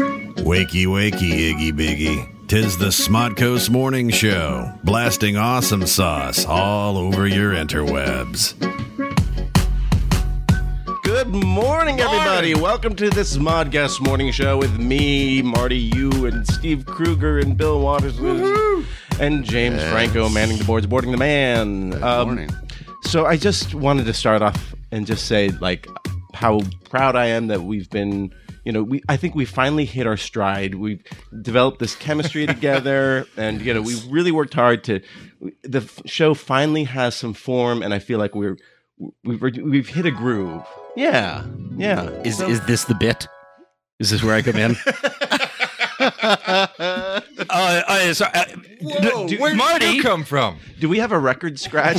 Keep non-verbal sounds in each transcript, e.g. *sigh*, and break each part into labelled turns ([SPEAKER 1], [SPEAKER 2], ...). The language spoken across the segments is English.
[SPEAKER 1] Wakey, wakey, Iggy Biggy. Tis the Smodcoast Morning Show, blasting awesome sauce all over your interwebs.
[SPEAKER 2] Good morning, everybody. Welcome to this Modcast Morning Show with me, Marty, you, and Steve Kruger, and Bill Watterson, and James Franco manning the boards, boarding the man. Um, Good
[SPEAKER 3] morning.
[SPEAKER 2] So I just wanted to start off and just say, like, how proud I am that we've been. You know, we I think we finally hit our stride. We've developed this
[SPEAKER 4] *laughs*
[SPEAKER 2] chemistry together, and you know, we really worked hard to. The f- show finally has some form, and I feel like we're we've we've hit a groove. Yeah, yeah.
[SPEAKER 4] Is is this the bit? Is this where I come in? uh, uh, sorry, uh,
[SPEAKER 5] Whoa,
[SPEAKER 4] d- d-
[SPEAKER 5] where did
[SPEAKER 4] Marty,
[SPEAKER 5] Oh, you
[SPEAKER 3] *laughs*
[SPEAKER 5] come from?
[SPEAKER 2] Do we have a record
[SPEAKER 4] *laughs*
[SPEAKER 2] scratch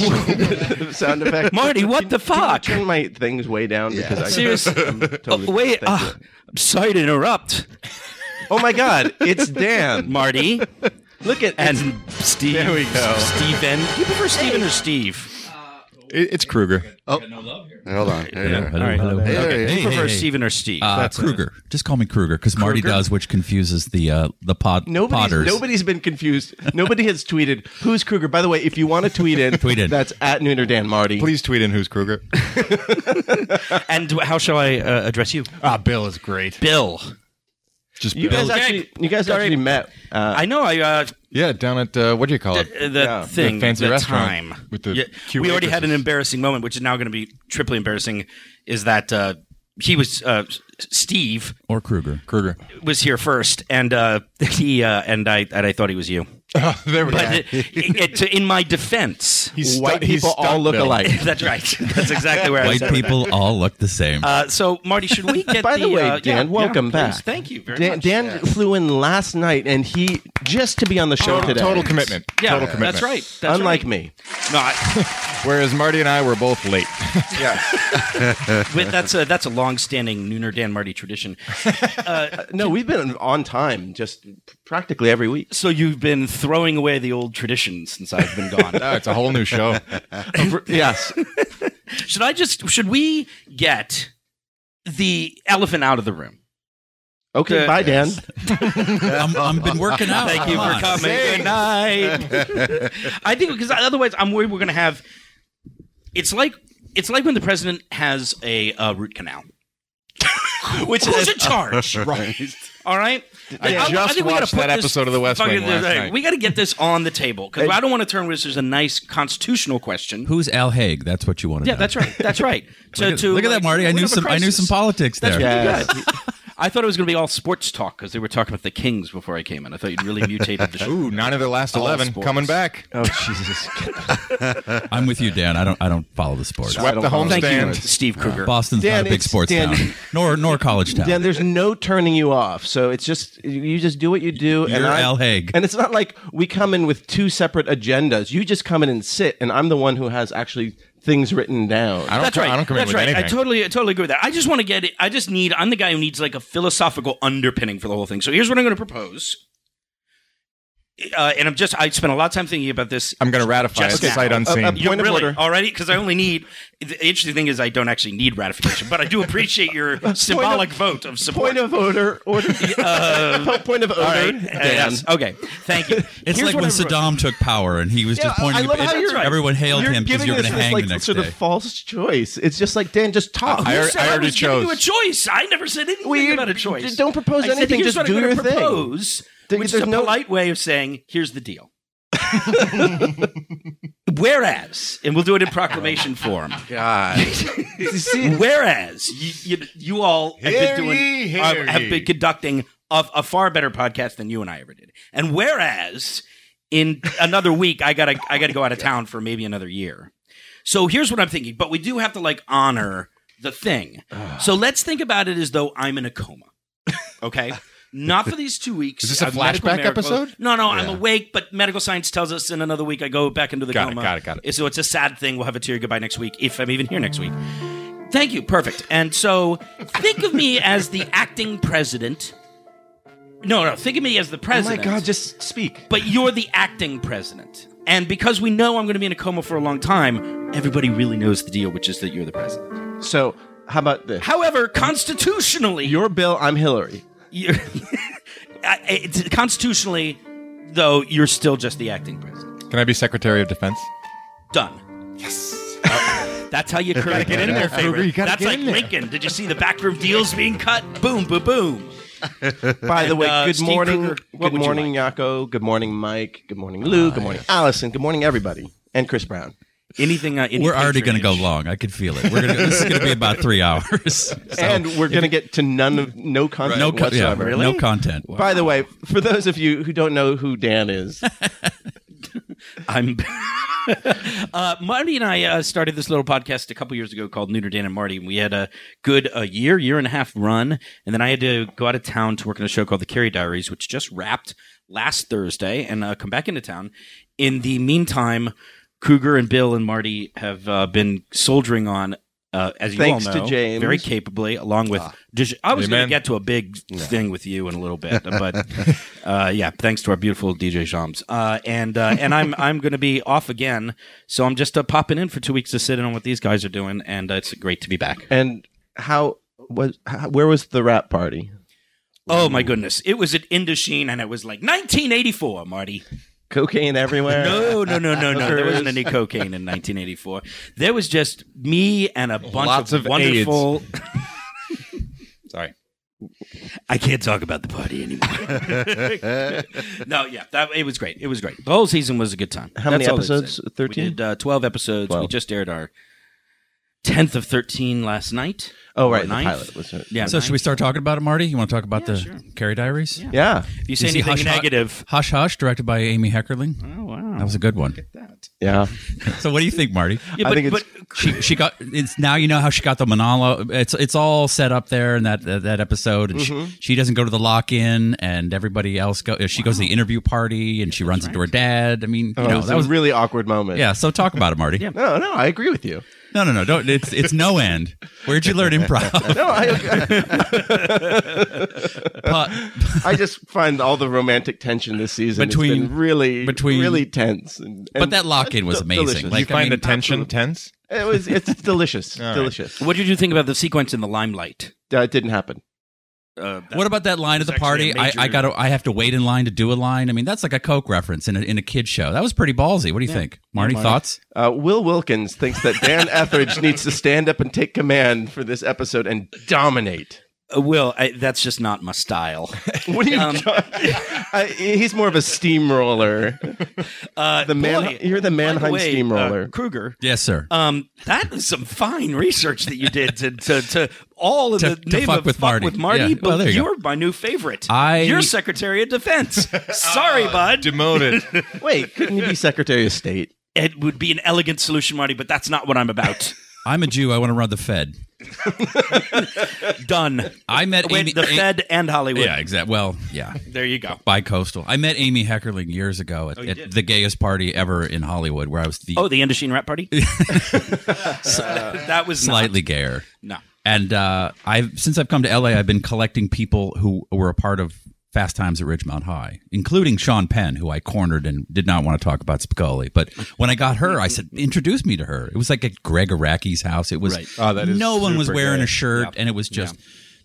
[SPEAKER 2] sound effect?
[SPEAKER 4] Marty, what the
[SPEAKER 2] Can you
[SPEAKER 4] fuck?
[SPEAKER 2] turn my things way down because I
[SPEAKER 4] Seriously?
[SPEAKER 2] I'm totally,
[SPEAKER 4] Oh, wait,
[SPEAKER 2] thank
[SPEAKER 4] uh,
[SPEAKER 2] you.
[SPEAKER 4] I'm sorry to interrupt,
[SPEAKER 2] Oh my God, it's Dan.
[SPEAKER 4] *laughs* Marty
[SPEAKER 2] Look at
[SPEAKER 4] and
[SPEAKER 2] it's-
[SPEAKER 4] Steve.
[SPEAKER 2] There we go.
[SPEAKER 4] Steven. Do you prefer Steven or Steve?
[SPEAKER 5] it's Kruger.
[SPEAKER 3] Hold on. Here you are. Hey,
[SPEAKER 4] Do you
[SPEAKER 5] Hey, hey,
[SPEAKER 4] prefer
[SPEAKER 5] hey.
[SPEAKER 4] Steven or Steve?
[SPEAKER 6] Uh, Kruger. Just call me Kruger because Marty
[SPEAKER 2] Kruger?
[SPEAKER 6] does, which confuses the uh, the pod
[SPEAKER 2] Nobody's,
[SPEAKER 6] potters.
[SPEAKER 2] nobody's been confused. Nobody has tweeted who's Kruger. By the way, if you want to tweet in,
[SPEAKER 6] *laughs* Tweet in.
[SPEAKER 2] That's at Nooner Dan Marty.
[SPEAKER 3] Please tweet in who's Kruger.
[SPEAKER 4] and how shall I uh, address you?
[SPEAKER 7] Ah, Bill is great.
[SPEAKER 4] Bill.
[SPEAKER 3] Just
[SPEAKER 2] You guys
[SPEAKER 4] Okay.
[SPEAKER 2] actually, you guys
[SPEAKER 4] Sorry.
[SPEAKER 2] actually met. Uh,
[SPEAKER 4] I know. I uh,
[SPEAKER 3] yeah, down at uh, what do you call it?
[SPEAKER 4] the
[SPEAKER 2] Yeah.
[SPEAKER 4] thing,
[SPEAKER 3] The fancy
[SPEAKER 4] the
[SPEAKER 3] restaurant
[SPEAKER 4] time.
[SPEAKER 3] with the cute
[SPEAKER 4] we already had an
[SPEAKER 3] waitresses.
[SPEAKER 4] embarrassing moment, which is now going to be triply embarrassing. Is that uh, he was uh, S- Steve
[SPEAKER 6] or Kruger.
[SPEAKER 3] Kruger.
[SPEAKER 4] was here first, and uh, he uh, and I and I thought he was you.
[SPEAKER 3] *laughs* there we
[SPEAKER 4] But uh, it, it, in my defense,
[SPEAKER 3] He's
[SPEAKER 2] white
[SPEAKER 3] stuck- he's
[SPEAKER 2] people all
[SPEAKER 3] stuck,
[SPEAKER 2] look
[SPEAKER 3] Bill.
[SPEAKER 2] alike.
[SPEAKER 3] *laughs*
[SPEAKER 4] that's right. *laughs* That's exactly where I was.
[SPEAKER 6] White
[SPEAKER 4] at.
[SPEAKER 6] people all look the same.
[SPEAKER 4] Uh, so Marty, should
[SPEAKER 2] *laughs*
[SPEAKER 4] we get
[SPEAKER 2] By the way,
[SPEAKER 4] uh, yeah,
[SPEAKER 2] Dan,
[SPEAKER 4] yeah,
[SPEAKER 2] welcome
[SPEAKER 4] please.
[SPEAKER 2] back.
[SPEAKER 4] Thank you very
[SPEAKER 2] Dan,
[SPEAKER 4] much.
[SPEAKER 2] Dan flew in last night, and he just to be on the show
[SPEAKER 3] Total,
[SPEAKER 2] today.
[SPEAKER 3] Oh, total commitment.
[SPEAKER 4] yeah,
[SPEAKER 3] total commitment.
[SPEAKER 4] that's right. That's
[SPEAKER 2] Unlike
[SPEAKER 4] right.
[SPEAKER 2] me,
[SPEAKER 4] no, I-
[SPEAKER 3] Whereas Marty and I were both late.
[SPEAKER 4] but that's a that's a long-standing Nooner Dan Marty tradition.
[SPEAKER 2] Uh, no, we've been on time just practically
[SPEAKER 3] *laughs*
[SPEAKER 2] every week.
[SPEAKER 4] So you've been throwing away the old tradition since I've been gone.
[SPEAKER 2] *laughs*
[SPEAKER 3] Oh, it's a whole new show.
[SPEAKER 2] yes,
[SPEAKER 4] Should I just should we get the elephant out of the room?
[SPEAKER 2] Okay,
[SPEAKER 4] Uh,
[SPEAKER 3] *laughs*
[SPEAKER 2] bye, Dan.
[SPEAKER 6] I'm, I've been working out.
[SPEAKER 4] Thank you
[SPEAKER 6] Come
[SPEAKER 4] for
[SPEAKER 6] on.
[SPEAKER 4] coming. Good night. I think because otherwise I'm worried we're going to have. It's like it's like when the president has a uh, root canal. Which Who's in charge? *laughs* right. All right.
[SPEAKER 3] I just
[SPEAKER 4] we gotta
[SPEAKER 3] watched
[SPEAKER 4] put
[SPEAKER 3] that
[SPEAKER 4] this
[SPEAKER 3] episode of The West
[SPEAKER 4] fucking-
[SPEAKER 3] Wing last night.
[SPEAKER 4] We got to get this on the table because I don't want to turn this as a nice constitutional question.
[SPEAKER 6] Who's Al Haig? That's what you want to
[SPEAKER 4] Yeah,
[SPEAKER 6] know.
[SPEAKER 4] that's right. That's right. To,
[SPEAKER 6] Look at,
[SPEAKER 4] to,
[SPEAKER 6] look at
[SPEAKER 4] like,
[SPEAKER 6] that, Marty. I
[SPEAKER 4] we
[SPEAKER 6] knew
[SPEAKER 4] have a
[SPEAKER 6] some. I knew some
[SPEAKER 4] crisis.
[SPEAKER 6] politics
[SPEAKER 4] That's
[SPEAKER 6] there.
[SPEAKER 4] right.
[SPEAKER 2] Yes.
[SPEAKER 4] I thought it was going to be all sports talk because they were talking about the Kings before I came in. I thought you'd really mutated the show.
[SPEAKER 3] Ooh, nine of their last
[SPEAKER 4] All
[SPEAKER 3] eleven
[SPEAKER 4] sports.
[SPEAKER 3] coming back.
[SPEAKER 2] oh Jesus.
[SPEAKER 6] I'm with you, Dan. I don't. I don't follow the sports.
[SPEAKER 3] Swept the
[SPEAKER 4] Thank you,
[SPEAKER 3] homestand.
[SPEAKER 4] Steve Kruger.
[SPEAKER 6] Boston's
[SPEAKER 2] Dan,
[SPEAKER 6] not a big
[SPEAKER 2] it's-
[SPEAKER 6] sports
[SPEAKER 2] Dan-
[SPEAKER 6] town, nor nor college town.
[SPEAKER 2] Dan, there's no turning you off. So it's just you just do what you do. and
[SPEAKER 6] You're
[SPEAKER 2] I,
[SPEAKER 6] Al Haig.
[SPEAKER 2] And it's not like we come in with two separate agendas. You just come in and sit, and I'm the one who has actually things written down.
[SPEAKER 3] I don't.
[SPEAKER 4] That's
[SPEAKER 3] co-
[SPEAKER 4] right.
[SPEAKER 3] I don't commit
[SPEAKER 4] That's
[SPEAKER 3] with
[SPEAKER 4] right.
[SPEAKER 3] anything.
[SPEAKER 4] I totally, I totally agree with that. I just want to get it. I just need. I'm the guy who needs like a philosophical underpinning for the whole thing. So here's what I'm going to propose. Uh, and I'm just. I spent a lot of time thinking about this.
[SPEAKER 3] I'm going to ratify it.
[SPEAKER 4] Just now.
[SPEAKER 3] Sight unseen.
[SPEAKER 2] Uh, uh,
[SPEAKER 4] You
[SPEAKER 2] Point of
[SPEAKER 4] really
[SPEAKER 2] order.
[SPEAKER 4] already because I only need. The interesting thing is I don't actually need ratification, but I do
[SPEAKER 2] *laughs*
[SPEAKER 4] appreciate your symbolic vote of support.
[SPEAKER 2] Point of order. Order. Po- *laughs* point of order.
[SPEAKER 4] All right.
[SPEAKER 2] Dan.
[SPEAKER 4] Uh, yes. Okay. Thank you.
[SPEAKER 6] It's like when Saddam took power and he was just pointing.
[SPEAKER 2] I love
[SPEAKER 6] it-
[SPEAKER 2] how you're,
[SPEAKER 6] everyone hailed
[SPEAKER 2] you're
[SPEAKER 6] him because
[SPEAKER 2] giving
[SPEAKER 6] you're going
[SPEAKER 2] this
[SPEAKER 6] to
[SPEAKER 2] this,
[SPEAKER 6] hang
[SPEAKER 2] like,
[SPEAKER 6] the next
[SPEAKER 2] sort
[SPEAKER 6] day.
[SPEAKER 2] of false choice. It's just like Dan, just talk.
[SPEAKER 3] I-
[SPEAKER 4] You
[SPEAKER 3] already-
[SPEAKER 4] said I,
[SPEAKER 3] already
[SPEAKER 4] was giving you a
[SPEAKER 3] chose.
[SPEAKER 4] choice. I never said anything
[SPEAKER 2] Well, you-
[SPEAKER 4] about a choice.
[SPEAKER 2] don't propose
[SPEAKER 4] I said,
[SPEAKER 2] anything,
[SPEAKER 4] here's
[SPEAKER 2] just
[SPEAKER 4] what I'm
[SPEAKER 2] do
[SPEAKER 4] gonna
[SPEAKER 2] your thing.
[SPEAKER 4] propose,
[SPEAKER 2] There-
[SPEAKER 4] which is
[SPEAKER 2] there's
[SPEAKER 4] a
[SPEAKER 2] no-
[SPEAKER 4] polite way of saying, "Here's the deal." *laughs* Whereas, and we'll do it in
[SPEAKER 3] *laughs*
[SPEAKER 4] proclamation form. *laughs*
[SPEAKER 2] You see,
[SPEAKER 4] Whereas you, you, you all have
[SPEAKER 3] Hear
[SPEAKER 4] been doing,
[SPEAKER 3] ye, hear
[SPEAKER 4] uh, have
[SPEAKER 3] ye.
[SPEAKER 4] been conducting a, a far better podcast than you and I ever did, and whereas in another week I gotta I gotta go out of town for maybe another year. So here's what I'm thinking, but we do have to like honor the thing. so let's think about it as though I'm in a coma. Okay. Not for these two weeks.
[SPEAKER 3] Is this a
[SPEAKER 4] of medical
[SPEAKER 3] flashback
[SPEAKER 4] miracles.
[SPEAKER 3] episode?
[SPEAKER 4] No, no, I'm awake, but medical science tells us in another week I go back into the
[SPEAKER 3] Got it,
[SPEAKER 4] coma.
[SPEAKER 3] got it, got it.
[SPEAKER 4] So it's a sad thing. We'll have a tear goodbye next week if I'm even here next week. Thank you. Perfect. And so think of me as the acting president. No, no, think of me as the
[SPEAKER 2] oh my
[SPEAKER 4] president.
[SPEAKER 2] God, just speak.
[SPEAKER 4] But you're the acting president. And because we know I'm going to be in a coma for a long time, everybody really knows the deal, which is that you're the president.
[SPEAKER 2] So, how about this?
[SPEAKER 4] However, constitutionally,
[SPEAKER 2] You're Bill, I'm Hillary.
[SPEAKER 4] you're, *laughs* I, it's, constitutionally, though, you're still just the acting president.
[SPEAKER 5] Can I be Secretary of Defense?
[SPEAKER 4] Done. Yes. that's how *laughs* you gotta
[SPEAKER 3] get in there, Faber. You gotta
[SPEAKER 4] That's
[SPEAKER 3] get
[SPEAKER 4] like
[SPEAKER 3] in there.
[SPEAKER 4] Lincoln. Did you see the backroom deals being cut? Boom, boom, boom.
[SPEAKER 2] By the way,
[SPEAKER 4] uh,
[SPEAKER 2] good
[SPEAKER 4] Steve
[SPEAKER 2] morning,
[SPEAKER 4] Kruger, what
[SPEAKER 2] good
[SPEAKER 4] would you
[SPEAKER 2] morning, Yako. Good morning, Mike. Good morning, Lou. Good morning, Allison. Good morning, everybody, and Chris Brown.
[SPEAKER 4] Anything? Uh, any
[SPEAKER 6] We're already going
[SPEAKER 4] patronage.
[SPEAKER 6] to go long. I could feel it. We're gonna, this is going to be
[SPEAKER 4] *laughs*
[SPEAKER 6] about three hours. So,
[SPEAKER 2] and we're gonna get to none of no content
[SPEAKER 6] *laughs* no, co- yeah,
[SPEAKER 2] whatsoever.
[SPEAKER 6] no content.
[SPEAKER 2] By the way, for those of you who don't know who Dan
[SPEAKER 6] *laughs*
[SPEAKER 2] is,
[SPEAKER 4] I'm. *laughs* uh, Marty and I uh, started this little podcast a couple years ago called Neuter Dan and Marty, and we had a good a year, year and a half run, and then I had to go out of town to work on a show called The Carrie Diaries, which just wrapped last Thursday, and uh, come back into town. In the meantime, Cougar and Bill and Marty have uh, been soldiering on. Uh, as you
[SPEAKER 2] Thanks
[SPEAKER 4] all
[SPEAKER 2] to
[SPEAKER 4] know,
[SPEAKER 2] James.
[SPEAKER 4] very capably, along with Dij- I was going
[SPEAKER 5] Amen.
[SPEAKER 4] to get to a big thing with you in a little bit, but uh, yeah, thanks to our beautiful DJ Shams, uh, and uh, and I'm I'm going to be off again, so I'm just uh, popping in for two weeks to sit in on what these guys are doing, and uh, it's great to be back.
[SPEAKER 2] and how was how, where was the rap party?
[SPEAKER 4] Oh my goodness, it was at Indochine, and it was like 1984, Marty.
[SPEAKER 2] Cocaine everywhere.
[SPEAKER 4] No, no, no, no, no. There
[SPEAKER 2] Hookers.
[SPEAKER 4] wasn't any cocaine in 1984. There was just me and a bunch
[SPEAKER 5] Lots
[SPEAKER 4] of,
[SPEAKER 5] of
[SPEAKER 4] wonderful.
[SPEAKER 2] *laughs*
[SPEAKER 5] Sorry.
[SPEAKER 4] I can't talk about the party anymore. *laughs* no, yeah, that, it was great. It was great. The whole season was a good time.
[SPEAKER 2] How many
[SPEAKER 4] all I'd say.
[SPEAKER 2] episodes? 13?
[SPEAKER 4] We did uh, twelve episodes. We
[SPEAKER 2] 12.
[SPEAKER 4] just aired our tenth of thirteen last night.
[SPEAKER 2] Oh
[SPEAKER 4] Or
[SPEAKER 2] right, the
[SPEAKER 4] ninth.
[SPEAKER 2] pilot was it?
[SPEAKER 4] Yeah.
[SPEAKER 6] So should we start talking about it, Marty? You want to talk about
[SPEAKER 4] Yeah,
[SPEAKER 6] the
[SPEAKER 4] sure.
[SPEAKER 6] Carrie Diaries?
[SPEAKER 4] Yeah.
[SPEAKER 2] Yeah.
[SPEAKER 4] If you
[SPEAKER 6] You
[SPEAKER 4] say
[SPEAKER 6] see
[SPEAKER 4] anything
[SPEAKER 6] Hush Hush?
[SPEAKER 4] negative,
[SPEAKER 6] Hush Hush, directed by Amy Heckerling.
[SPEAKER 4] oh wow,
[SPEAKER 6] That was a good one.
[SPEAKER 2] Yeah.
[SPEAKER 6] So what do you think, Marty?
[SPEAKER 4] *laughs*
[SPEAKER 2] I
[SPEAKER 4] yeah, but,
[SPEAKER 2] think it's-
[SPEAKER 4] but
[SPEAKER 6] She she got it's now you know how she got the Manalo. It's it's all set up there in that that, that episode. And
[SPEAKER 4] Mm-hmm.
[SPEAKER 6] she, she doesn't go to the lock in, and everybody else go. She goes to the interview party, and she runs into her dad. I mean, you
[SPEAKER 2] Oh,
[SPEAKER 6] know,
[SPEAKER 2] it was
[SPEAKER 6] that was
[SPEAKER 2] a really awkward moment.
[SPEAKER 6] yeah. So talk about it, Marty.
[SPEAKER 2] No, no, I agree with you.
[SPEAKER 6] No, no, no. Don't. It's it's no end. Where'd you learn improv?
[SPEAKER 2] *laughs* No, I,
[SPEAKER 6] *laughs* But-
[SPEAKER 2] I
[SPEAKER 6] *laughs*
[SPEAKER 2] just find all the romantic tension this season has
[SPEAKER 6] Between-
[SPEAKER 2] been really,
[SPEAKER 6] between-
[SPEAKER 2] really tense. And,
[SPEAKER 6] but
[SPEAKER 2] and
[SPEAKER 6] that lock in was
[SPEAKER 2] Del-
[SPEAKER 6] amazing.
[SPEAKER 2] delicious.
[SPEAKER 5] Do you
[SPEAKER 6] Like, I
[SPEAKER 5] find
[SPEAKER 6] mean,
[SPEAKER 5] the tension tense?
[SPEAKER 2] it was, *laughs* it's delicious,
[SPEAKER 5] All right.
[SPEAKER 2] delicious.
[SPEAKER 4] what did you think about the sequence in the limelight?
[SPEAKER 2] That didn't happen.
[SPEAKER 4] Uh, that-
[SPEAKER 6] What about that line at
[SPEAKER 4] It's
[SPEAKER 6] the
[SPEAKER 4] actually
[SPEAKER 6] party?
[SPEAKER 4] a
[SPEAKER 6] I, I
[SPEAKER 4] major-
[SPEAKER 6] got. I have to wait in line to do a line. I mean, that's like a Coke reference in a, in a kid show. That was pretty ballsy. What do you think, Marty? Thoughts?
[SPEAKER 2] Uh, Will Wilkins thinks that *laughs* Dan Etheridge needs to stand up and take command for this episode and dominate.
[SPEAKER 4] Uh, Will, I, that's just not
[SPEAKER 2] *laughs*
[SPEAKER 4] my style.
[SPEAKER 2] What do you?
[SPEAKER 4] Um,
[SPEAKER 2] *laughs* I, he's more of a *laughs* steamroller.
[SPEAKER 4] Uh,
[SPEAKER 2] The man,
[SPEAKER 4] boy,
[SPEAKER 2] you're the
[SPEAKER 4] by the
[SPEAKER 2] Mannheim
[SPEAKER 4] way,
[SPEAKER 2] steamroller. *laughs*
[SPEAKER 4] uh, Kruger.
[SPEAKER 6] Yes, sir.
[SPEAKER 4] Um, that is some fine research that you did to to, to all in
[SPEAKER 6] To-
[SPEAKER 4] the
[SPEAKER 6] to
[SPEAKER 4] name
[SPEAKER 6] fuck
[SPEAKER 4] of
[SPEAKER 6] with
[SPEAKER 4] fuck
[SPEAKER 6] Marty.
[SPEAKER 4] with Marty.
[SPEAKER 6] Yeah.
[SPEAKER 4] But
[SPEAKER 6] Well, there you go.
[SPEAKER 4] are my new favorite.
[SPEAKER 6] I-
[SPEAKER 4] you're Secretary of
[SPEAKER 2] *laughs*
[SPEAKER 4] Defense. Sorry,
[SPEAKER 2] Uh,
[SPEAKER 4] bud.
[SPEAKER 5] Demoted.
[SPEAKER 2] Wait, couldn't he be Secretary of *laughs* State?
[SPEAKER 4] it would be an elegant solution, Marty, but that's not what
[SPEAKER 2] *laughs*
[SPEAKER 4] I'm about.
[SPEAKER 6] I'm a Jew. I want to run the Fed.
[SPEAKER 4] Done.
[SPEAKER 6] I met Amy.
[SPEAKER 4] Wait, the
[SPEAKER 6] A-
[SPEAKER 4] Fed and Hollywood.
[SPEAKER 6] yeah, exactly. Well, yeah.
[SPEAKER 4] There you go.
[SPEAKER 6] Bi-coastal. I met Amy Heckerling years ago at, at the gayest party ever in Hollywood, where I was the
[SPEAKER 4] Oh, the Indochine Rat
[SPEAKER 6] *laughs*
[SPEAKER 4] Party? So, that was not-
[SPEAKER 6] Uh, slightly gayer.
[SPEAKER 4] No.
[SPEAKER 6] And uh, I've since I've come to LA, I've been collecting people who were a part of Fast Times at Ridgemont High, including Sean Penn, who I cornered and did not want to talk about Spicoli. But when I got her, I said, "Introduce me to her." It was like at Greg Araki's house. It was
[SPEAKER 4] Right.
[SPEAKER 5] Oh, that is
[SPEAKER 6] no one was
[SPEAKER 5] super
[SPEAKER 6] wearing
[SPEAKER 5] gay.
[SPEAKER 6] a shirt, and it was just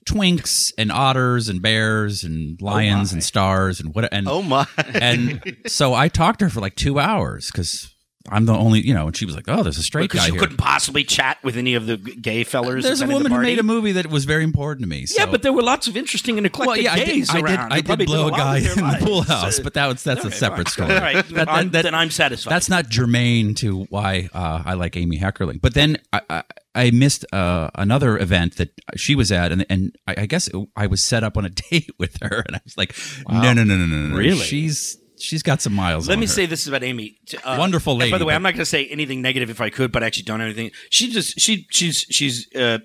[SPEAKER 6] twinks and otters and bears and
[SPEAKER 5] Oh
[SPEAKER 6] lions and stars and what and
[SPEAKER 2] my!
[SPEAKER 6] and so I talked to her for like two hours because. I'm the only, you know, and she was like, "Oh, there's a straight
[SPEAKER 4] Because
[SPEAKER 6] guy
[SPEAKER 4] you
[SPEAKER 6] here." Uh,
[SPEAKER 4] couldn't possibly chat with any of the g- gay fellers.
[SPEAKER 6] There's a
[SPEAKER 4] that attended the
[SPEAKER 6] woman who
[SPEAKER 4] party.
[SPEAKER 6] made a movie that was very important to me. So.
[SPEAKER 4] Yeah, but there were lots of interesting and eclectic
[SPEAKER 6] well, yeah, I
[SPEAKER 4] gays
[SPEAKER 6] did, I did,
[SPEAKER 4] around.
[SPEAKER 6] I
[SPEAKER 4] who
[SPEAKER 6] did
[SPEAKER 4] probably
[SPEAKER 6] blow
[SPEAKER 4] a
[SPEAKER 6] a
[SPEAKER 4] lot
[SPEAKER 6] guy
[SPEAKER 4] with their
[SPEAKER 6] in the
[SPEAKER 4] lives.
[SPEAKER 6] pool house,
[SPEAKER 4] So-
[SPEAKER 6] but that was that's a
[SPEAKER 4] Okay,
[SPEAKER 6] separate
[SPEAKER 4] fine.
[SPEAKER 6] story.
[SPEAKER 4] All right.
[SPEAKER 6] That-
[SPEAKER 4] I'm-
[SPEAKER 6] that-
[SPEAKER 4] then I'm satisfied.
[SPEAKER 6] That's not germane to why uh, I like Amy Heckerling. But then I, I, I missed uh, another event that she was at, and and I, I guess I was set up on a *laughs* date with her, and I was like, no, no, no, no, no, no,
[SPEAKER 4] Really?
[SPEAKER 6] she's she's got some miles.
[SPEAKER 4] Let
[SPEAKER 6] on
[SPEAKER 4] me
[SPEAKER 6] her.
[SPEAKER 4] say this about Amy. T- uh,
[SPEAKER 6] Wonderful
[SPEAKER 4] and By
[SPEAKER 6] lady,
[SPEAKER 4] the way,
[SPEAKER 6] but-
[SPEAKER 4] I'm not going to say anything negative if I could, but I actually don't have anything. She just she she's she's uh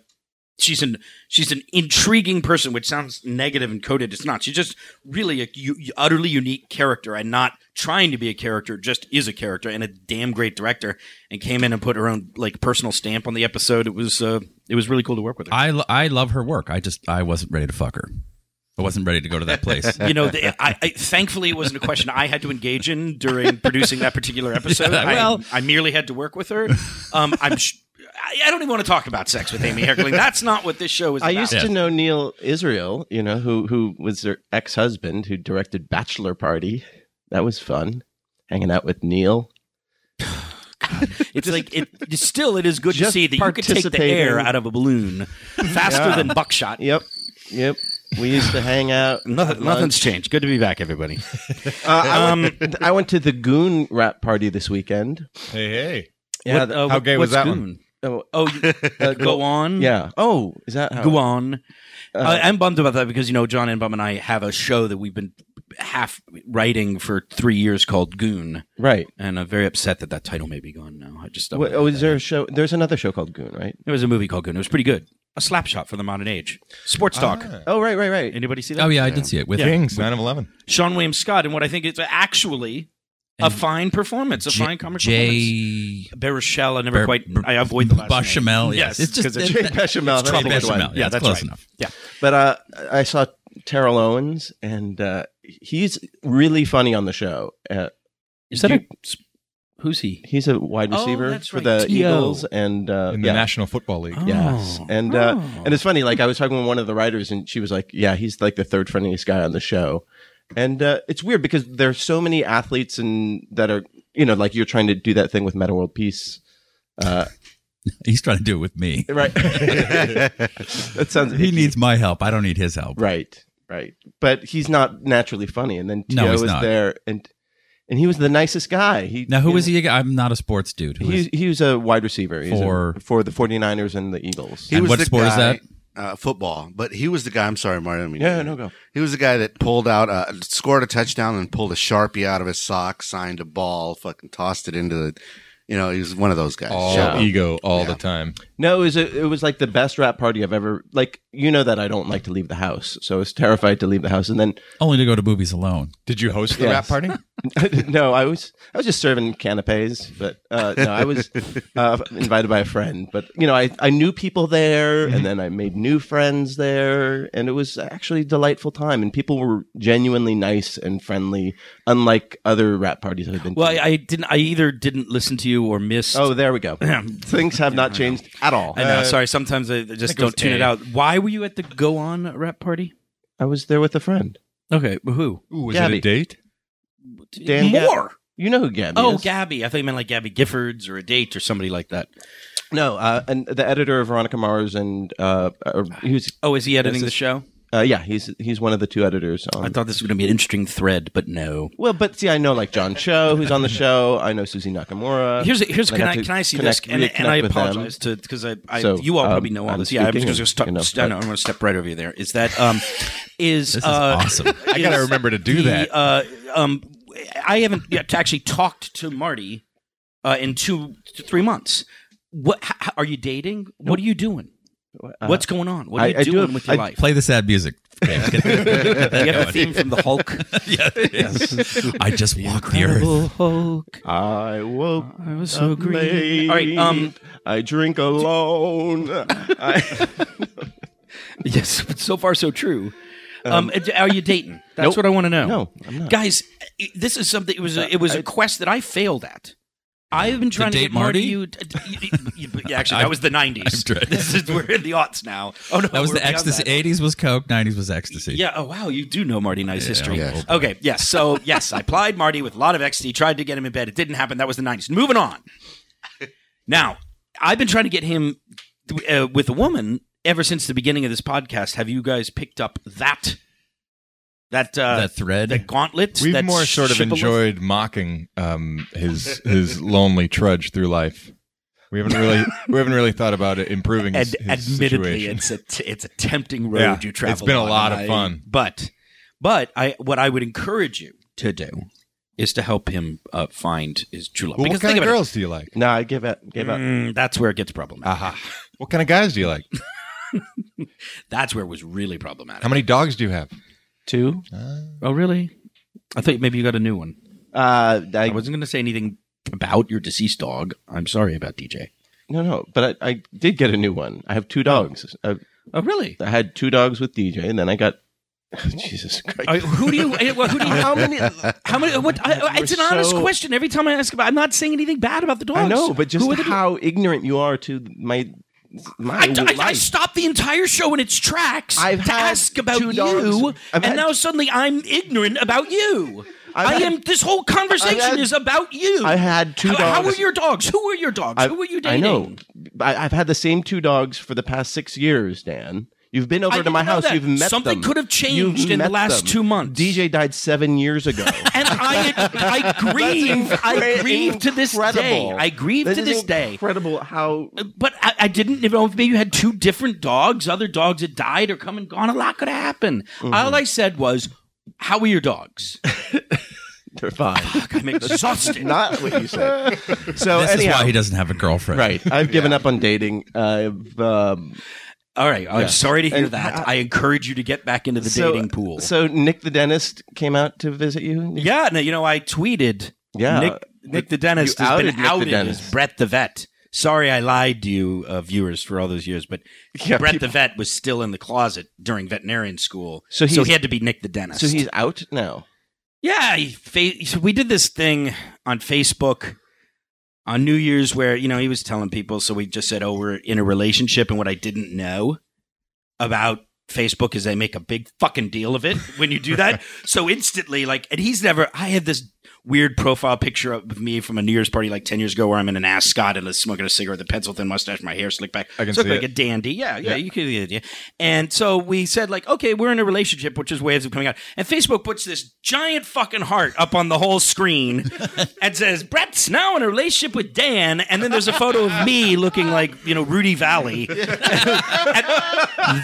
[SPEAKER 4] she's an she's an intriguing person, which sounds negative and coded. It's not. She's just really a u- utterly unique character, and not trying to be a character. Just is a character, and a damn great director. And came in and put her own like personal stamp on the episode. It was uh it was really cool to work with her.
[SPEAKER 6] I lo- I love her work. I just I wasn't ready to fuck her. I wasn't ready to go to
[SPEAKER 4] *laughs*
[SPEAKER 6] that place.
[SPEAKER 4] you know, the, I, I, thankfully, it wasn't a question I had to engage in during producing that particular episode.
[SPEAKER 6] Yeah, well-
[SPEAKER 4] I, I merely had to work with her. Um, I'm. Sh- I, I don't even want to talk about sex with Amy Heckerling. That's not what this show is.
[SPEAKER 2] I
[SPEAKER 4] about.
[SPEAKER 2] used to know Neil Israel, you know, who who was her ex husband who directed Bachelor Party. That was fun, hanging out with Neil.
[SPEAKER 4] It's like it it's still. It is good to
[SPEAKER 2] Just
[SPEAKER 4] see that you can take the
[SPEAKER 2] participating.
[SPEAKER 4] air out of a balloon faster
[SPEAKER 2] Yeah.
[SPEAKER 4] than buckshot.
[SPEAKER 2] Yep, yep. We used to hang out.
[SPEAKER 4] Nothing, nothing's changed. Good to be back, everybody.
[SPEAKER 2] *laughs*
[SPEAKER 4] Um,
[SPEAKER 2] Uh, I, went, I went to the Goon rap party this weekend.
[SPEAKER 5] Hey, hey.
[SPEAKER 2] Yeah,
[SPEAKER 4] What-
[SPEAKER 2] the-
[SPEAKER 4] uh,
[SPEAKER 5] how gay was
[SPEAKER 4] what's
[SPEAKER 5] that one?
[SPEAKER 4] goon?
[SPEAKER 2] oh,
[SPEAKER 4] Oh, you-
[SPEAKER 2] *laughs* uh,
[SPEAKER 4] go on.
[SPEAKER 2] Yeah. Oh, is that how?
[SPEAKER 4] Go on.
[SPEAKER 2] Uh,
[SPEAKER 4] I I'm bummed about that because you know John Enbaum and I have a show that we've been half writing for three years called Goon,
[SPEAKER 2] right.
[SPEAKER 4] and I'm very upset that that title may be gone now. I just don't
[SPEAKER 2] What,
[SPEAKER 4] know
[SPEAKER 2] oh,
[SPEAKER 4] that
[SPEAKER 2] is there a show? There's another show called Goon, right?
[SPEAKER 4] There was a movie called Goon. It was pretty good. A slap shot for the modern age. Sports talk.
[SPEAKER 2] Oh, right, right, *laughs* right.
[SPEAKER 4] Anybody see that?
[SPEAKER 6] Oh yeah, I did see it with
[SPEAKER 5] Kings, 9 11.
[SPEAKER 4] Sean William Scott and what I think is actually a fine performance, a fine comic performance.
[SPEAKER 6] Jay
[SPEAKER 4] Baruchel, I never
[SPEAKER 6] Bar-
[SPEAKER 4] quite.
[SPEAKER 6] Bar-
[SPEAKER 4] I avoid the last name.
[SPEAKER 6] Bechamel, yes. It's just-
[SPEAKER 4] 'cause
[SPEAKER 6] it's-
[SPEAKER 2] Jay Bechamel.
[SPEAKER 6] It's
[SPEAKER 2] that's a
[SPEAKER 6] Jay
[SPEAKER 2] good one.
[SPEAKER 6] Bechamel. Yeah,
[SPEAKER 4] Yeah,
[SPEAKER 6] it's
[SPEAKER 4] that's
[SPEAKER 6] close
[SPEAKER 4] right.
[SPEAKER 6] enough.
[SPEAKER 4] Yeah,
[SPEAKER 2] But uh, I saw Terrell Owens, and uh, he's really funny on the show. Uh,
[SPEAKER 4] is that
[SPEAKER 2] You-
[SPEAKER 4] a? Who's he?
[SPEAKER 2] he's a wide
[SPEAKER 4] Oh,
[SPEAKER 2] receiver
[SPEAKER 4] that's
[SPEAKER 2] for
[SPEAKER 4] right,
[SPEAKER 2] the
[SPEAKER 4] T.O.
[SPEAKER 2] Eagles, and uh,
[SPEAKER 5] In the
[SPEAKER 2] yeah. Oh.
[SPEAKER 5] National Football League.
[SPEAKER 2] Yes, and uh,
[SPEAKER 4] Oh.
[SPEAKER 2] and it's funny. Like I was talking with one of the writers, and she was like, "Yeah, he's like the third funniest guy on the show." And uh, it's weird because there's so many athletes and that are you know like you're trying to do that thing with Meta World Peace, uh,
[SPEAKER 6] He's trying to do it with me.
[SPEAKER 2] right? *laughs* that sounds
[SPEAKER 6] He
[SPEAKER 2] icky.
[SPEAKER 6] needs my help. I don't need his help.
[SPEAKER 2] Right, right. But he's not naturally funny. And then Tio
[SPEAKER 6] No, he's
[SPEAKER 2] was
[SPEAKER 6] not.
[SPEAKER 2] there, and and he was the nicest guy. He
[SPEAKER 6] Now, who is he? again? I'm not a sports dude. Who is-
[SPEAKER 2] He, he was a wide receiver He's a-
[SPEAKER 6] For-
[SPEAKER 2] for the 49ers and the Eagles.
[SPEAKER 6] And what sport is that?
[SPEAKER 7] Uh, football, but he was the guy. I'm sorry, Marty. I mean,
[SPEAKER 2] yeah, no go.
[SPEAKER 7] He was the guy that pulled out, uh, scored a touchdown and pulled a sharpie out of his sock, signed a ball, fucking tossed it into the. You know, he was one of those guys.
[SPEAKER 6] Oh.
[SPEAKER 5] All
[SPEAKER 2] Yeah.
[SPEAKER 5] ego all
[SPEAKER 7] Yeah.
[SPEAKER 5] the time.
[SPEAKER 2] No, it was a, it was like the best rap party I've ever like. You know that I don't like to leave the house, so I was terrified to leave the house. And then *laughs*
[SPEAKER 6] Only to go to boobies alone.
[SPEAKER 5] Did you host the
[SPEAKER 2] Yes.
[SPEAKER 5] rap party?
[SPEAKER 2] no, I was I was just serving canapes, but uh, no, I was uh, invited by a friend. But you know, I I knew people there,
[SPEAKER 4] Mm-hmm.
[SPEAKER 2] and then I made new friends there, and it was actually a delightful time. And people were genuinely nice and friendly, unlike other rap parties I've been.
[SPEAKER 4] Well,
[SPEAKER 2] to.
[SPEAKER 4] I, I didn't. I either didn't listen to you or missed.
[SPEAKER 2] oh,
[SPEAKER 4] *clears throat*
[SPEAKER 2] there we go. Things have not changed at all.
[SPEAKER 4] I know. sorry. Sometimes I just
[SPEAKER 5] think it was
[SPEAKER 4] don't tune it
[SPEAKER 5] A.
[SPEAKER 4] out. Why were you at the Go On rap party?
[SPEAKER 2] I was there with a friend.
[SPEAKER 4] Okay, but who?
[SPEAKER 5] Ooh, was it
[SPEAKER 2] Gabby.
[SPEAKER 5] a date?
[SPEAKER 2] Dan Ga-
[SPEAKER 4] Moore.
[SPEAKER 2] You know who Gabby
[SPEAKER 4] oh,
[SPEAKER 2] is?
[SPEAKER 4] Gabby. I thought you meant like Gabby Giffords or a date or somebody like that.
[SPEAKER 2] no, uh, and the editor of Veronica Mars, and uh, uh, he was,
[SPEAKER 4] Oh, is he
[SPEAKER 2] This
[SPEAKER 4] editing the
[SPEAKER 2] is-
[SPEAKER 4] show?
[SPEAKER 2] uh, yeah, he's he's one of the two editors. On
[SPEAKER 4] I thought this was going to be an interesting thread, but no.
[SPEAKER 2] Well, but see, I know like John Cho, who's on the show. I know Susie Nakamura.
[SPEAKER 4] Uh, Here's a, here's
[SPEAKER 2] I
[SPEAKER 4] can
[SPEAKER 2] got
[SPEAKER 4] I
[SPEAKER 2] to
[SPEAKER 4] can I see this
[SPEAKER 2] connect-
[SPEAKER 4] and, and I
[SPEAKER 2] reconnect with them.
[SPEAKER 4] apologize to because I, I
[SPEAKER 2] So,
[SPEAKER 4] you all
[SPEAKER 2] um,
[SPEAKER 4] probably know all
[SPEAKER 2] I'm
[SPEAKER 4] this. Yeah, I'm just
[SPEAKER 2] speaking
[SPEAKER 4] going to
[SPEAKER 2] and,
[SPEAKER 4] stop.
[SPEAKER 2] you know,
[SPEAKER 4] I know, I'm going to step right over you there. Is that
[SPEAKER 2] *laughs*
[SPEAKER 4] um is
[SPEAKER 6] This is
[SPEAKER 4] uh,
[SPEAKER 6] awesome.
[SPEAKER 5] I got to remember to do
[SPEAKER 4] the,
[SPEAKER 5] that.
[SPEAKER 4] Uh, um, I haven't yet actually talked to Marty uh, in two to three months. What h- h- are you dating? What are you doing?
[SPEAKER 2] Uh,
[SPEAKER 4] What's going on? What are
[SPEAKER 2] I-
[SPEAKER 4] you
[SPEAKER 2] I do
[SPEAKER 4] doing
[SPEAKER 2] have-
[SPEAKER 4] with your
[SPEAKER 2] I
[SPEAKER 4] life?
[SPEAKER 6] Play the sad music. Okay, get that-
[SPEAKER 4] Do
[SPEAKER 6] get
[SPEAKER 4] you have
[SPEAKER 6] that
[SPEAKER 4] a
[SPEAKER 6] going.
[SPEAKER 4] theme from the Hulk?
[SPEAKER 6] Yeah, yes. I just walked the earth.
[SPEAKER 4] Hulk.
[SPEAKER 2] I woke.
[SPEAKER 4] I was
[SPEAKER 2] So green.
[SPEAKER 4] Um, All right. Um.
[SPEAKER 2] I drink alone. I,
[SPEAKER 4] Yes. *laughs* But so far, so true. Um. are you dating? That's what I want to know.
[SPEAKER 2] no, I'm not.
[SPEAKER 4] guys, i- this is something. It was a, it was a quest that I failed at. I've been trying to,
[SPEAKER 6] Uh, date
[SPEAKER 4] get Marty.
[SPEAKER 6] Marty?
[SPEAKER 4] You, t- t- y- y- yeah,
[SPEAKER 6] *laughs*
[SPEAKER 4] actually, that was the '90s.
[SPEAKER 6] dreading-
[SPEAKER 4] This is we're in the aughts now. Oh no,
[SPEAKER 6] That was
[SPEAKER 4] we're
[SPEAKER 6] the
[SPEAKER 4] beyond
[SPEAKER 6] ecstasy.
[SPEAKER 4] that.
[SPEAKER 6] 80s was coke. 90s was ecstasy.
[SPEAKER 4] Yeah. Oh wow, you do know Marty Knight's history.
[SPEAKER 7] yes.
[SPEAKER 4] Okay. Yes. so yes, I plied Marty with a lot of ecstasy. Tried to get him in bed. It didn't happen. That was the '90s. Moving on. Now, I've been trying to get him uh, with a woman ever since the beginning of this podcast. Have you guys picked up that that uh,
[SPEAKER 6] that thread.
[SPEAKER 4] that gauntlet?
[SPEAKER 5] We've
[SPEAKER 4] that
[SPEAKER 5] more sort of
[SPEAKER 4] shibboleth?
[SPEAKER 5] enjoyed mocking um, his his lonely trudge through life. We haven't really we haven't really thought about it improving his,
[SPEAKER 4] and
[SPEAKER 5] his
[SPEAKER 4] admittedly
[SPEAKER 5] situation.
[SPEAKER 4] it's a t- it's a tempting road
[SPEAKER 5] Yeah,
[SPEAKER 4] you
[SPEAKER 5] it's
[SPEAKER 4] travel
[SPEAKER 5] been a
[SPEAKER 4] on,
[SPEAKER 5] lot
[SPEAKER 4] and
[SPEAKER 5] of
[SPEAKER 4] I-
[SPEAKER 5] fun.
[SPEAKER 4] but but i what i would encourage you to do is to help him uh, find his true love
[SPEAKER 5] well, what
[SPEAKER 4] because
[SPEAKER 5] kind
[SPEAKER 4] think
[SPEAKER 5] of
[SPEAKER 4] about
[SPEAKER 5] girls do you like?
[SPEAKER 2] no, I give up.
[SPEAKER 4] it,
[SPEAKER 2] Give up.
[SPEAKER 4] Mm, that's where it gets problematic
[SPEAKER 5] Aha. What kind of guys do you like?
[SPEAKER 4] that's where it was really problematic
[SPEAKER 5] How Uh. many dogs do you have?
[SPEAKER 4] two oh really i thought maybe you got a new one
[SPEAKER 2] Uh,
[SPEAKER 4] i
[SPEAKER 2] I,
[SPEAKER 4] wasn't going to say anything about your deceased dog i'm sorry about dj
[SPEAKER 2] no, no, but I, I did get a new one. I have two dogs. I,
[SPEAKER 4] oh really
[SPEAKER 2] I had two dogs with DJ, and then I got *laughs* Jesus Christ.
[SPEAKER 4] Uh, who do you? uh, well, Who do you?
[SPEAKER 2] How many?
[SPEAKER 4] How many? What? I, I- it's an
[SPEAKER 2] You're
[SPEAKER 4] honest
[SPEAKER 2] so-
[SPEAKER 4] question. Every time I ask about, I'm not saying anything bad about the dogs.
[SPEAKER 2] I know, but just
[SPEAKER 4] Who are the-
[SPEAKER 2] how ignorant you are to my my
[SPEAKER 4] I, I- I
[SPEAKER 2] life.
[SPEAKER 4] stopped the entire show in its tracks
[SPEAKER 2] I've
[SPEAKER 4] to
[SPEAKER 2] had
[SPEAKER 4] ask about
[SPEAKER 2] two
[SPEAKER 4] you,
[SPEAKER 2] dogs. I've
[SPEAKER 4] and
[SPEAKER 2] had-
[SPEAKER 4] now suddenly I'm ignorant about you.
[SPEAKER 2] I've
[SPEAKER 4] I
[SPEAKER 2] had-
[SPEAKER 4] am. This whole conversation
[SPEAKER 2] I've had-
[SPEAKER 4] is about you. *laughs*
[SPEAKER 2] I had two
[SPEAKER 4] how, How were
[SPEAKER 2] dogs.
[SPEAKER 4] your dogs? Who were your dogs?
[SPEAKER 2] I-
[SPEAKER 4] Who were you
[SPEAKER 2] I
[SPEAKER 4] dating?
[SPEAKER 2] know. I, I've had the same two dogs for the past six years, Dan. You've been over
[SPEAKER 4] I
[SPEAKER 2] to my
[SPEAKER 4] didn't know
[SPEAKER 2] house.
[SPEAKER 4] that.
[SPEAKER 2] You've met
[SPEAKER 4] Something
[SPEAKER 2] them.
[SPEAKER 4] could have changed
[SPEAKER 2] You've
[SPEAKER 4] in the
[SPEAKER 2] met
[SPEAKER 4] last
[SPEAKER 2] them.
[SPEAKER 4] two months.
[SPEAKER 2] DJ died seven years ago.
[SPEAKER 4] And
[SPEAKER 2] *laughs*
[SPEAKER 4] I, I grieve. *laughs* I
[SPEAKER 2] Incre-
[SPEAKER 4] grieve to this day.
[SPEAKER 2] incredible.
[SPEAKER 4] I grieve to
[SPEAKER 2] is
[SPEAKER 4] this day. Uh,
[SPEAKER 2] Incredible how
[SPEAKER 4] But I, I didn't you know if maybe you had two different dogs. Other dogs had died or come and gone. A lot could happen. All I said was, "How were your dogs?"
[SPEAKER 2] they're fine. *laughs*
[SPEAKER 4] Fuck, I'm exhausted.
[SPEAKER 2] Not what you said. So
[SPEAKER 6] this
[SPEAKER 2] anyhow,
[SPEAKER 6] is why he doesn't have a girlfriend.
[SPEAKER 2] right?
[SPEAKER 4] *laughs*
[SPEAKER 2] I've given up on dating. I've um,
[SPEAKER 4] All right, I'm
[SPEAKER 2] Yeah.
[SPEAKER 4] sorry to hear
[SPEAKER 2] And
[SPEAKER 4] that.
[SPEAKER 2] I-
[SPEAKER 4] I, encourage you to get back into the
[SPEAKER 2] So-
[SPEAKER 4] dating pool.
[SPEAKER 2] So Nick the dentist came out to visit you.
[SPEAKER 4] yeah, no, you know, I tweeted.
[SPEAKER 2] Yeah.
[SPEAKER 4] Nick, Nick the dentist
[SPEAKER 2] You
[SPEAKER 4] has
[SPEAKER 2] outed
[SPEAKER 4] been
[SPEAKER 2] Nick the
[SPEAKER 4] outed as
[SPEAKER 2] dentist.
[SPEAKER 4] Brett the vet. Sorry, I lied to you, uh, viewers, for all those years, but
[SPEAKER 2] Yeah,
[SPEAKER 4] Brett the vet was still in the closet during veterinarian school, so,
[SPEAKER 2] So
[SPEAKER 4] he
[SPEAKER 2] he's-
[SPEAKER 4] had to be Nick the dentist.
[SPEAKER 2] So he's out now.
[SPEAKER 4] Yeah, he fa- so we did this thing on Facebook on New Year's where, you know, he was telling people. So we just said, oh, we're in a relationship. And what I didn't know about Facebook is they make a big fucking deal of it when you
[SPEAKER 5] *laughs*
[SPEAKER 4] do that. so instantly, like, and he's never, I had this weird profile picture of me from a New Year's party like 10 years ago where I'm in an ascot and smoking a cigarette, the pencil thin mustache, my hair slicked back.
[SPEAKER 5] I can
[SPEAKER 4] So
[SPEAKER 5] see
[SPEAKER 4] like
[SPEAKER 5] it.
[SPEAKER 4] a dandy. Yeah, yeah, you could, yeah, yeah. And so we said, like, okay, we're in a relationship, which is ways of coming out. And Facebook puts this giant fucking heart up on the
[SPEAKER 5] *laughs*
[SPEAKER 4] whole screen and says, Brett's now in a relationship with Dan. And then there's a photo of me looking like, you know, Rudy Valley. And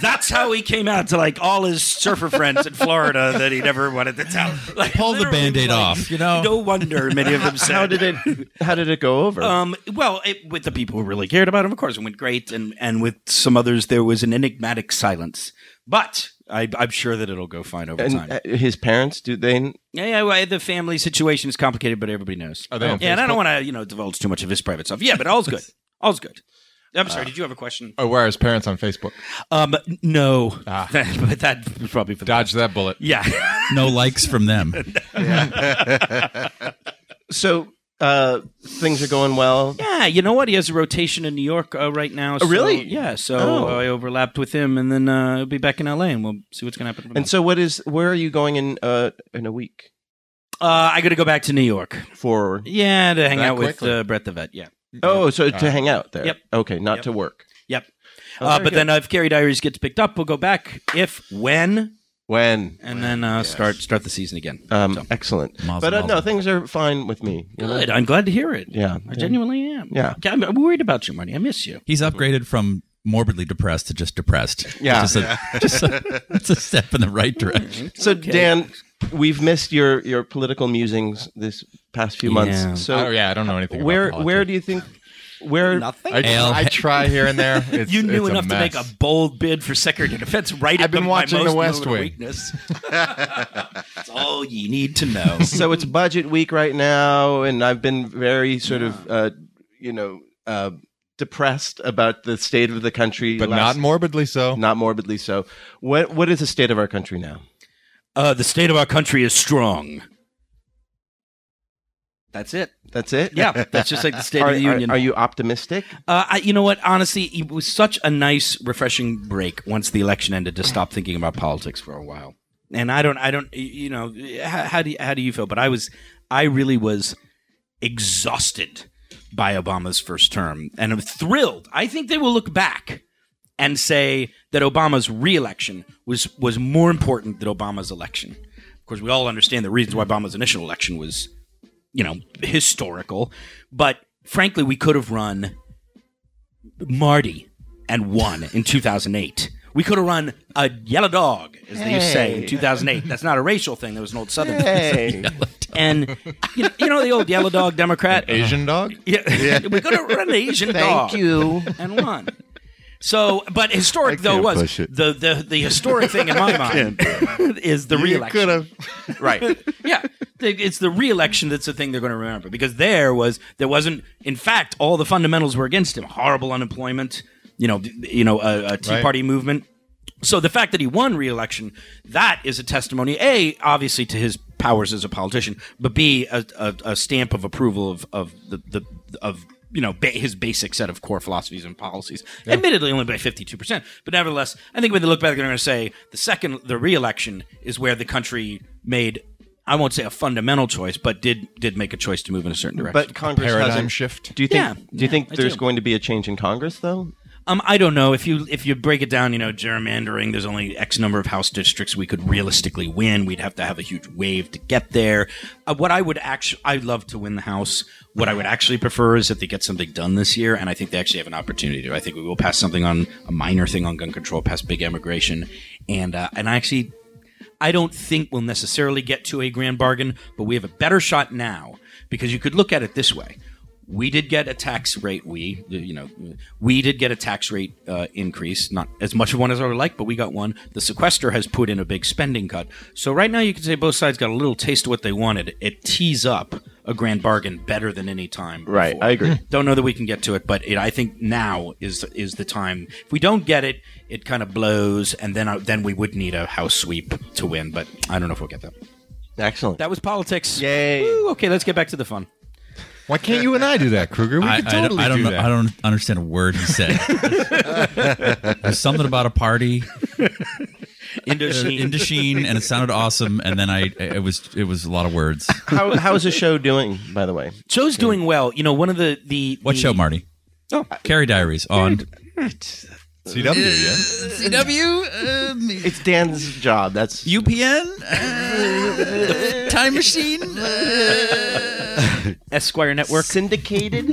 [SPEAKER 4] that's how he came out to like all his surfer friends in Florida that he never wanted to tell. Like,
[SPEAKER 6] Pull the
[SPEAKER 4] literally,
[SPEAKER 6] Band-Aid off, you know?
[SPEAKER 4] No wonder many of *laughs* them said.
[SPEAKER 2] How did it? How did it go over?
[SPEAKER 4] Um, well, it, with the people who really cared about him, of course, it went great, and and with some others, there was an enigmatic silence. But I, I'm sure that it'll go fine over
[SPEAKER 2] and
[SPEAKER 4] time.
[SPEAKER 2] uh, his parents? Do they?
[SPEAKER 4] yeah, yeah. Well, the family situation is complicated, but everybody knows.
[SPEAKER 5] Are they on
[SPEAKER 4] yeah, and I don't
[SPEAKER 5] Facebook?
[SPEAKER 4] want to you know divulge too much of his private stuff. Yeah, but all's
[SPEAKER 6] *laughs*
[SPEAKER 4] good. all's good. I'm sorry. did you have a question?
[SPEAKER 5] Oh, where are his parents on Facebook?
[SPEAKER 4] Um, no,
[SPEAKER 6] Ah.
[SPEAKER 4] *laughs* but that was probably for the
[SPEAKER 5] Dodge that bullet.
[SPEAKER 4] Yeah.
[SPEAKER 6] No likes from them.
[SPEAKER 2] So uh, things are going well.
[SPEAKER 4] Yeah, you know what? He has a rotation in New York uh, right now. so-
[SPEAKER 2] really?
[SPEAKER 4] Yeah. So
[SPEAKER 2] Oh.
[SPEAKER 4] I overlapped with him, and then uh, he'll be back in LA, and we'll see what's going to happen. from
[SPEAKER 2] And so, what is? Where are you going in uh, in a week?
[SPEAKER 4] there. uh, I got to go back to New York.
[SPEAKER 2] For
[SPEAKER 4] Yeah, to hang
[SPEAKER 5] That
[SPEAKER 4] out
[SPEAKER 5] quickly.
[SPEAKER 4] with uh, Brett the vet. Yeah.
[SPEAKER 2] oh, so to hang out there.
[SPEAKER 4] Yep.
[SPEAKER 2] Okay, not
[SPEAKER 4] Yep.
[SPEAKER 2] to work.
[SPEAKER 4] Yep.
[SPEAKER 2] Oh,
[SPEAKER 4] uh,
[SPEAKER 2] very
[SPEAKER 4] but
[SPEAKER 2] good.
[SPEAKER 4] then uh, if Carrie Diaries gets picked up, we'll go back if when,
[SPEAKER 2] When?
[SPEAKER 4] and then uh, start start the season again.
[SPEAKER 2] Um,
[SPEAKER 4] So-
[SPEAKER 2] Excellent.
[SPEAKER 6] Mazel
[SPEAKER 2] But uh, no,
[SPEAKER 6] mazel.
[SPEAKER 2] things are fine with me. you know?
[SPEAKER 4] Good. I'm glad to hear it.
[SPEAKER 2] Yeah.
[SPEAKER 4] I genuinely am.
[SPEAKER 2] Yeah.
[SPEAKER 4] I'm, I'm worried about you, Marty. I miss you.
[SPEAKER 6] He's upgraded from morbidly depressed to just depressed.
[SPEAKER 2] Yeah.
[SPEAKER 6] Just a, just a, it's a step in the right direction.
[SPEAKER 2] So Dan, we've missed your your political musings this past few
[SPEAKER 4] Yeah.
[SPEAKER 2] months. So
[SPEAKER 5] oh yeah, I don't know anything. about
[SPEAKER 2] where
[SPEAKER 5] politics.
[SPEAKER 2] where do you think where
[SPEAKER 5] I,
[SPEAKER 6] Ale.
[SPEAKER 5] I try here and there. It's,
[SPEAKER 4] You knew
[SPEAKER 5] it's
[SPEAKER 4] enough to make a
[SPEAKER 5] mess.
[SPEAKER 4] bold bid for Secretary of Defense right at
[SPEAKER 5] I've been
[SPEAKER 4] the,
[SPEAKER 5] watching
[SPEAKER 4] my
[SPEAKER 5] The West
[SPEAKER 4] most moment of
[SPEAKER 5] Wing. *laughs*
[SPEAKER 4] Weakness. That's all you need to know. *laughs*
[SPEAKER 2] so it's budget week right now, and I've been very sort of uh, you know uh, depressed about the state of the country,
[SPEAKER 5] but
[SPEAKER 2] last-
[SPEAKER 5] not morbidly
[SPEAKER 2] *laughs*
[SPEAKER 5] so.
[SPEAKER 2] not morbidly so. What what is the state of our country now?
[SPEAKER 4] Uh, the state of our country is strong. That's it.
[SPEAKER 2] *laughs* That's it.
[SPEAKER 4] Yeah, that's just like the State
[SPEAKER 2] Are,
[SPEAKER 4] of the
[SPEAKER 2] are-
[SPEAKER 4] Union.
[SPEAKER 2] are you
[SPEAKER 4] *laughs*
[SPEAKER 2] optimistic?
[SPEAKER 4] Uh, I, you know what? Honestly, it was such a nice, refreshing break once the election ended to stop thinking about politics for a while. And I don't, I don't, you know, how, how do you, how do you feel? But I was, I really was exhausted by Obama's first term, and I'm thrilled. I think they will look back and say that Obama's reelection was was more important than Obama's election. Of course, we all understand the reasons why Obama's initial election was, you know, historical. But frankly, we could have run Marty and won in 2008. We could have run a yellow dog, as they used to say in 2008. That's not a racial thing. There was an old Southern.
[SPEAKER 2] *laughs* Hey,
[SPEAKER 4] And you know, you know the old yellow dog Democrat.
[SPEAKER 5] Asian dog.
[SPEAKER 4] Yeah, *laughs* we could have run an Asian dog
[SPEAKER 2] thank you.
[SPEAKER 4] and won. So, but historic though
[SPEAKER 7] can't
[SPEAKER 4] was
[SPEAKER 7] push it.
[SPEAKER 4] the the the historic thing
[SPEAKER 7] *laughs*
[SPEAKER 4] in my mind *laughs* is the reelection.
[SPEAKER 7] Could have.
[SPEAKER 2] right.
[SPEAKER 4] *laughs* Yeah, The- it's the reelection that's the thing they're going to remember because there was there wasn't. In fact, all the fundamentals were against him: horrible unemployment, you know, d- you know, a, a Tea
[SPEAKER 5] Right.
[SPEAKER 4] Party movement. So the fact that he won re-election, that is a testimony, A, obviously to his powers as a politician, but B, a, a, a stamp of approval of, of the, the of you know ba- his basic set of core philosophies and policies. Admittedly, only by fifty two percent, but nevertheless, I think when they look back, they're going to say the second the re-election is where the country made. I won't say a fundamental choice, but did did make a choice to move in a certain direction.
[SPEAKER 2] But Congress
[SPEAKER 5] Paradigm
[SPEAKER 2] hasn't.
[SPEAKER 5] shift.
[SPEAKER 2] Do you think?
[SPEAKER 4] Yeah,
[SPEAKER 2] do you think
[SPEAKER 4] yeah, I
[SPEAKER 2] there's
[SPEAKER 4] do.
[SPEAKER 2] going to be a change in Congress though?
[SPEAKER 4] Um, I don't know if you if you break it down, you know, gerrymandering. There's only X number of House districts we could realistically win. We'd have to have a huge wave to get there. Uh, what I would actually, I'd love to win the House. What I would actually prefer is that they get something done this year, and I think they actually have an opportunity to. I think we will pass something on a minor thing on gun control, pass big immigration, and uh, and I actually I don't think we'll necessarily get to a grand bargain, but we have a better shot now because you could look at it this way. We did get a tax rate. We, you know, we did get a tax rate uh, increase. Not as much of one as I would like, but we got one. The sequester has put in a big spending cut. So right now, you can say both sides got a little taste of what they wanted. It tees up a grand bargain better than any time.
[SPEAKER 2] Right,
[SPEAKER 4] before.
[SPEAKER 2] I agree.
[SPEAKER 4] Don't know that we can get to it, but it, I think now is is the time. If we don't get it, it kind of blows, and then I, then we would need a house sweep to win. But I don't know if we'll get that.
[SPEAKER 2] Hmm. Excellent.
[SPEAKER 4] That was politics.
[SPEAKER 2] Yay.
[SPEAKER 4] Woo, okay, let's get back to the fun.
[SPEAKER 5] Why can't you and I do that, Kruger? We
[SPEAKER 6] I,
[SPEAKER 5] can
[SPEAKER 6] I don't,
[SPEAKER 5] totally
[SPEAKER 6] I don't
[SPEAKER 5] do
[SPEAKER 6] know.
[SPEAKER 5] that.
[SPEAKER 6] I don't understand a word he said. *laughs* There's something about a party,
[SPEAKER 4] *laughs* Indochine.
[SPEAKER 6] Indochine, and it sounded awesome. And then I, it was, it was a lot of words.
[SPEAKER 2] how how
[SPEAKER 4] *laughs*
[SPEAKER 2] is the show doing? By the way,
[SPEAKER 4] Show's doing well. You know, one of the the
[SPEAKER 6] What
[SPEAKER 4] the-
[SPEAKER 6] show, Marty?
[SPEAKER 2] Oh.
[SPEAKER 6] Carrie Diaries on
[SPEAKER 5] CW, yeah.
[SPEAKER 6] CW,
[SPEAKER 2] it's Dan's job. That's
[SPEAKER 4] *laughs*
[SPEAKER 6] UPN, Time Machine.
[SPEAKER 4] Esquire Network. *laughs*
[SPEAKER 2] syndicated.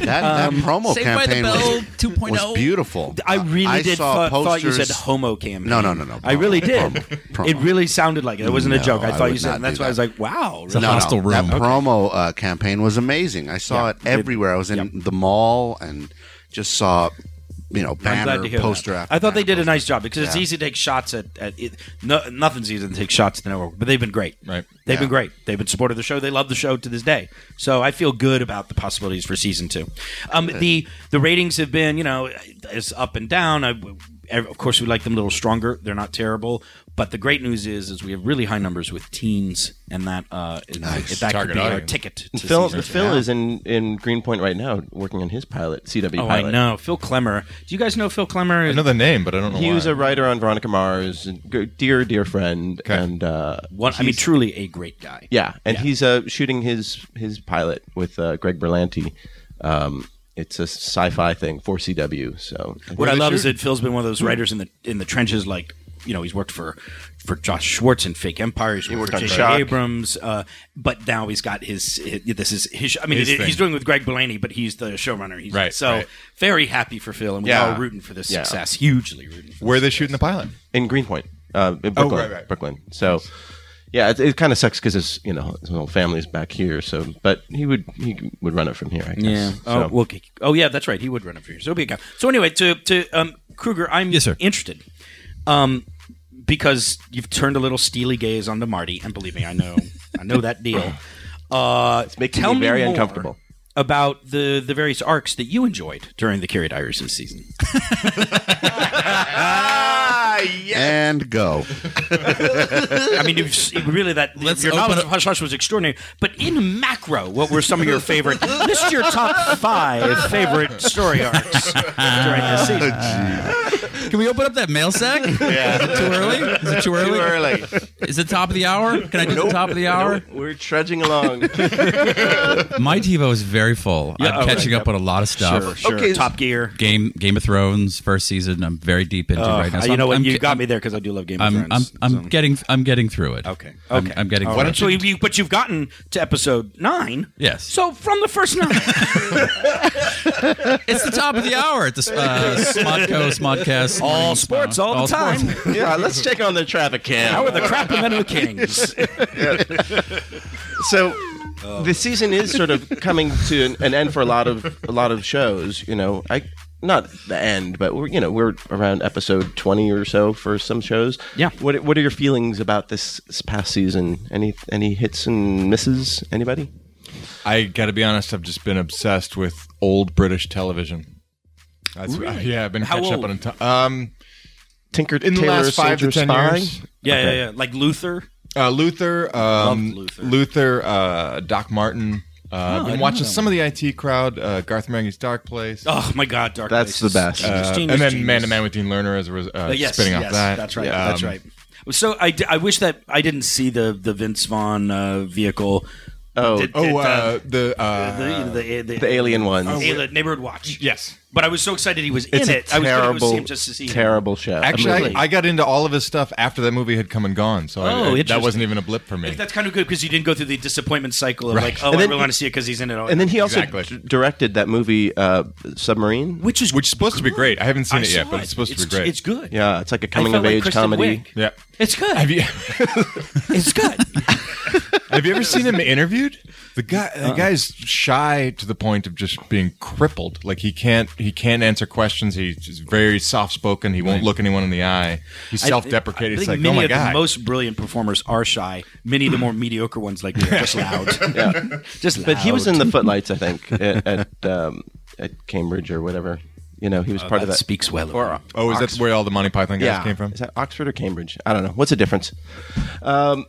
[SPEAKER 7] That, that promo campaign was,
[SPEAKER 6] oh?
[SPEAKER 7] was
[SPEAKER 4] oh.
[SPEAKER 7] beautiful.
[SPEAKER 4] Um, I
[SPEAKER 7] Uh,
[SPEAKER 4] really did
[SPEAKER 7] saw
[SPEAKER 4] thought, thought you
[SPEAKER 7] posters-
[SPEAKER 4] said homo campaign.
[SPEAKER 7] No, no, no, no,
[SPEAKER 4] I really did.
[SPEAKER 7] promo, promo.
[SPEAKER 4] It really sounded like it. It wasn't a
[SPEAKER 7] No,
[SPEAKER 4] joke. I
[SPEAKER 7] I
[SPEAKER 4] thought you
[SPEAKER 7] would
[SPEAKER 4] said,
[SPEAKER 7] not
[SPEAKER 4] and that's
[SPEAKER 7] do
[SPEAKER 4] why I was
[SPEAKER 7] that.
[SPEAKER 4] like, wow.
[SPEAKER 6] a
[SPEAKER 4] really?
[SPEAKER 6] No, hostile
[SPEAKER 7] That
[SPEAKER 6] room.
[SPEAKER 7] promo uh, campaign was amazing. I saw it everywhere. I was in the mall and just saw, you know,
[SPEAKER 4] I'm glad
[SPEAKER 7] banner
[SPEAKER 4] to hear
[SPEAKER 7] poster
[SPEAKER 4] that.
[SPEAKER 7] after.
[SPEAKER 4] I thought they
[SPEAKER 7] banner
[SPEAKER 4] did a
[SPEAKER 7] poster.
[SPEAKER 4] nice job because it's easy to take shots at, at it, no, nothing's easy to take shots at the network, but they've been great.
[SPEAKER 5] Right.
[SPEAKER 4] They've been
[SPEAKER 7] Yeah.
[SPEAKER 4] great. They've been supportive of the show. They love the show to this day. So I feel good about the possibilities for season two. Um, the the ratings have been you know is up and down. I, of course, we like them a little stronger. They're not terrible. But the great news is, is we have really high numbers with teens, and that uh, is- if that could
[SPEAKER 5] Target
[SPEAKER 4] be our
[SPEAKER 5] audience.
[SPEAKER 4] ticket. To
[SPEAKER 2] Phil,
[SPEAKER 4] season two.
[SPEAKER 2] Phil is in, in Greenpoint right now, working on his pilot, CW
[SPEAKER 4] Oh,
[SPEAKER 2] pilot.
[SPEAKER 4] I know Phil Clemmer. Do you guys know Phil Clemmer?
[SPEAKER 5] I know the name, but I don't know
[SPEAKER 2] He
[SPEAKER 5] why.
[SPEAKER 2] was a writer on Veronica Mars, and g- dear, dear friend,
[SPEAKER 5] Okay.
[SPEAKER 2] and uh,
[SPEAKER 4] One, I mean, truly a great guy.
[SPEAKER 2] yeah, and he's uh, shooting his his pilot with uh, Greg Berlanti. Um, it's a sci-fi thing for CW. So
[SPEAKER 4] What I love is that Phil's been one of those writers in the in the trenches. Like you know, he's worked for for Josh Schwartz and Fake Empires. He
[SPEAKER 2] worked
[SPEAKER 4] for
[SPEAKER 2] on
[SPEAKER 4] J.J.
[SPEAKER 2] Shock.
[SPEAKER 4] Abrams, uh, but now he's got his, hi- This is his. I mean,
[SPEAKER 5] His
[SPEAKER 4] it- he's
[SPEAKER 5] thing.
[SPEAKER 4] doing it with Greg Bellany, but he's the showrunner. He's,
[SPEAKER 5] Right,
[SPEAKER 4] So
[SPEAKER 5] right.
[SPEAKER 4] very happy for Phil, and we're
[SPEAKER 5] Yeah.
[SPEAKER 4] all rooting for this
[SPEAKER 2] Yeah.
[SPEAKER 4] success. Hugely rooting. For
[SPEAKER 5] Where are they shooting the pilot?
[SPEAKER 2] in Greenpoint, uh, in Brooklyn,
[SPEAKER 5] right, right.
[SPEAKER 2] Brooklyn. So yeah, it, it kind of sucks because his you know his whole family's back here. So but he would he would run it from here. I guess.
[SPEAKER 4] Yeah.
[SPEAKER 2] So-
[SPEAKER 4] Oh, well, oh, yeah. That's right. He would run up for you. So it'll be a guy. So anyway, to to um, Kruger, I'm
[SPEAKER 6] Yes, sir.
[SPEAKER 4] interested, um, because you've turned a little steely gaze onto Marty, and believe me, I know, I know that deal. Uh, it's
[SPEAKER 2] making me very uncomfortable.
[SPEAKER 4] about the the various arcs that you enjoyed during the Carrie Diaries this season.
[SPEAKER 7] And go.
[SPEAKER 4] I mean, you've, s- really that
[SPEAKER 6] Let's
[SPEAKER 4] your knowledge
[SPEAKER 6] open
[SPEAKER 4] of
[SPEAKER 6] up-
[SPEAKER 4] Hush Hush was extraordinary. But in macro, what were some of your favorite? list your top five favorite story arcs during this season.
[SPEAKER 6] Can we open up that mail sack? yeah. Is it too early? Is it too early?
[SPEAKER 7] early.
[SPEAKER 6] Is it top of the hour? Can I do the top of the hour?
[SPEAKER 2] We're trudging *laughs* along.
[SPEAKER 6] My TiVo is very full. I'm
[SPEAKER 4] oh,
[SPEAKER 6] catching up on a lot of stuff.
[SPEAKER 4] Sure. Top Gear.
[SPEAKER 6] Game Game of Thrones first season. I'm very deep into right now.
[SPEAKER 4] Uh,
[SPEAKER 6] So
[SPEAKER 4] you
[SPEAKER 6] I'm,
[SPEAKER 4] know what?
[SPEAKER 6] I'm,
[SPEAKER 4] you
[SPEAKER 6] ge-
[SPEAKER 4] got me there because I do love Game of
[SPEAKER 6] I'm
[SPEAKER 4] Thrones.
[SPEAKER 6] I'm, I'm
[SPEAKER 4] so.
[SPEAKER 6] getting I'm getting through it.
[SPEAKER 4] okay. Okay.
[SPEAKER 6] I'm, I'm getting.
[SPEAKER 4] All
[SPEAKER 6] through
[SPEAKER 4] right.
[SPEAKER 6] it.
[SPEAKER 4] So you, you- but you've gotten to episode nine.
[SPEAKER 6] Yes.
[SPEAKER 4] So from the first nine,
[SPEAKER 6] It's the top of the hour at the uh, Smodco Smodcast.
[SPEAKER 4] *laughs* all sports, all, the time. *laughs*
[SPEAKER 2] yeah, let's check on the traffic cam.
[SPEAKER 4] How are the crap and the kings?
[SPEAKER 2] so the season is sort of coming to an, an end for a lot of a lot of shows you know i not the end but we're you know we're around episode 20 or so for some shows
[SPEAKER 4] Yeah.
[SPEAKER 2] what what are your feelings about this, this past season any any hits and misses anybody
[SPEAKER 5] I got to be honest. I've just been obsessed with old British television. That's, yeah, I've been
[SPEAKER 4] How
[SPEAKER 5] catching
[SPEAKER 4] old?
[SPEAKER 5] up on. a ton- um,
[SPEAKER 2] Tinker
[SPEAKER 5] in the
[SPEAKER 2] Tailor
[SPEAKER 5] last five to
[SPEAKER 2] Soldier
[SPEAKER 5] ten
[SPEAKER 2] Spy?
[SPEAKER 5] years.
[SPEAKER 4] Yeah,
[SPEAKER 5] Okay.
[SPEAKER 4] yeah, yeah. Like Luther.
[SPEAKER 5] Uh, Luther, um,
[SPEAKER 4] Loved Luther. Ah,
[SPEAKER 5] Luther, uh, Doc Martin. Uh, been watching some of the IT crowd, uh, Garth Marenghi's Dark Place,
[SPEAKER 4] Oh my God, Dark.
[SPEAKER 2] That's
[SPEAKER 4] Places.
[SPEAKER 2] the best.
[SPEAKER 5] uh,
[SPEAKER 4] Genius,
[SPEAKER 5] and then
[SPEAKER 4] genius.
[SPEAKER 5] Man to Man with Dean Lerner as a res- uh,
[SPEAKER 4] Uh, yes,
[SPEAKER 5] spinning off
[SPEAKER 4] yes,
[SPEAKER 5] that.
[SPEAKER 4] That's right.
[SPEAKER 5] Um,
[SPEAKER 4] That's right. So I, d- I wish that I didn't see the the Vince Vaughn uh, vehicle.
[SPEAKER 2] Oh,
[SPEAKER 4] Did- did,
[SPEAKER 5] Oh,
[SPEAKER 4] uh,
[SPEAKER 5] uh, the, uh,
[SPEAKER 4] the, the, the,
[SPEAKER 2] the alien ones.
[SPEAKER 4] Alien Neighborhood Watch.
[SPEAKER 5] yes.
[SPEAKER 4] But I was so excited he was
[SPEAKER 2] It's
[SPEAKER 4] in
[SPEAKER 2] a
[SPEAKER 4] it. I was going to go
[SPEAKER 2] terrible,
[SPEAKER 4] see him just to see. him.
[SPEAKER 2] terrible show.
[SPEAKER 5] Actually,
[SPEAKER 4] Really?
[SPEAKER 5] I, I got into all of his stuff after that movie had come and gone, so I-
[SPEAKER 4] Oh,
[SPEAKER 5] I-
[SPEAKER 4] interesting.
[SPEAKER 5] that wasn't even a blip for me.
[SPEAKER 4] That's kind of good because you didn't go through the disappointment cycle of like, oh,
[SPEAKER 2] And
[SPEAKER 4] I
[SPEAKER 2] then-
[SPEAKER 4] really want to see it because he's in it. All
[SPEAKER 2] and then he also
[SPEAKER 5] Exactly.
[SPEAKER 2] d- directed that movie uh, Submarine.
[SPEAKER 4] which is
[SPEAKER 5] Which is supposed to be great. I haven't seen
[SPEAKER 4] I
[SPEAKER 5] it yet,
[SPEAKER 4] saw
[SPEAKER 5] but it's supposed to be great.
[SPEAKER 4] It's good.
[SPEAKER 2] Yeah, it's like a
[SPEAKER 4] I
[SPEAKER 2] coming
[SPEAKER 4] felt
[SPEAKER 2] of
[SPEAKER 4] like
[SPEAKER 2] age
[SPEAKER 4] Kristen
[SPEAKER 2] comedy.
[SPEAKER 4] Wick.
[SPEAKER 5] yeah.
[SPEAKER 4] It's good.
[SPEAKER 5] *laughs* Have you *laughs*
[SPEAKER 4] it's good.
[SPEAKER 5] have you ever seen him interviewed? The guy
[SPEAKER 4] Uh-uh.
[SPEAKER 5] the guy's shy to the point of just being crippled. Like he can't he can't answer questions. He's just very soft spoken. He won't look anyone in the eye. He's self
[SPEAKER 4] I
[SPEAKER 5] deprecating.
[SPEAKER 4] think
[SPEAKER 5] It's like,
[SPEAKER 4] many
[SPEAKER 5] oh my
[SPEAKER 4] of
[SPEAKER 5] god.
[SPEAKER 4] the most brilliant performers are shy. Many
[SPEAKER 5] *laughs*
[SPEAKER 4] of the more mediocre ones, like they're just loud.
[SPEAKER 2] Yeah.
[SPEAKER 4] just
[SPEAKER 2] But he was
[SPEAKER 4] loud.
[SPEAKER 2] in the
[SPEAKER 4] *laughs*
[SPEAKER 2] footlights, I think, at at, um, at Cambridge or whatever. You know, he
[SPEAKER 6] Oh,
[SPEAKER 2] was part of that.
[SPEAKER 4] speaks well. of him.
[SPEAKER 5] oh, is that where all the Monty Python guys
[SPEAKER 2] yeah,
[SPEAKER 5] came from?
[SPEAKER 2] Is that Oxford or Cambridge? I don't know. What's the difference?
[SPEAKER 5] Smart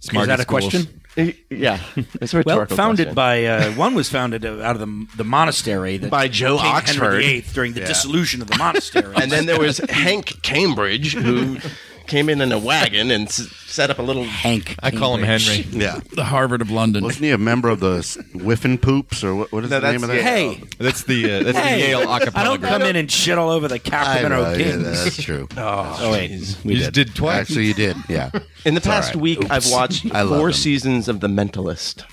[SPEAKER 4] Is that a
[SPEAKER 5] schools.
[SPEAKER 4] question?
[SPEAKER 2] Eh, Yeah, it's a
[SPEAKER 4] Well,
[SPEAKER 2] rhetorical
[SPEAKER 4] founded
[SPEAKER 2] question.
[SPEAKER 4] by uh, one was founded uh, out of the the monastery that
[SPEAKER 2] By Joe
[SPEAKER 4] King
[SPEAKER 2] Oxford.
[SPEAKER 4] Henry VIII during the dissolution of
[SPEAKER 5] *laughs*
[SPEAKER 4] the monastery,
[SPEAKER 2] and then there was Hank Cambridge who came in in a wagon and s- set up a little.
[SPEAKER 4] Hank.
[SPEAKER 5] I call him
[SPEAKER 4] Cambridge.
[SPEAKER 5] Henry.
[SPEAKER 4] *laughs*
[SPEAKER 7] Yeah.
[SPEAKER 6] The Harvard of London.
[SPEAKER 7] Wasn't he a member of the s- Whiffin Poops or what, what is
[SPEAKER 2] No,
[SPEAKER 7] the name
[SPEAKER 2] that's
[SPEAKER 7] of that?
[SPEAKER 4] Hey,
[SPEAKER 5] That's the uh, that's the Yale acapella
[SPEAKER 4] I don't
[SPEAKER 5] group.
[SPEAKER 4] come in and shit all over the
[SPEAKER 7] I
[SPEAKER 4] Captain
[SPEAKER 7] know,
[SPEAKER 4] Kings.
[SPEAKER 7] yeah,
[SPEAKER 4] *laughs*
[SPEAKER 7] that's true.
[SPEAKER 4] oh wait,
[SPEAKER 5] You just did twice.
[SPEAKER 7] Actually, you did. Yeah.
[SPEAKER 2] In the past week, I've watched
[SPEAKER 7] I love
[SPEAKER 2] four
[SPEAKER 7] him.
[SPEAKER 2] seasons of The Mentalist.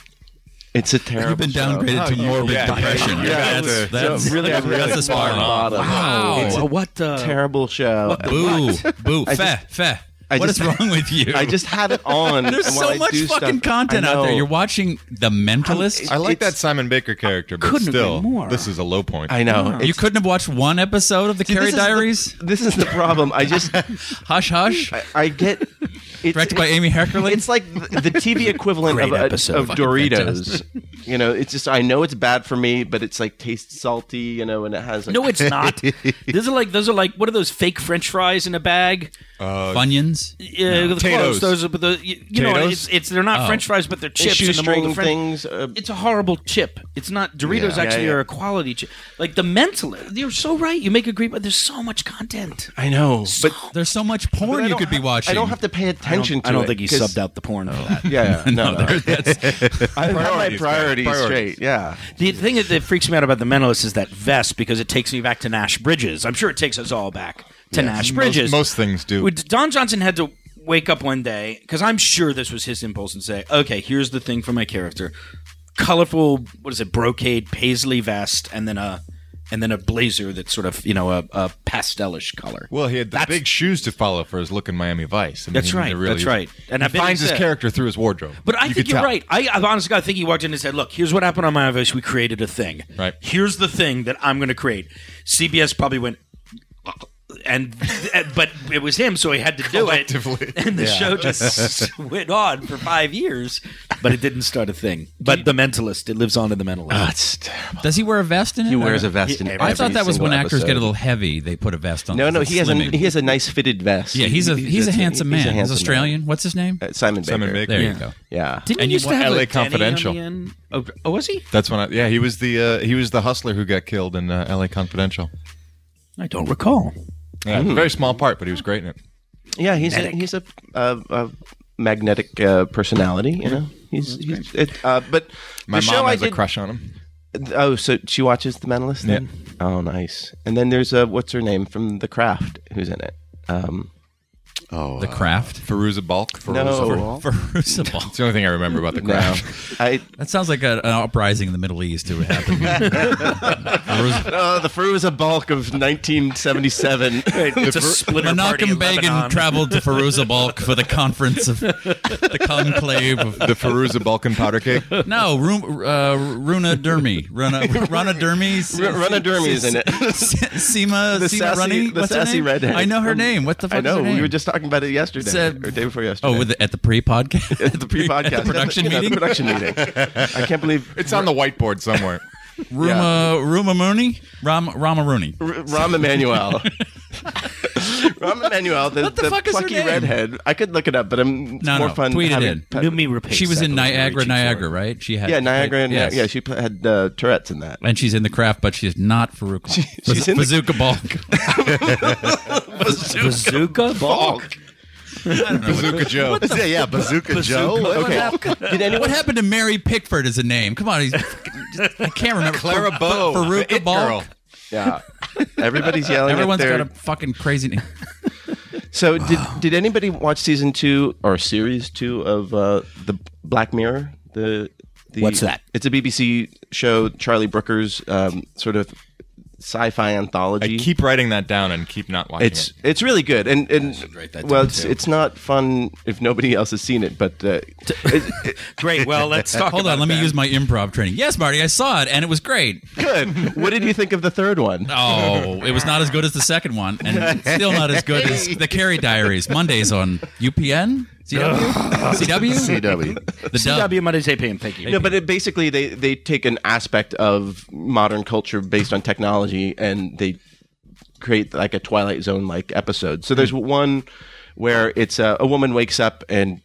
[SPEAKER 2] It's a terrible.
[SPEAKER 6] You've been downgraded to morbid
[SPEAKER 5] yeah, yeah,
[SPEAKER 6] depression.
[SPEAKER 5] yeah.
[SPEAKER 6] That's, that's,
[SPEAKER 2] really,
[SPEAKER 6] that's,
[SPEAKER 2] really
[SPEAKER 6] a spiral.
[SPEAKER 2] bottom.
[SPEAKER 6] Wow.
[SPEAKER 4] Well, what? Uh,
[SPEAKER 2] terrible show. *laughs*
[SPEAKER 6] Boo, boo,
[SPEAKER 2] I
[SPEAKER 6] feh,
[SPEAKER 2] just-
[SPEAKER 6] feh.
[SPEAKER 2] I
[SPEAKER 6] What is
[SPEAKER 2] just-
[SPEAKER 6] wrong with you?
[SPEAKER 2] I just have it on.
[SPEAKER 6] *laughs* There's
[SPEAKER 2] and
[SPEAKER 6] so
[SPEAKER 2] while I
[SPEAKER 6] much
[SPEAKER 2] do
[SPEAKER 6] fucking
[SPEAKER 2] stuff-
[SPEAKER 6] content
[SPEAKER 2] I
[SPEAKER 6] out there.
[SPEAKER 2] know.
[SPEAKER 6] You're watching The Mentalist.
[SPEAKER 5] I like
[SPEAKER 2] It's-
[SPEAKER 5] that Simon Baker character, but
[SPEAKER 4] couldn't agree
[SPEAKER 5] still,
[SPEAKER 4] more.
[SPEAKER 5] this is a low point.
[SPEAKER 2] I know.
[SPEAKER 6] you
[SPEAKER 2] It's-
[SPEAKER 6] couldn't have watched one episode of The Carrie
[SPEAKER 2] this is the-
[SPEAKER 6] Diaries?
[SPEAKER 2] This is the problem. I just
[SPEAKER 6] Hush, hush.
[SPEAKER 2] I, I get it's,
[SPEAKER 6] Directed by Amy Heckerling.
[SPEAKER 2] It's like the, the
[SPEAKER 6] *laughs*
[SPEAKER 2] TV equivalent of,
[SPEAKER 4] Great
[SPEAKER 2] a-
[SPEAKER 4] episode.
[SPEAKER 2] of
[SPEAKER 6] Fucking
[SPEAKER 2] Doritos. You know, it's just I know it's bad for me, but it's like tastes salty. You know, and it has a,
[SPEAKER 4] no, it's
[SPEAKER 7] *laughs*
[SPEAKER 4] not. those are like those are like what are those fake French fries in a bag?
[SPEAKER 6] Funyuns.
[SPEAKER 4] Yeah, the
[SPEAKER 5] Potatoes.
[SPEAKER 4] close. Those are but the you, you know
[SPEAKER 5] Potatoes?
[SPEAKER 4] it's it's they're not French fries, but they're chips in the mold
[SPEAKER 2] Oh. shoestring
[SPEAKER 4] of French.
[SPEAKER 2] things. Uh,
[SPEAKER 4] It's a horrible chip. It's not Doritos.
[SPEAKER 7] Yeah.
[SPEAKER 4] actually,
[SPEAKER 2] Yeah, yeah.
[SPEAKER 4] are a quality chip. Like the mental. You're so right. You make a great, but there's so much content.
[SPEAKER 2] I know, but
[SPEAKER 6] There's so much
[SPEAKER 2] but I
[SPEAKER 6] porn you
[SPEAKER 2] don't
[SPEAKER 6] could be
[SPEAKER 2] have-
[SPEAKER 6] watching.
[SPEAKER 2] I don't have to pay attention to it, 'cause- Oh.
[SPEAKER 4] out the porn for that.
[SPEAKER 2] Yeah,
[SPEAKER 6] *laughs*
[SPEAKER 2] yeah, no, no. I have my
[SPEAKER 5] Priorities,
[SPEAKER 2] priorities,
[SPEAKER 5] guys. Priorities.
[SPEAKER 2] straight. Yeah,
[SPEAKER 4] The thing that, that freaks me out about the mentalist is that vest because it takes me back to Nash Bridges. I'm sure it takes us all back to Nash Bridges.
[SPEAKER 5] most things do.
[SPEAKER 4] Would- Don Johnson had to wake up one day because I'm sure this was his impulse and say, "Okay, here's the thing for my character: colorful, what is it, brocade paisley vest, and then a." And then a blazer that's sort of you know a, a pastelish color.
[SPEAKER 5] Well, he had the big shoes to follow for his look in Miami Vice. I mean,
[SPEAKER 4] That's
[SPEAKER 5] he-
[SPEAKER 4] right,
[SPEAKER 5] he really-
[SPEAKER 4] that's right. And I
[SPEAKER 5] he
[SPEAKER 4] bet he
[SPEAKER 5] finds his
[SPEAKER 4] said-
[SPEAKER 5] character through his wardrobe.
[SPEAKER 4] But I
[SPEAKER 5] You
[SPEAKER 4] think
[SPEAKER 5] could
[SPEAKER 4] you're
[SPEAKER 5] tell.
[SPEAKER 4] right. I, I honestly got to think he walked in and said, "Look, here's what happened on my voice. We created a thing.
[SPEAKER 5] Right.
[SPEAKER 4] Here's the thing that I'm going to create." CBS probably went, uh, and but it was him, so he had to do it.
[SPEAKER 5] Collectively.
[SPEAKER 4] *laughs* And the show just *laughs* went on for five years, but it didn't start a thing. But the Mentalist, it lives on in the Mentalist.
[SPEAKER 5] Ah,
[SPEAKER 6] Does he wear a vest in it?
[SPEAKER 2] he wears
[SPEAKER 6] Or-
[SPEAKER 2] a vest. in
[SPEAKER 6] I
[SPEAKER 2] every
[SPEAKER 6] thought that was
[SPEAKER 2] single
[SPEAKER 6] when actors
[SPEAKER 2] episode.
[SPEAKER 6] get a little heavy. They put a vest on.
[SPEAKER 2] No, no,
[SPEAKER 6] It's
[SPEAKER 2] he has
[SPEAKER 6] slimming.
[SPEAKER 2] a he has a nice fitted vest.
[SPEAKER 6] yeah, he's a he's a handsome man. He's,
[SPEAKER 2] handsome
[SPEAKER 6] Australian.
[SPEAKER 2] man.
[SPEAKER 6] What's his name?
[SPEAKER 2] Uh, Simon Baker.
[SPEAKER 5] Simon Baker.
[SPEAKER 6] There
[SPEAKER 4] yeah.
[SPEAKER 6] you go.
[SPEAKER 2] Yeah.
[SPEAKER 4] Didn't
[SPEAKER 6] And
[SPEAKER 4] he
[SPEAKER 6] you
[SPEAKER 4] used to
[SPEAKER 6] want
[SPEAKER 4] have
[SPEAKER 5] LA
[SPEAKER 4] a Denny on
[SPEAKER 5] Confidential.
[SPEAKER 4] the end? Oh, oh, was he?
[SPEAKER 5] That's when I. Yeah, he was the uh, he was the hustler who got killed in uh, L.A. Confidential.
[SPEAKER 4] I don't recall.
[SPEAKER 5] Yeah,
[SPEAKER 4] Hmm.
[SPEAKER 5] very small part, but he was great in it.
[SPEAKER 2] Yeah, he's a, he's a, uh, a magnetic uh, personality. You know,
[SPEAKER 6] Mm-hmm.
[SPEAKER 2] he's, he's it, uh, but
[SPEAKER 5] My
[SPEAKER 2] the
[SPEAKER 5] mom
[SPEAKER 2] show I
[SPEAKER 5] has
[SPEAKER 2] did.
[SPEAKER 5] a crush on him.
[SPEAKER 2] Oh, so she watches The Mentalist. Then? Oh, nice. And then there's uh, what's her name from The Craft, who's in it. Um,
[SPEAKER 7] Oh,
[SPEAKER 6] The craft.
[SPEAKER 5] Feruza Balk. Feruza Balk.
[SPEAKER 2] no, *laughs*
[SPEAKER 5] It's the only thing I remember about the
[SPEAKER 2] no,
[SPEAKER 6] *laughs*
[SPEAKER 5] crash.
[SPEAKER 2] I.
[SPEAKER 6] That sounds like a, an uprising in the Middle East. It
[SPEAKER 2] *laughs*
[SPEAKER 6] would happen. *laughs*
[SPEAKER 2] Oh, the Fru is a bulk of 1977.
[SPEAKER 4] It's a splinter party
[SPEAKER 6] Menachem
[SPEAKER 4] in
[SPEAKER 6] Begin
[SPEAKER 4] Lebanon.
[SPEAKER 6] traveled to Feruzabalk for the conference of the conclave of
[SPEAKER 5] The Feruza Balkan powder
[SPEAKER 4] *laughs*
[SPEAKER 5] cake.
[SPEAKER 6] No, Ru- uh, Runa Dermy. Runa, Runa Dermy.
[SPEAKER 2] R- Runa Dermy is
[SPEAKER 6] *laughs*
[SPEAKER 2] in it. *laughs*
[SPEAKER 6] Seema,
[SPEAKER 2] The
[SPEAKER 6] Seema
[SPEAKER 2] sassy-
[SPEAKER 6] Runny.
[SPEAKER 2] the
[SPEAKER 6] What's her
[SPEAKER 2] sassy
[SPEAKER 6] name?
[SPEAKER 2] redhead.
[SPEAKER 6] I know her
[SPEAKER 2] Um,
[SPEAKER 6] name. What the fuck
[SPEAKER 2] I know.
[SPEAKER 6] is her name?
[SPEAKER 2] We were just talking about it yesterday
[SPEAKER 6] It's, uh,
[SPEAKER 2] or day before yesterday.
[SPEAKER 6] Oh, with the, at the *laughs* pre-podcast?
[SPEAKER 2] at *laughs* the pre-podcast
[SPEAKER 6] At the production
[SPEAKER 2] Yeah, the
[SPEAKER 6] meeting?
[SPEAKER 2] production meeting. I can't believe
[SPEAKER 5] It's on the whiteboard somewhere.
[SPEAKER 6] Ruma, Ruma Mooney? Ram, Rama Rooney. *laughs*
[SPEAKER 2] R- Rahm Emanuel. Rahm Emanuel, the,
[SPEAKER 6] What the
[SPEAKER 2] the
[SPEAKER 6] fuck is her
[SPEAKER 2] plucky
[SPEAKER 6] name?
[SPEAKER 2] redhead. I could look it up, but I'm it's
[SPEAKER 6] No,
[SPEAKER 2] more
[SPEAKER 6] no,
[SPEAKER 2] fun.
[SPEAKER 6] tweet it
[SPEAKER 2] having
[SPEAKER 6] in.
[SPEAKER 2] pe-
[SPEAKER 4] New me repeat
[SPEAKER 6] She was in
[SPEAKER 4] that. Don't worry,
[SPEAKER 6] Niagara,
[SPEAKER 4] cheap
[SPEAKER 6] Niagara,
[SPEAKER 4] sword.
[SPEAKER 6] right? She had
[SPEAKER 2] yeah, Niagara.
[SPEAKER 6] right?
[SPEAKER 2] and
[SPEAKER 6] Yes.
[SPEAKER 2] Yeah, she pl- had uh, Tourette's in that.
[SPEAKER 6] and she's in the craft, but she is not Farouk.
[SPEAKER 2] she's in the-
[SPEAKER 6] bazooka ball.
[SPEAKER 4] Bazooka Ball.
[SPEAKER 3] Bazooka Joe.
[SPEAKER 7] yeah, yeah, Bazooka Joe.
[SPEAKER 2] Okay. *laughs* Did
[SPEAKER 6] What
[SPEAKER 2] anyone?
[SPEAKER 6] happened to Mary Pickford as a name? Come on, he's, I can't remember.
[SPEAKER 3] Clara
[SPEAKER 6] Fa-
[SPEAKER 3] Bow,
[SPEAKER 6] Fa-
[SPEAKER 3] the
[SPEAKER 6] Faruka
[SPEAKER 3] it
[SPEAKER 6] Ball.
[SPEAKER 3] girl.
[SPEAKER 2] Yeah. Everybody's yelling.
[SPEAKER 6] Everyone's
[SPEAKER 2] at their,
[SPEAKER 6] got a fucking crazy
[SPEAKER 2] *laughs*
[SPEAKER 6] name.
[SPEAKER 2] So
[SPEAKER 6] *sighs*
[SPEAKER 2] did did anybody watch season two or series two of uh, the Black Mirror? The, the
[SPEAKER 4] What's that?
[SPEAKER 2] It's a BBC show. Charlie Brooker's um, sort of sci-fi
[SPEAKER 5] I
[SPEAKER 2] anthology.
[SPEAKER 5] keep writing that down and keep not watching
[SPEAKER 2] it's
[SPEAKER 5] it.
[SPEAKER 2] it's really good and and well it's it's not fun if nobody else has seen it but uh, it's, *laughs* it-
[SPEAKER 4] Great.
[SPEAKER 5] *laughs*
[SPEAKER 4] Well, let's talk.
[SPEAKER 6] Hold on,
[SPEAKER 4] about
[SPEAKER 6] let me
[SPEAKER 4] that.
[SPEAKER 6] use my improv training. Yes, Marty, I saw it, and it was great.
[SPEAKER 2] good. What did you think of the third one?
[SPEAKER 6] Oh, it was not as good as the second one, and
[SPEAKER 2] *laughs*
[SPEAKER 6] it's still not as good as the Carrie Diaries. Mondays on UPN,
[SPEAKER 2] *laughs*
[SPEAKER 6] CW, CW,
[SPEAKER 7] CW.
[SPEAKER 6] the dub.
[SPEAKER 4] CW Monday Pam. Thank you.
[SPEAKER 2] No, but it basically they they take an aspect of modern culture based on technology and they create like a Twilight Zone like episode. So there's one where it's a, a woman wakes up and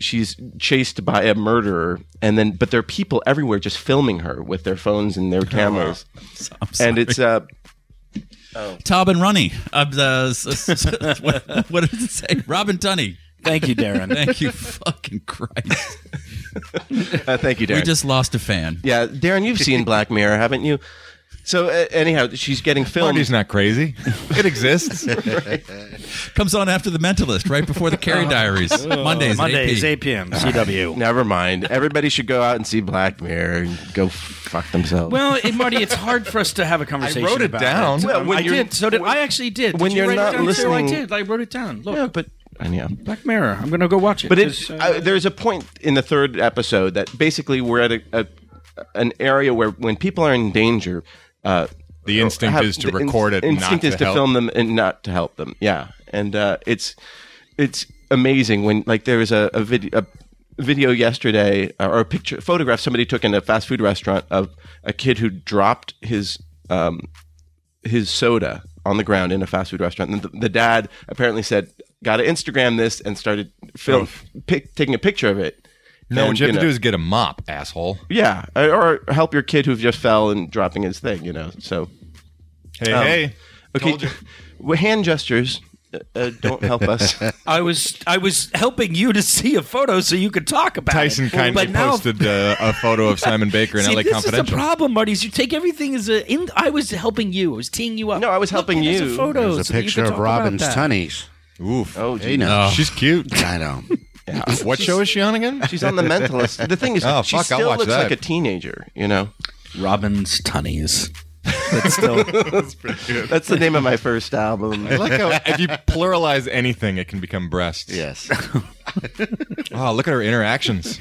[SPEAKER 2] she's chased by a murderer and then but there are people everywhere just filming her with their phones and their cameras.
[SPEAKER 6] I'm sorry.
[SPEAKER 2] And it's uh
[SPEAKER 6] Tob and Runny. Uh, the, s- s- s- *laughs* what, what does it say? Robin Tunney.
[SPEAKER 4] Thank you, *laughs* Darren.
[SPEAKER 6] Thank you, fucking Christ.
[SPEAKER 2] uh, thank you Darren.
[SPEAKER 6] We just lost a fan.
[SPEAKER 2] yeah, Darren, you've
[SPEAKER 4] *laughs*
[SPEAKER 2] seen Black Mirror, haven't you? So uh, anyhow, she's getting filmed.
[SPEAKER 5] Marty's not crazy. It
[SPEAKER 4] *laughs*
[SPEAKER 5] exists.
[SPEAKER 6] Comes on after The Mentalist, right before
[SPEAKER 2] *laughs*
[SPEAKER 6] the Carrie Diaries.
[SPEAKER 2] Oh,
[SPEAKER 6] Mondays.
[SPEAKER 4] Monday is
[SPEAKER 6] AP.
[SPEAKER 4] 8 p.m. CW.
[SPEAKER 2] Never mind. Everybody should go out and see Black Mirror and go fuck themselves.
[SPEAKER 4] Well, it, Marty, it's hard for us to have a conversation.
[SPEAKER 5] wrote it
[SPEAKER 4] about
[SPEAKER 5] down.
[SPEAKER 4] It.
[SPEAKER 2] Well,
[SPEAKER 4] Um,
[SPEAKER 2] when
[SPEAKER 4] I
[SPEAKER 2] you're-
[SPEAKER 4] did. So did I actually did.
[SPEAKER 2] when
[SPEAKER 4] did you
[SPEAKER 2] you're
[SPEAKER 4] write
[SPEAKER 2] not
[SPEAKER 4] it down, Sarah?
[SPEAKER 2] listening-
[SPEAKER 4] I did. I wrote it down. Look,
[SPEAKER 2] Yeah, but I know.
[SPEAKER 4] Black Mirror. I'm gonna go watch it.
[SPEAKER 2] But it,
[SPEAKER 4] 'cause, uh,
[SPEAKER 2] I, there's a point in the third episode that basically we're at a, a an area where when people are in danger, uh,
[SPEAKER 5] The instinct
[SPEAKER 2] have-
[SPEAKER 5] is to
[SPEAKER 2] the ins-
[SPEAKER 5] record it. and
[SPEAKER 2] Instinct
[SPEAKER 5] not
[SPEAKER 2] is to
[SPEAKER 5] help.
[SPEAKER 2] film them and not to help them. Yeah, and uh, it's it's amazing when like there was a, a video. A, video yesterday uh, or a picture photograph somebody took in a fast food restaurant of a kid who dropped his um, his soda on the ground in a fast food restaurant. And the, the dad apparently said, "Got to Instagram this," and started film, pic, taking a picture of it.
[SPEAKER 5] No,
[SPEAKER 2] And,
[SPEAKER 5] what you have to
[SPEAKER 2] know,
[SPEAKER 5] do is get a mop, asshole.
[SPEAKER 2] yeah, or help your kid who just fell and dropping his thing. You know, so
[SPEAKER 5] Hey,
[SPEAKER 2] um,
[SPEAKER 5] hey.
[SPEAKER 2] okay, well, hand gestures uh, uh, don't help us.
[SPEAKER 4] I was I was helping you to see a photo so you could talk about
[SPEAKER 5] Tyson
[SPEAKER 4] it.
[SPEAKER 5] kindly
[SPEAKER 4] But now-
[SPEAKER 5] posted uh, a photo of Simon Baker in
[SPEAKER 4] See,
[SPEAKER 5] LA
[SPEAKER 4] this is the
[SPEAKER 5] Confidential.
[SPEAKER 4] problem, Marty. Is you take everything as a. In, I was helping you. I was teeing you up.
[SPEAKER 2] No, I was
[SPEAKER 4] Look,
[SPEAKER 2] helping
[SPEAKER 4] here's
[SPEAKER 2] you.
[SPEAKER 4] A photo
[SPEAKER 7] There's a
[SPEAKER 4] so that you
[SPEAKER 7] picture
[SPEAKER 4] can
[SPEAKER 7] of
[SPEAKER 4] talk about
[SPEAKER 7] Robin's
[SPEAKER 4] that.
[SPEAKER 7] tunnies.
[SPEAKER 5] Oof.
[SPEAKER 2] oh,
[SPEAKER 7] Hey,
[SPEAKER 2] gee.
[SPEAKER 7] now.
[SPEAKER 5] She's cute.
[SPEAKER 7] I know.
[SPEAKER 5] What show is she on again?
[SPEAKER 2] she's on the mentalist. The thing is,
[SPEAKER 5] Oh,
[SPEAKER 2] she
[SPEAKER 5] fuck, I'll
[SPEAKER 2] still
[SPEAKER 5] watch
[SPEAKER 2] looks
[SPEAKER 5] that.
[SPEAKER 2] like a teenager. You know,
[SPEAKER 4] Robin's tunnies. That's still
[SPEAKER 2] that's the name of my first album.
[SPEAKER 5] I like how if you pluralize anything, it can become breasts.
[SPEAKER 7] Yes.
[SPEAKER 5] Oh, look at her interactions.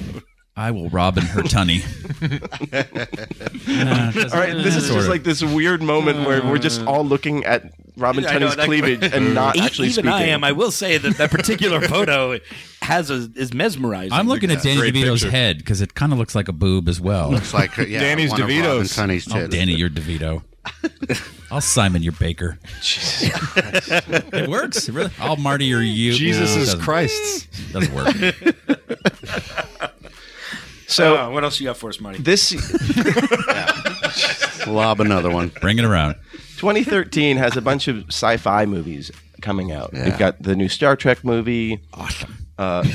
[SPEAKER 6] I will Robin
[SPEAKER 2] *laughs*
[SPEAKER 6] her tunny.
[SPEAKER 2] *laughs* All right, this is just like this weird moment where we're just all looking at Robin
[SPEAKER 4] I know,
[SPEAKER 2] Tunney's
[SPEAKER 4] that-
[SPEAKER 2] cleavage and not actually
[SPEAKER 4] E- even
[SPEAKER 2] speaking.
[SPEAKER 4] I am. I will say that that particular photo has a, is mesmerizing.
[SPEAKER 6] I'm looking at Danny
[SPEAKER 5] Great
[SPEAKER 6] DeVito's
[SPEAKER 5] picture.
[SPEAKER 6] head because it kind of looks like a boob as well.
[SPEAKER 7] It's like yeah,
[SPEAKER 5] Danny's
[SPEAKER 7] one of Robin
[SPEAKER 5] DeVito's.
[SPEAKER 7] Tunney's
[SPEAKER 6] Oh,
[SPEAKER 7] tits.
[SPEAKER 6] Danny, you're *laughs* DeVito. I'll Simon your Baker. it works. It really. I'll Marty your you.
[SPEAKER 5] Jesus
[SPEAKER 6] No,
[SPEAKER 5] is
[SPEAKER 6] doesn't-
[SPEAKER 5] Christ.
[SPEAKER 6] Doesn't work.
[SPEAKER 2] So
[SPEAKER 4] Uh, what else you got for us, Marty?
[SPEAKER 2] this
[SPEAKER 7] Lob another one.
[SPEAKER 6] Bring it around.
[SPEAKER 2] 2013 has a bunch of sci-fi movies coming out.
[SPEAKER 7] Yeah.
[SPEAKER 2] We've got the new Star Trek movie.
[SPEAKER 6] I,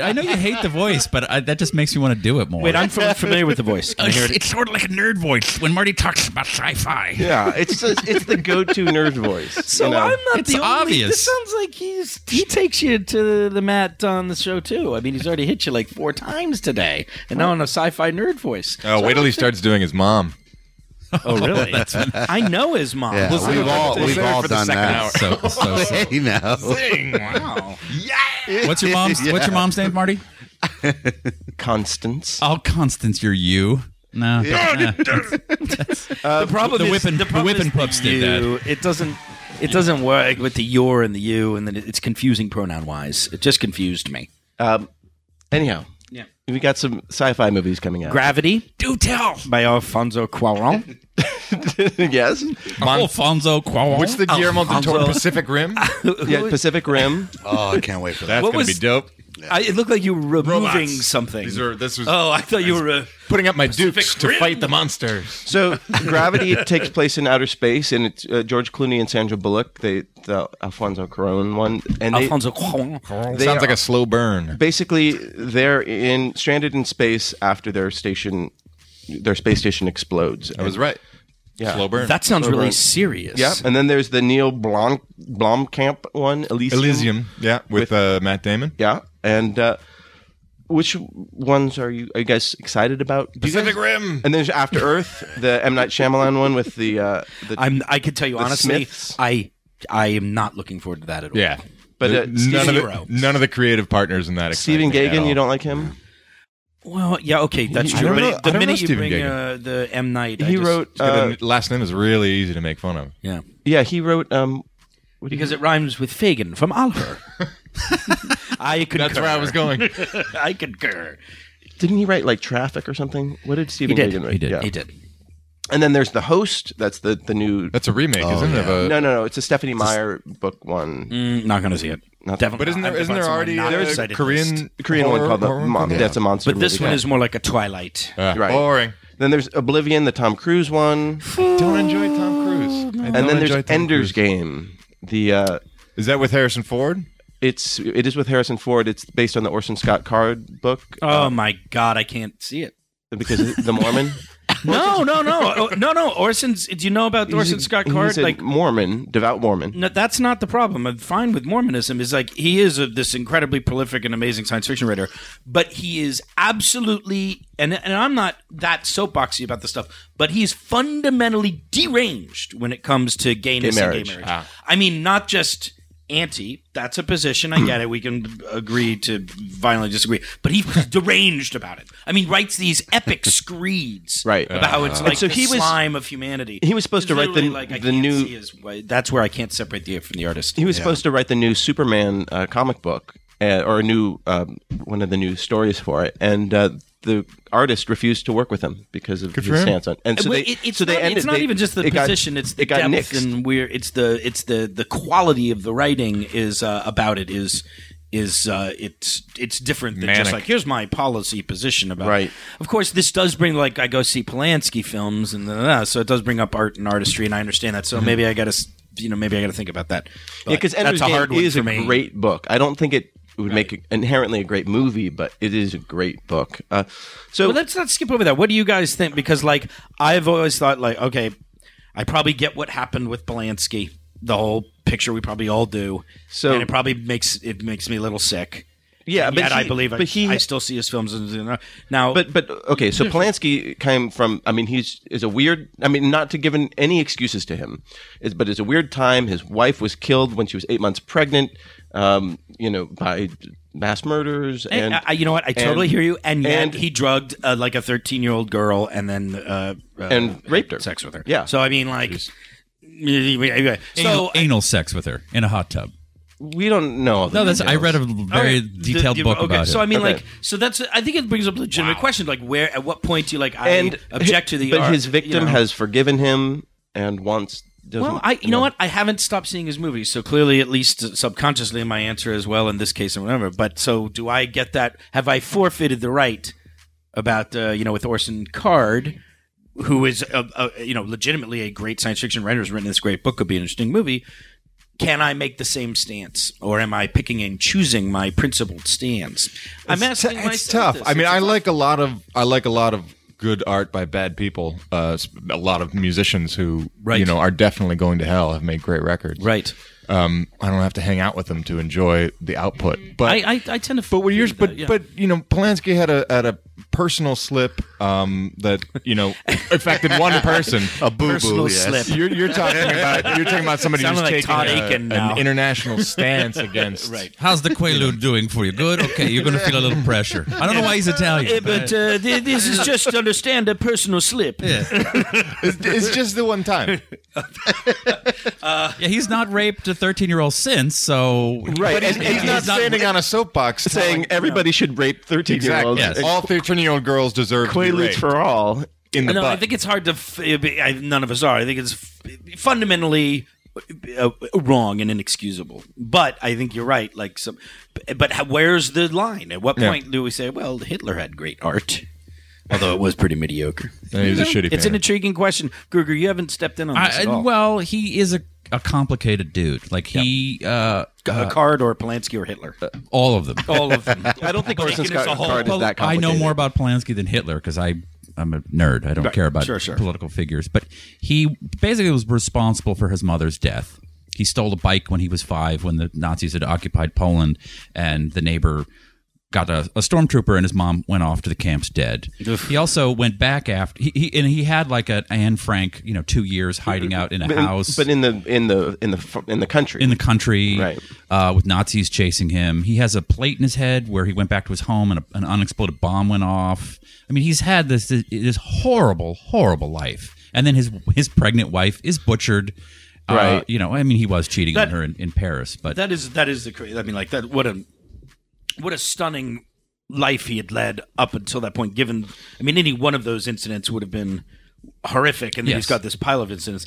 [SPEAKER 6] I know you hate the voice, but I, that just makes me want to do it more.
[SPEAKER 4] Wait, I'm fam- familiar with the voice. Can I *laughs* hear it?
[SPEAKER 6] sort of like a nerd voice when Marty talks about sci-fi.
[SPEAKER 2] Yeah, *laughs* it's it's, it's the go-to nerd voice.
[SPEAKER 8] So
[SPEAKER 2] you know?
[SPEAKER 8] I'm not
[SPEAKER 6] It's
[SPEAKER 8] the only.
[SPEAKER 6] obvious.
[SPEAKER 8] This sounds like he's he takes you to the mat on the show too. I mean, he's already hit you like four times today, and now in a sci-fi nerd voice.
[SPEAKER 5] Oh, wait till he starts doing his mom.
[SPEAKER 4] Oh, really? *laughs*
[SPEAKER 8] I know his mom.
[SPEAKER 7] Yeah, we've all
[SPEAKER 5] Save it
[SPEAKER 7] we've all
[SPEAKER 5] for the
[SPEAKER 7] done
[SPEAKER 5] second
[SPEAKER 7] that.
[SPEAKER 6] So, so, *laughs* so.
[SPEAKER 7] You *laughs* know.
[SPEAKER 6] What's your mom's? What's your mom's name, Marty?
[SPEAKER 2] Constance.
[SPEAKER 6] I'll Constance your you. No.
[SPEAKER 4] the problem
[SPEAKER 6] the
[SPEAKER 4] is
[SPEAKER 6] whipping- the
[SPEAKER 4] problem
[SPEAKER 6] whipping
[SPEAKER 4] is
[SPEAKER 6] pups did that.
[SPEAKER 4] you. It doesn't. It doesn't work with the your and the you, and then it- it's confusing pronoun wise. It just confused me.
[SPEAKER 2] Um, anyhow,
[SPEAKER 4] Yeah.
[SPEAKER 2] we got some sci-fi movies coming out.
[SPEAKER 4] Gravity
[SPEAKER 6] Do tell.
[SPEAKER 4] *laughs* by Alfonso Cuarón.
[SPEAKER 2] yes.
[SPEAKER 6] Alfonso Cuarón.
[SPEAKER 5] What's the Guillermo del Toro
[SPEAKER 2] *laughs*
[SPEAKER 5] Pacific Rim?
[SPEAKER 2] Yeah, Pacific
[SPEAKER 5] *laughs*
[SPEAKER 2] Rim.
[SPEAKER 7] Oh, I can't wait for that.
[SPEAKER 5] That's
[SPEAKER 4] What
[SPEAKER 5] gonna be
[SPEAKER 4] was-
[SPEAKER 5] dope.
[SPEAKER 4] I, it looked like you were removing
[SPEAKER 5] Robots.
[SPEAKER 4] something.
[SPEAKER 5] These are this was
[SPEAKER 4] oh, I thought you were. Uh,
[SPEAKER 5] putting up my dukes
[SPEAKER 4] Pacific Rim.
[SPEAKER 5] to fight the monsters.
[SPEAKER 2] So Gravity takes place in outer space, and it's uh, George Clooney and Sandra Bullock, they, the Alfonso Cuarón one, and they,
[SPEAKER 4] Alfonso Cuarón.
[SPEAKER 2] They
[SPEAKER 5] Sounds
[SPEAKER 2] are-
[SPEAKER 5] like a slow burn.
[SPEAKER 2] basically they're in stranded in space after their station, their space station explodes.
[SPEAKER 5] I was right.
[SPEAKER 2] Yeah.
[SPEAKER 5] Slow burn.
[SPEAKER 4] That sounds really
[SPEAKER 2] Robots.
[SPEAKER 4] serious.
[SPEAKER 2] Yep. And then there's the Neil Blom Blomkamp one, Elysium.
[SPEAKER 5] Elysium. Yeah, with, uh, Matt Damon.
[SPEAKER 2] Yeah. And uh, which ones are you, are you guys excited about? Do you
[SPEAKER 5] Pacific
[SPEAKER 2] guys-
[SPEAKER 5] Rim.
[SPEAKER 2] And there's After Earth, the M Night Shyamalan one with the uh, the
[SPEAKER 4] I'm. I can tell you
[SPEAKER 2] The
[SPEAKER 4] honestly,
[SPEAKER 2] Smiths.
[SPEAKER 4] I I am not looking forward to that at all.
[SPEAKER 5] Yeah.
[SPEAKER 2] But, uh,
[SPEAKER 5] none of
[SPEAKER 4] Zero.
[SPEAKER 5] the, none of the creative partners in that. excite
[SPEAKER 2] Stephen
[SPEAKER 5] me at
[SPEAKER 2] Gagan.
[SPEAKER 5] all.
[SPEAKER 2] You don't like him?
[SPEAKER 4] Well, yeah, okay, that's
[SPEAKER 5] I
[SPEAKER 4] true.
[SPEAKER 5] don't
[SPEAKER 4] But
[SPEAKER 5] know-
[SPEAKER 4] it-
[SPEAKER 5] I
[SPEAKER 4] the
[SPEAKER 5] don't know
[SPEAKER 4] minute you
[SPEAKER 5] Stephen
[SPEAKER 4] bring
[SPEAKER 5] Gagan.
[SPEAKER 4] uh, the M Night, I
[SPEAKER 2] He
[SPEAKER 4] just-
[SPEAKER 2] wrote.
[SPEAKER 5] It's good,
[SPEAKER 2] Uh,
[SPEAKER 5] and last name is really easy to make fun of.
[SPEAKER 4] yeah,
[SPEAKER 2] yeah, he wrote. Um, what do you-
[SPEAKER 4] because it rhymes with Fagin from
[SPEAKER 5] *laughs*
[SPEAKER 4] Oliver. I concur.
[SPEAKER 5] That's where I was going.
[SPEAKER 4] *laughs* I concur.
[SPEAKER 2] didn't he write like Traffic or something? What did Stephen
[SPEAKER 4] did.
[SPEAKER 2] Gagan write?
[SPEAKER 6] He did.
[SPEAKER 2] Yeah.
[SPEAKER 4] He did.
[SPEAKER 2] And then there's the host. That's the the new.
[SPEAKER 5] That's a remake, isn't it? Of a,
[SPEAKER 2] no, no, no. It's a Stephanie Meyer book one.
[SPEAKER 4] Mm, not going to see it.
[SPEAKER 2] Not-
[SPEAKER 4] Definitely.
[SPEAKER 5] But isn't
[SPEAKER 4] not.
[SPEAKER 5] there
[SPEAKER 4] I'm
[SPEAKER 5] isn't there
[SPEAKER 4] someone
[SPEAKER 5] already
[SPEAKER 4] not
[SPEAKER 5] a
[SPEAKER 4] excited
[SPEAKER 5] Korean
[SPEAKER 4] list.
[SPEAKER 2] The Korean
[SPEAKER 5] horror,
[SPEAKER 2] one called the,
[SPEAKER 5] horror
[SPEAKER 2] Mom.
[SPEAKER 5] movie?
[SPEAKER 2] That's a monster.
[SPEAKER 4] But this
[SPEAKER 2] movie.
[SPEAKER 4] one
[SPEAKER 2] Yeah.
[SPEAKER 4] is more like a Twilight.
[SPEAKER 5] Yeah.
[SPEAKER 2] Right.
[SPEAKER 5] Boring.
[SPEAKER 2] Then there's Oblivion, the Tom Cruise one,
[SPEAKER 5] Don't enjoy Tom Cruise.
[SPEAKER 2] and then there's Ender's Game. The uh,
[SPEAKER 5] Is that with Harrison Ford?
[SPEAKER 2] it's it is with Harrison Ford. It's based on the Orson Scott Card book
[SPEAKER 4] Oh my God, I can't see it.
[SPEAKER 2] because the Mormon.
[SPEAKER 4] No, no, no, *laughs* oh, no, no. Orson's. Do you know about *laughs* Orson
[SPEAKER 2] He's a-
[SPEAKER 4] Scott
[SPEAKER 2] he's
[SPEAKER 4] Card?
[SPEAKER 2] a
[SPEAKER 4] Like,
[SPEAKER 2] Mormon, devout Mormon.
[SPEAKER 4] no, that's not the problem. I'm fine with Mormonism. Is like he is a, this incredibly prolific and amazing science fiction writer, but he is absolutely and and I'm not that soapboxy about this stuff, but he's fundamentally deranged when it comes to gayness
[SPEAKER 2] Gay
[SPEAKER 4] and
[SPEAKER 2] marriage.
[SPEAKER 4] gay marriage. I mean, not just anti. That's a position. I get it. We can agree to violently disagree, but he's *laughs* deranged about it. I mean, writes these epic screeds
[SPEAKER 2] Right.
[SPEAKER 4] about how it's like
[SPEAKER 2] so
[SPEAKER 4] the
[SPEAKER 2] he was-
[SPEAKER 4] slime of humanity.
[SPEAKER 2] he was supposed
[SPEAKER 4] It's
[SPEAKER 2] to write the-
[SPEAKER 4] literally like, I
[SPEAKER 2] the
[SPEAKER 4] can't
[SPEAKER 2] new-
[SPEAKER 4] see his way. That's where I can't separate the art from the artist.
[SPEAKER 2] He was supposed to write the new Superman uh, comic book uh, or a new um, one of the new stories for it, and uh, the artist refused to work with him because of
[SPEAKER 5] for
[SPEAKER 2] his
[SPEAKER 5] him.
[SPEAKER 2] stance on. And so
[SPEAKER 4] Well,
[SPEAKER 2] they,
[SPEAKER 4] it- it's
[SPEAKER 2] so
[SPEAKER 4] not,
[SPEAKER 2] they ended.
[SPEAKER 4] it's not
[SPEAKER 2] they-
[SPEAKER 4] even just the
[SPEAKER 2] it got-
[SPEAKER 4] position; it's the
[SPEAKER 2] it got
[SPEAKER 4] depth
[SPEAKER 2] nixed.
[SPEAKER 4] and we're it's the it's the the quality of the writing is uh, about it is is uh, it's it's different than just
[SPEAKER 5] Manic.
[SPEAKER 4] like here's my policy position about it.
[SPEAKER 2] Right.
[SPEAKER 4] Of course, this does bring like I go see Polanski films and da, da, da, so it does bring up art and artistry, and I understand that. So maybe I got to you know maybe I got to think about that. But
[SPEAKER 2] Mm-hmm. Yeah, because Ender's
[SPEAKER 4] that's a hard
[SPEAKER 2] Game
[SPEAKER 4] one
[SPEAKER 2] is
[SPEAKER 4] for
[SPEAKER 2] a
[SPEAKER 4] me.
[SPEAKER 2] great book. I don't think it would make it inherently a great movie, but it is a great book. Uh, so
[SPEAKER 4] Well, let's not skip over that. What do you guys think? Because like I've always thought, like okay, I probably get what happened with Polanski, the whole picture. We probably all do.
[SPEAKER 2] So-
[SPEAKER 4] and it probably makes it makes me a little sick.
[SPEAKER 2] Yeah,
[SPEAKER 4] And
[SPEAKER 2] but
[SPEAKER 4] yet I
[SPEAKER 2] he-
[SPEAKER 4] believe. I,
[SPEAKER 2] but he-
[SPEAKER 4] I still see his films as- now.
[SPEAKER 2] But but okay,
[SPEAKER 4] Hmm.
[SPEAKER 2] so Polanski came from. I mean, he's is a weird. I mean, not to give an, any excuses to him, is, but it's a weird time. His wife was killed when she was eight months pregnant. Um, you know, by mass murders and,
[SPEAKER 4] and, eh, I, you know what? I totally
[SPEAKER 2] and-
[SPEAKER 4] hear you. And yet
[SPEAKER 2] and-
[SPEAKER 4] he drugged uh, like a thirteen-year-old girl, and then uh, uh,
[SPEAKER 2] And raped her.
[SPEAKER 4] sex with her.
[SPEAKER 2] Yeah.
[SPEAKER 4] So I mean, like. *laughs* Anyway,
[SPEAKER 6] anal,
[SPEAKER 4] so
[SPEAKER 6] anal sex with her in a hot tub.
[SPEAKER 2] we don't know. all the
[SPEAKER 6] No, Oh, that's I
[SPEAKER 2] details.
[SPEAKER 6] read a very
[SPEAKER 4] Alright, the-
[SPEAKER 6] detailed
[SPEAKER 4] the-
[SPEAKER 6] book
[SPEAKER 4] okay,
[SPEAKER 6] about
[SPEAKER 4] so I
[SPEAKER 6] it.
[SPEAKER 4] mean,
[SPEAKER 2] Okay.
[SPEAKER 4] like, so that's. I think it brings up a legitimate question, like, where at what point do you like I
[SPEAKER 2] and
[SPEAKER 4] object to the?
[SPEAKER 2] But
[SPEAKER 4] art,
[SPEAKER 2] his victim
[SPEAKER 4] you know?
[SPEAKER 2] has forgiven him and wants. Doesn't,
[SPEAKER 4] Well, I you know what? I haven't stopped seeing his movies, so clearly, at least uh, subconsciously, my answer is well in this case and whatever. But so do I get that? Have I forfeited the right about uh, you know with Orson Card, who is a, a, you know legitimately a great science fiction writer, has written this great book, could be an interesting movie. Can I make the same stance, or am I picking and choosing my principled stance? I'm asking
[SPEAKER 5] It's
[SPEAKER 4] myself
[SPEAKER 5] tough.
[SPEAKER 4] this.
[SPEAKER 5] I mean,
[SPEAKER 4] It's
[SPEAKER 5] I
[SPEAKER 4] a-
[SPEAKER 5] like a lot of I like a lot of good art by bad people. Uh, s- a lot of musicians who
[SPEAKER 4] Right.
[SPEAKER 5] you know are definitely going to hell have made great records.
[SPEAKER 4] right.
[SPEAKER 5] Um, I don't have to hang out with them to enjoy the output. But
[SPEAKER 4] I, I, I tend to.
[SPEAKER 5] But what
[SPEAKER 4] agree
[SPEAKER 5] yours?
[SPEAKER 4] with
[SPEAKER 5] But
[SPEAKER 4] that, yeah.
[SPEAKER 5] but you know, Polanski had a had a personal slip um, that you
[SPEAKER 4] *laughs*
[SPEAKER 5] know affected one person.
[SPEAKER 7] A boo boo.
[SPEAKER 4] Personal
[SPEAKER 7] Yes.
[SPEAKER 4] slip.
[SPEAKER 5] You're, you're talking about you're talking about somebody
[SPEAKER 4] Sounded
[SPEAKER 5] who's
[SPEAKER 4] like
[SPEAKER 5] taking
[SPEAKER 4] Todd
[SPEAKER 5] a-
[SPEAKER 4] Aiken now.
[SPEAKER 5] an international
[SPEAKER 4] *laughs*
[SPEAKER 5] stance against
[SPEAKER 4] Right.
[SPEAKER 6] How's the Quaalude doing for you? Good. Okay, you're going to feel a little pressure. I don't know why he's Italian.
[SPEAKER 4] but uh, th- this is just to understand a personal slip.
[SPEAKER 5] It's, it's just the one
[SPEAKER 4] *laughs*
[SPEAKER 5] time,
[SPEAKER 6] Yeah, he's not raped a 13 year old since, so
[SPEAKER 2] Right,
[SPEAKER 5] but he's,
[SPEAKER 2] and-
[SPEAKER 5] he's
[SPEAKER 2] and
[SPEAKER 5] not standing on a soapbox
[SPEAKER 2] saying
[SPEAKER 5] telling-
[SPEAKER 2] everybody should rape thirteen year
[SPEAKER 5] exactly.
[SPEAKER 2] olds.
[SPEAKER 6] Yes.
[SPEAKER 5] All thirteen-year-old girls deserve to be
[SPEAKER 2] Quaaludes
[SPEAKER 5] raped.
[SPEAKER 2] for all.
[SPEAKER 5] in the
[SPEAKER 4] no,
[SPEAKER 5] butt.
[SPEAKER 4] I think it's hard to. F- uh, I, none of us are. I think it's f- fundamentally uh, wrong and inexcusable. But I think you're right. Like some, but how, where's the line? At what
[SPEAKER 5] Yeah.
[SPEAKER 4] point do we say, well, Hitler had great art, although it was
[SPEAKER 2] *laughs*
[SPEAKER 4] pretty mediocre?
[SPEAKER 5] Yeah, he's a shitty
[SPEAKER 4] It's an
[SPEAKER 5] painter.
[SPEAKER 4] intriguing question, Gruger. You haven't stepped in on this
[SPEAKER 6] I,
[SPEAKER 4] at all.
[SPEAKER 6] well, he is a, a complicated dude. Like he, uh,
[SPEAKER 4] a card or Polanski or Hitler.
[SPEAKER 6] all of them.
[SPEAKER 4] all of them.
[SPEAKER 2] I don't think Orson
[SPEAKER 4] Taken as
[SPEAKER 2] Scott
[SPEAKER 4] a whole.
[SPEAKER 2] Card is
[SPEAKER 6] Well,
[SPEAKER 2] that
[SPEAKER 6] I
[SPEAKER 2] complicated.
[SPEAKER 6] know more about Polanski than Hitler because I I'm a nerd. I don't care about
[SPEAKER 4] Sure, sure.
[SPEAKER 6] political figures. But he basically was responsible for his mother's death. He stole a bike when he was five when the Nazis had occupied Poland, and the neighbor got a, a stormtrooper, and his mom went off to the camps dead. He also went back after he, he and he had like an Anne Frank, you know, two years hiding out in a
[SPEAKER 2] but in,
[SPEAKER 6] house,
[SPEAKER 2] but in the in the in the fu- in the country.
[SPEAKER 6] in the country
[SPEAKER 2] Right.
[SPEAKER 6] uh, with Nazis chasing him. He has a plate in his head where he went back to his home and a, an unexploded bomb went off. I mean, he's had this this, this horrible, horrible life. And then his his pregnant wife is butchered. Uh,
[SPEAKER 2] Right.
[SPEAKER 6] You know, I mean, he was cheating
[SPEAKER 4] That-
[SPEAKER 6] on her in, in Paris, but
[SPEAKER 4] That is that is the cra I mean, like that. What a what a stunning life he had led up until that point. Given, I mean, any one of those incidents would have been horrific, and then he's
[SPEAKER 6] Yes.
[SPEAKER 4] got this pile of incidents.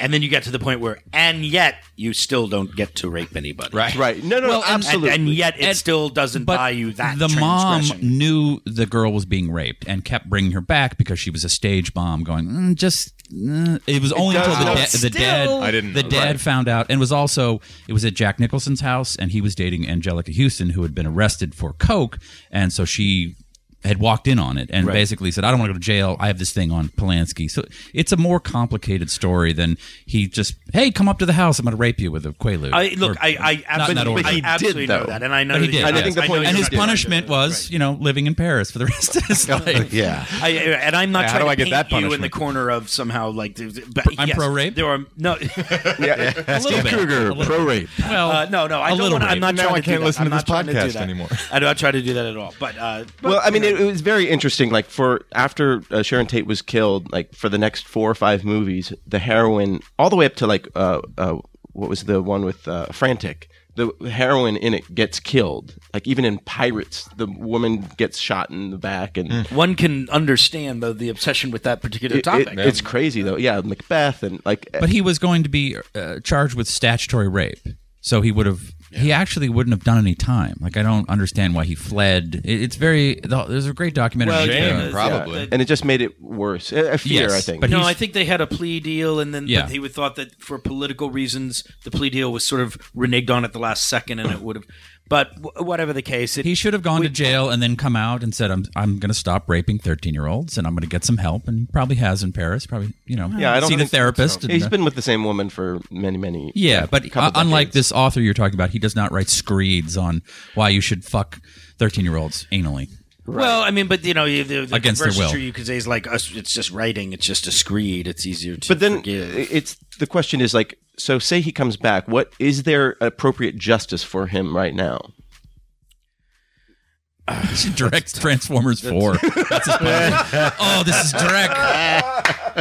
[SPEAKER 4] And then you get to the point where, and yet you still don't get to rape anybody, right?
[SPEAKER 2] right. No, no,
[SPEAKER 6] Well,
[SPEAKER 2] no,
[SPEAKER 6] and-
[SPEAKER 2] absolutely.
[SPEAKER 4] And, yet it still doesn't
[SPEAKER 6] but
[SPEAKER 4] buy you that.
[SPEAKER 6] the mom
[SPEAKER 4] transgression.
[SPEAKER 6] knew the girl was being raped and kept bringing her back because she was a stage mom going mm, just mm. it was only until the,
[SPEAKER 2] does-
[SPEAKER 6] da- the dad
[SPEAKER 5] I didn't
[SPEAKER 6] the
[SPEAKER 5] know.
[SPEAKER 6] dad
[SPEAKER 5] Right.
[SPEAKER 6] found out and was also it was at Jack Nicholson's house and he was dating Angelica Houston who had been arrested for coke and so she had walked in on it and basically said I don't want to go to jail I have this thing on Polanski so it's a more complicated story than he just hey come up to the house I'm going to rape you with a quaalude
[SPEAKER 4] I look.
[SPEAKER 6] Or-
[SPEAKER 4] I, I
[SPEAKER 6] not in
[SPEAKER 4] absolutely,
[SPEAKER 6] that order.
[SPEAKER 4] I
[SPEAKER 2] he did,
[SPEAKER 4] absolutely know
[SPEAKER 2] though.
[SPEAKER 4] that, and I know
[SPEAKER 6] But he
[SPEAKER 4] that
[SPEAKER 6] did,
[SPEAKER 4] I know-
[SPEAKER 2] I think the
[SPEAKER 4] I know
[SPEAKER 2] point
[SPEAKER 4] that
[SPEAKER 6] and
[SPEAKER 2] is
[SPEAKER 4] he
[SPEAKER 6] his
[SPEAKER 4] did.
[SPEAKER 6] punishment was, you know, living in Paris for the *laughs* rest of his
[SPEAKER 4] *laughs*
[SPEAKER 6] life.
[SPEAKER 7] Yeah.
[SPEAKER 4] I, and I'm not
[SPEAKER 5] Yeah, how
[SPEAKER 4] trying
[SPEAKER 5] do
[SPEAKER 4] to
[SPEAKER 5] I get that
[SPEAKER 4] paint you in the
[SPEAKER 5] punishment?
[SPEAKER 4] corner of somehow like. th- th- But
[SPEAKER 6] I'm
[SPEAKER 4] yes,
[SPEAKER 6] pro-rape?
[SPEAKER 4] There are no, *laughs*
[SPEAKER 2] yeah.
[SPEAKER 6] Steve Kruger, pro rape. Well,
[SPEAKER 4] uh, no, no. I
[SPEAKER 6] A
[SPEAKER 4] don't.
[SPEAKER 6] little
[SPEAKER 4] Wanna, I'm
[SPEAKER 6] rape.
[SPEAKER 4] not
[SPEAKER 5] Now
[SPEAKER 4] trying
[SPEAKER 5] I
[SPEAKER 4] to do
[SPEAKER 5] can't
[SPEAKER 4] that.
[SPEAKER 5] listen to
[SPEAKER 4] I'm
[SPEAKER 5] this
[SPEAKER 4] not trying do
[SPEAKER 5] podcast
[SPEAKER 4] that.
[SPEAKER 5] anymore.
[SPEAKER 4] I don't try to do that at all. But, uh, but
[SPEAKER 2] well, I mean, it, it was very interesting. Like for after uh, Sharon Tate was killed, like for the next four or five movies, the heroine, all the way up to like uh, uh, what was the one with uh, Frantic, the heroine in it gets killed. Like even in Pirates, the woman gets shot in the back, and
[SPEAKER 6] Mm.
[SPEAKER 4] one can understand though the obsession with that particular
[SPEAKER 2] it-
[SPEAKER 4] topic.
[SPEAKER 2] it- it's crazy though. Yeah, Macbeth and like
[SPEAKER 6] but he was going to be uh, charged with statutory rape, so he would have. He actually wouldn't have done any time. Like I don't understand why he fled. It, it's very. the- There's a great documentary.
[SPEAKER 4] Well,
[SPEAKER 6] Shame.
[SPEAKER 4] yeah,
[SPEAKER 5] probably.
[SPEAKER 4] the-
[SPEAKER 2] and it just made it worse. A, a fear,
[SPEAKER 6] Yes,
[SPEAKER 2] I think.
[SPEAKER 6] but
[SPEAKER 4] no,
[SPEAKER 6] he's-
[SPEAKER 4] I think they had a plea deal, and then
[SPEAKER 6] Yeah.
[SPEAKER 4] but he would thought that for political reasons, the plea deal was sort of reneged on at the last second, and it would have. But w- whatever the case, it,
[SPEAKER 6] He should have gone to jail and then come out and said, "I'm I'm going to stop raping 13 year olds and I'm going to get some help." And he probably has in Paris. Probably you know.
[SPEAKER 2] yeah, I don't
[SPEAKER 6] see the
[SPEAKER 2] think-
[SPEAKER 6] therapist. and,
[SPEAKER 2] He's
[SPEAKER 6] uh,
[SPEAKER 2] been with the same woman for many, many.
[SPEAKER 6] Yeah, but
[SPEAKER 2] couple
[SPEAKER 6] uh, unlike
[SPEAKER 2] decades.
[SPEAKER 6] this author you're talking about, he does not write screeds on why you should fuck 13 year olds anally.
[SPEAKER 4] Well, I mean, but you know, you- the, the
[SPEAKER 6] Against their
[SPEAKER 4] converse
[SPEAKER 6] will.
[SPEAKER 4] true you could say is like us. It's just writing. It's just a screed. It's easier to.
[SPEAKER 2] but then
[SPEAKER 4] forgive.
[SPEAKER 2] it's the question is like so say he comes back what is there appropriate justice for him right now
[SPEAKER 6] Direct Transformers 4. That's his punishment. oh, this is direct.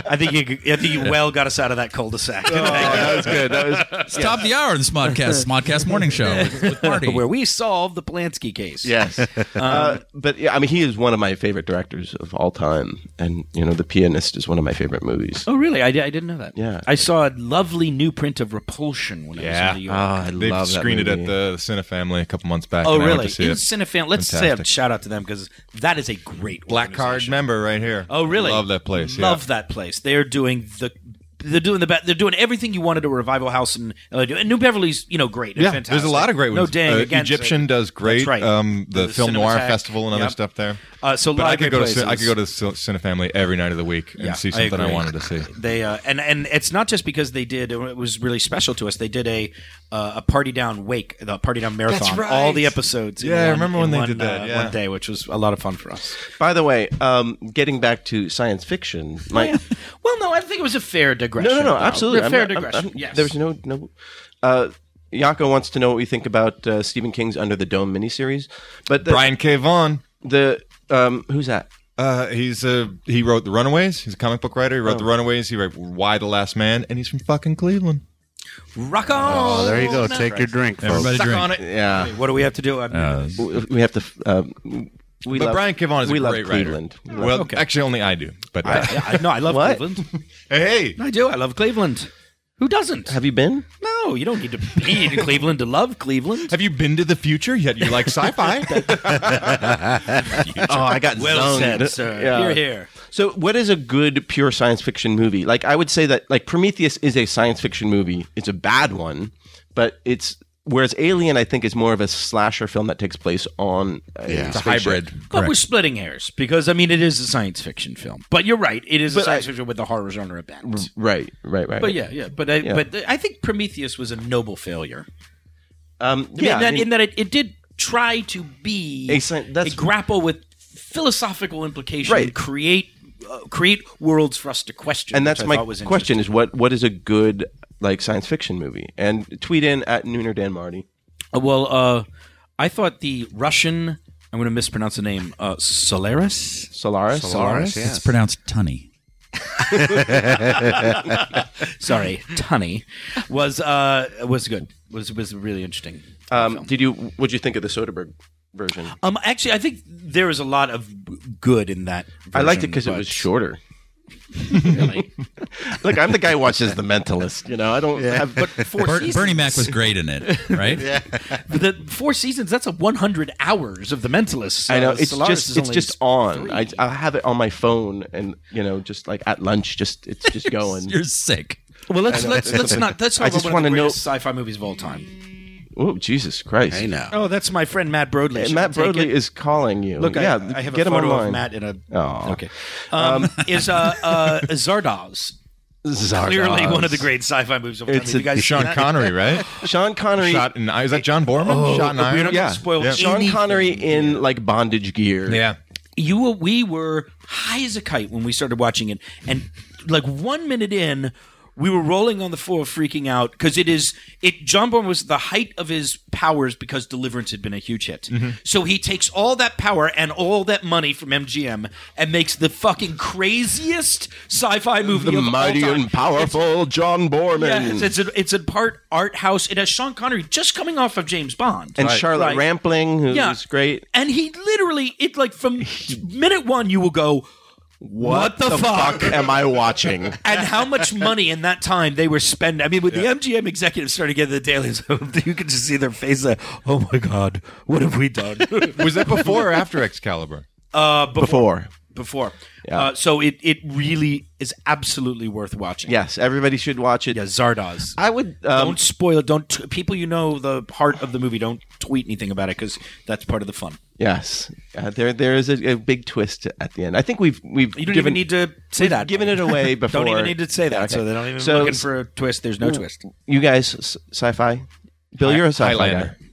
[SPEAKER 4] I think you, I think you well got us out of that cul-de-sac,
[SPEAKER 2] that was good
[SPEAKER 4] *laughs*
[SPEAKER 2] that was
[SPEAKER 6] Stop the hour in the Smodcast, Smodcast Morning Show with, with Marty.
[SPEAKER 4] where we solved the Polanski case.
[SPEAKER 2] yes uh, but yeah i mean he is one of my favorite directors of all time and you know the pianist is one of my favorite movies
[SPEAKER 4] Oh, really? I, di- I didn't know that.
[SPEAKER 2] Yeah.
[SPEAKER 4] I saw a lovely new print of Repulsion when I was in New York.
[SPEAKER 2] Oh, I
[SPEAKER 5] Ah, They screened it at the Cine Family a couple months back.
[SPEAKER 4] oh,
[SPEAKER 5] and I went
[SPEAKER 4] really?
[SPEAKER 5] to see
[SPEAKER 4] In
[SPEAKER 5] it.
[SPEAKER 4] Cinefam. Let's say a
[SPEAKER 5] Fantastic.
[SPEAKER 4] shout out to them because that is a great
[SPEAKER 5] Black Card
[SPEAKER 4] organization.
[SPEAKER 5] member right here.
[SPEAKER 4] Oh, really?
[SPEAKER 5] Love that place. yeah.
[SPEAKER 4] Love that place. They're doing the. They're doing the best. They're doing everything you wanted a revival house in LA. And New Beverly's, you know, great. and
[SPEAKER 5] Yeah,
[SPEAKER 4] fantastic.
[SPEAKER 5] there's a lot of great
[SPEAKER 4] No
[SPEAKER 5] ones.
[SPEAKER 4] dang
[SPEAKER 5] Uh,
[SPEAKER 4] against it.
[SPEAKER 5] Egyptian does great.
[SPEAKER 4] That's right.
[SPEAKER 5] Um, the,
[SPEAKER 4] The
[SPEAKER 5] Film Noir
[SPEAKER 4] Cinematheque.
[SPEAKER 5] Festival and other
[SPEAKER 4] Yep.
[SPEAKER 5] stuff there.
[SPEAKER 4] Uh, so a
[SPEAKER 5] but
[SPEAKER 4] lot
[SPEAKER 5] I
[SPEAKER 4] of
[SPEAKER 5] could
[SPEAKER 4] great
[SPEAKER 5] go to Cine, I
[SPEAKER 4] places.
[SPEAKER 5] could go to Cin- Cine Family every night of the week and
[SPEAKER 4] Yeah,
[SPEAKER 5] see
[SPEAKER 4] I
[SPEAKER 5] something I,
[SPEAKER 4] agree.
[SPEAKER 5] wanted to
[SPEAKER 4] *laughs*
[SPEAKER 5] see.
[SPEAKER 4] They uh, and and it's not just because they did. It was really special to us. They did a uh, a party down wake, the party down marathon. All the episodes. in
[SPEAKER 5] Yeah, I
[SPEAKER 4] one-
[SPEAKER 5] remember when
[SPEAKER 4] in
[SPEAKER 5] they
[SPEAKER 4] one,
[SPEAKER 5] did that,
[SPEAKER 4] uh,
[SPEAKER 5] yeah.
[SPEAKER 4] one day, which was a lot of fun for us.
[SPEAKER 2] by the way um, getting back to science fiction my
[SPEAKER 4] Well, no, I think it was a fair
[SPEAKER 2] *laughs*
[SPEAKER 4] digression.
[SPEAKER 2] No, no, no,
[SPEAKER 4] though.
[SPEAKER 2] absolutely.
[SPEAKER 4] A
[SPEAKER 2] I'm
[SPEAKER 4] fair
[SPEAKER 2] not- I'm-
[SPEAKER 4] digression.
[SPEAKER 2] I'm-
[SPEAKER 4] yes.
[SPEAKER 2] There's no no. Uh, Yako wants to know what we think about uh, Stephen King's Under the Dome miniseries, but the,
[SPEAKER 5] Brian K. Vaughan.
[SPEAKER 2] the um, who's that?
[SPEAKER 5] Uh, he's uh, he wrote The Runaways. He's a comic book writer. He
[SPEAKER 4] Oh.
[SPEAKER 5] wrote The Runaways. He wrote Why the Last Man, and he's from fucking Cleveland.
[SPEAKER 4] Rock on.
[SPEAKER 7] Oh, there you go. Take your drink, folks.
[SPEAKER 6] Everybody drink.
[SPEAKER 5] it.
[SPEAKER 2] Yeah,
[SPEAKER 4] What do we have to do? I'm-
[SPEAKER 6] Uh,
[SPEAKER 2] we have to. Um, We
[SPEAKER 5] but
[SPEAKER 2] love-
[SPEAKER 5] Brian
[SPEAKER 7] Oh,
[SPEAKER 5] Kevon is
[SPEAKER 2] we
[SPEAKER 5] a
[SPEAKER 2] love
[SPEAKER 5] great
[SPEAKER 2] Cleveland. We
[SPEAKER 5] writer.
[SPEAKER 2] love-
[SPEAKER 5] Well,
[SPEAKER 4] Okay.
[SPEAKER 5] actually, only I do. But
[SPEAKER 2] *laughs*
[SPEAKER 5] uh,
[SPEAKER 4] I, yeah, I, no, I love
[SPEAKER 2] What?
[SPEAKER 4] Cleveland.
[SPEAKER 5] hey,
[SPEAKER 4] I do. I love Cleveland. Who doesn't?
[SPEAKER 2] Have you been?
[SPEAKER 4] no, you don't need to be in Cleveland to love Cleveland.
[SPEAKER 5] have you been to the future yet? You like sci-fi?
[SPEAKER 2] *laughs* Oh, I got
[SPEAKER 4] Well
[SPEAKER 2] zoned.
[SPEAKER 4] said, sir.
[SPEAKER 2] Yeah.
[SPEAKER 4] You're here.
[SPEAKER 2] So, what is a good pure science fiction movie? Like, I would say that like Prometheus is a science fiction movie. It's a bad one, but it's whereas Alien, I think, is more of a slasher film that takes place on a
[SPEAKER 7] Yeah. It's a
[SPEAKER 2] spaceship.
[SPEAKER 4] But we're splitting hairs because I mean it is a science fiction film. But you're right, it is a
[SPEAKER 2] But
[SPEAKER 4] science
[SPEAKER 2] I-
[SPEAKER 4] fiction with the horror genre at bent.
[SPEAKER 2] Right, right, right.
[SPEAKER 4] But yeah, yeah. But I,
[SPEAKER 2] Yeah.
[SPEAKER 4] but I think Prometheus was a noble failure.
[SPEAKER 2] um,
[SPEAKER 4] I mean,
[SPEAKER 2] yeah,
[SPEAKER 4] that,
[SPEAKER 2] I mean,
[SPEAKER 4] in that it, it did try to be
[SPEAKER 2] A sci- that's-
[SPEAKER 4] it grapple with philosophical implications,
[SPEAKER 2] Right.
[SPEAKER 4] create uh, create worlds for us to question.
[SPEAKER 2] and
[SPEAKER 4] which
[SPEAKER 2] that's
[SPEAKER 4] I
[SPEAKER 2] my
[SPEAKER 4] thought was
[SPEAKER 2] question: is what what is a good like science fiction movie? And tweet in at Nooner Dan Marty.
[SPEAKER 4] interesting. Uh, well, uh, I thought the Russian. I'm going to mispronounce the name. Uh, Solaris.
[SPEAKER 2] Solaris.
[SPEAKER 7] Solaris,
[SPEAKER 6] It's
[SPEAKER 7] yes.
[SPEAKER 6] pronounced Tunny.
[SPEAKER 2] *laughs*
[SPEAKER 4] Sorry, Tunny was uh, was good. Was was really interesting.
[SPEAKER 2] Um, did you? What'd you think of the Soderbergh version?
[SPEAKER 4] Um, actually, I think there is a lot of good in that.
[SPEAKER 2] I liked it
[SPEAKER 4] version,
[SPEAKER 2] because it
[SPEAKER 4] but-
[SPEAKER 2] was shorter. *laughs* Look, I'm the guy who watches The Mentalist. You know, I don't have but four
[SPEAKER 6] Ber-
[SPEAKER 2] seasons.
[SPEAKER 6] Bernie Mac was great in it, right?
[SPEAKER 4] But the four seasons. That's a 100 hours of The
[SPEAKER 2] *laughs*
[SPEAKER 4] Mentalist.
[SPEAKER 2] I know
[SPEAKER 4] Uh,
[SPEAKER 2] it's
[SPEAKER 4] Solaris is
[SPEAKER 2] just it's
[SPEAKER 4] only
[SPEAKER 2] just on. I, I have it on my phone, and you know, just like at lunch, just *laughs* it's just going.
[SPEAKER 6] You're sick.
[SPEAKER 4] Well, let's let's let's not
[SPEAKER 2] *laughs*
[SPEAKER 4] let's talk
[SPEAKER 2] I
[SPEAKER 4] about
[SPEAKER 2] just
[SPEAKER 4] one of the
[SPEAKER 2] wanna know-
[SPEAKER 4] greatest sci-fi movies of all time.
[SPEAKER 2] Oh Jesus Christ!
[SPEAKER 7] Hey now.
[SPEAKER 4] Oh, that's my friend Matt Broadley.
[SPEAKER 2] And Matt Brodley is calling you.
[SPEAKER 4] Look,
[SPEAKER 2] yeah,
[SPEAKER 4] I, I have
[SPEAKER 2] get
[SPEAKER 4] a
[SPEAKER 2] him
[SPEAKER 4] photo
[SPEAKER 2] online.
[SPEAKER 4] of Matt in a.
[SPEAKER 2] Aw.
[SPEAKER 4] Okay, um, is uh, uh, Zardoz
[SPEAKER 2] Zardoz.
[SPEAKER 4] clearly one of the great sci-fi movies of all time?
[SPEAKER 2] It's
[SPEAKER 4] Have
[SPEAKER 2] a-
[SPEAKER 4] you guys seen
[SPEAKER 5] Sean
[SPEAKER 4] that?
[SPEAKER 5] Connery,
[SPEAKER 4] *laughs*
[SPEAKER 5] right?
[SPEAKER 2] Sean Connery.
[SPEAKER 5] Shot in is that John Borman? Shot in
[SPEAKER 4] We
[SPEAKER 5] Iron.
[SPEAKER 4] don't
[SPEAKER 2] Yeah.
[SPEAKER 4] have to spoil
[SPEAKER 5] Yeah.
[SPEAKER 2] Sean
[SPEAKER 4] anything.
[SPEAKER 2] Connery in like bondage gear.
[SPEAKER 5] Yeah.
[SPEAKER 4] you were, we were high as a kite when we started watching it and like one minute in we were rolling on the floor freaking out because it is it john Bourne was the height of his powers because deliverance had been a huge hit
[SPEAKER 2] Mm-hmm.
[SPEAKER 4] so he takes all that power and all that money from mgm and makes the fucking craziest sci-fi movie
[SPEAKER 2] The
[SPEAKER 4] of
[SPEAKER 2] mighty
[SPEAKER 4] all time.
[SPEAKER 2] and powerful John Borman.
[SPEAKER 4] yeah, it's, it's, a, it's a part art house. It has Sean Connery just coming off of James Bond.
[SPEAKER 2] and Charlotte
[SPEAKER 4] Right.
[SPEAKER 2] Rampling, who's
[SPEAKER 4] Yeah.
[SPEAKER 2] great.
[SPEAKER 4] And he literally, it like *laughs* from minute one, you will go, What, the, fuck?
[SPEAKER 2] am I watching?
[SPEAKER 4] And how much money in that time they were spending. I mean, when the MGM executives started getting the dailies, *laughs* you could just see their face like, oh my God, what have we done? *laughs*
[SPEAKER 5] Was that before or after Excalibur?
[SPEAKER 4] uh, before.
[SPEAKER 2] Before.
[SPEAKER 4] before. Uh, so it, it really is absolutely worth watching.
[SPEAKER 2] Yes, everybody should watch it.
[SPEAKER 4] Yeah, Zardoz.
[SPEAKER 2] I would. Um,
[SPEAKER 4] don't spoil it. Don't t- people you know the heart of the movie. Don't tweet anything about it because that's part of the fun.
[SPEAKER 2] yes, uh, there there is a, a big twist at the end. I think we've we've
[SPEAKER 4] You don't
[SPEAKER 2] given,
[SPEAKER 4] even need to say that.
[SPEAKER 2] given it away before.
[SPEAKER 4] *laughs* Don't even need to say that.
[SPEAKER 2] Okay.
[SPEAKER 4] So they don't even
[SPEAKER 2] So-
[SPEAKER 4] looking for a twist. There's no twist.
[SPEAKER 2] You guys, s- sci-fi. Bill, you're a sci-fi
[SPEAKER 5] Highlander.
[SPEAKER 2] guy.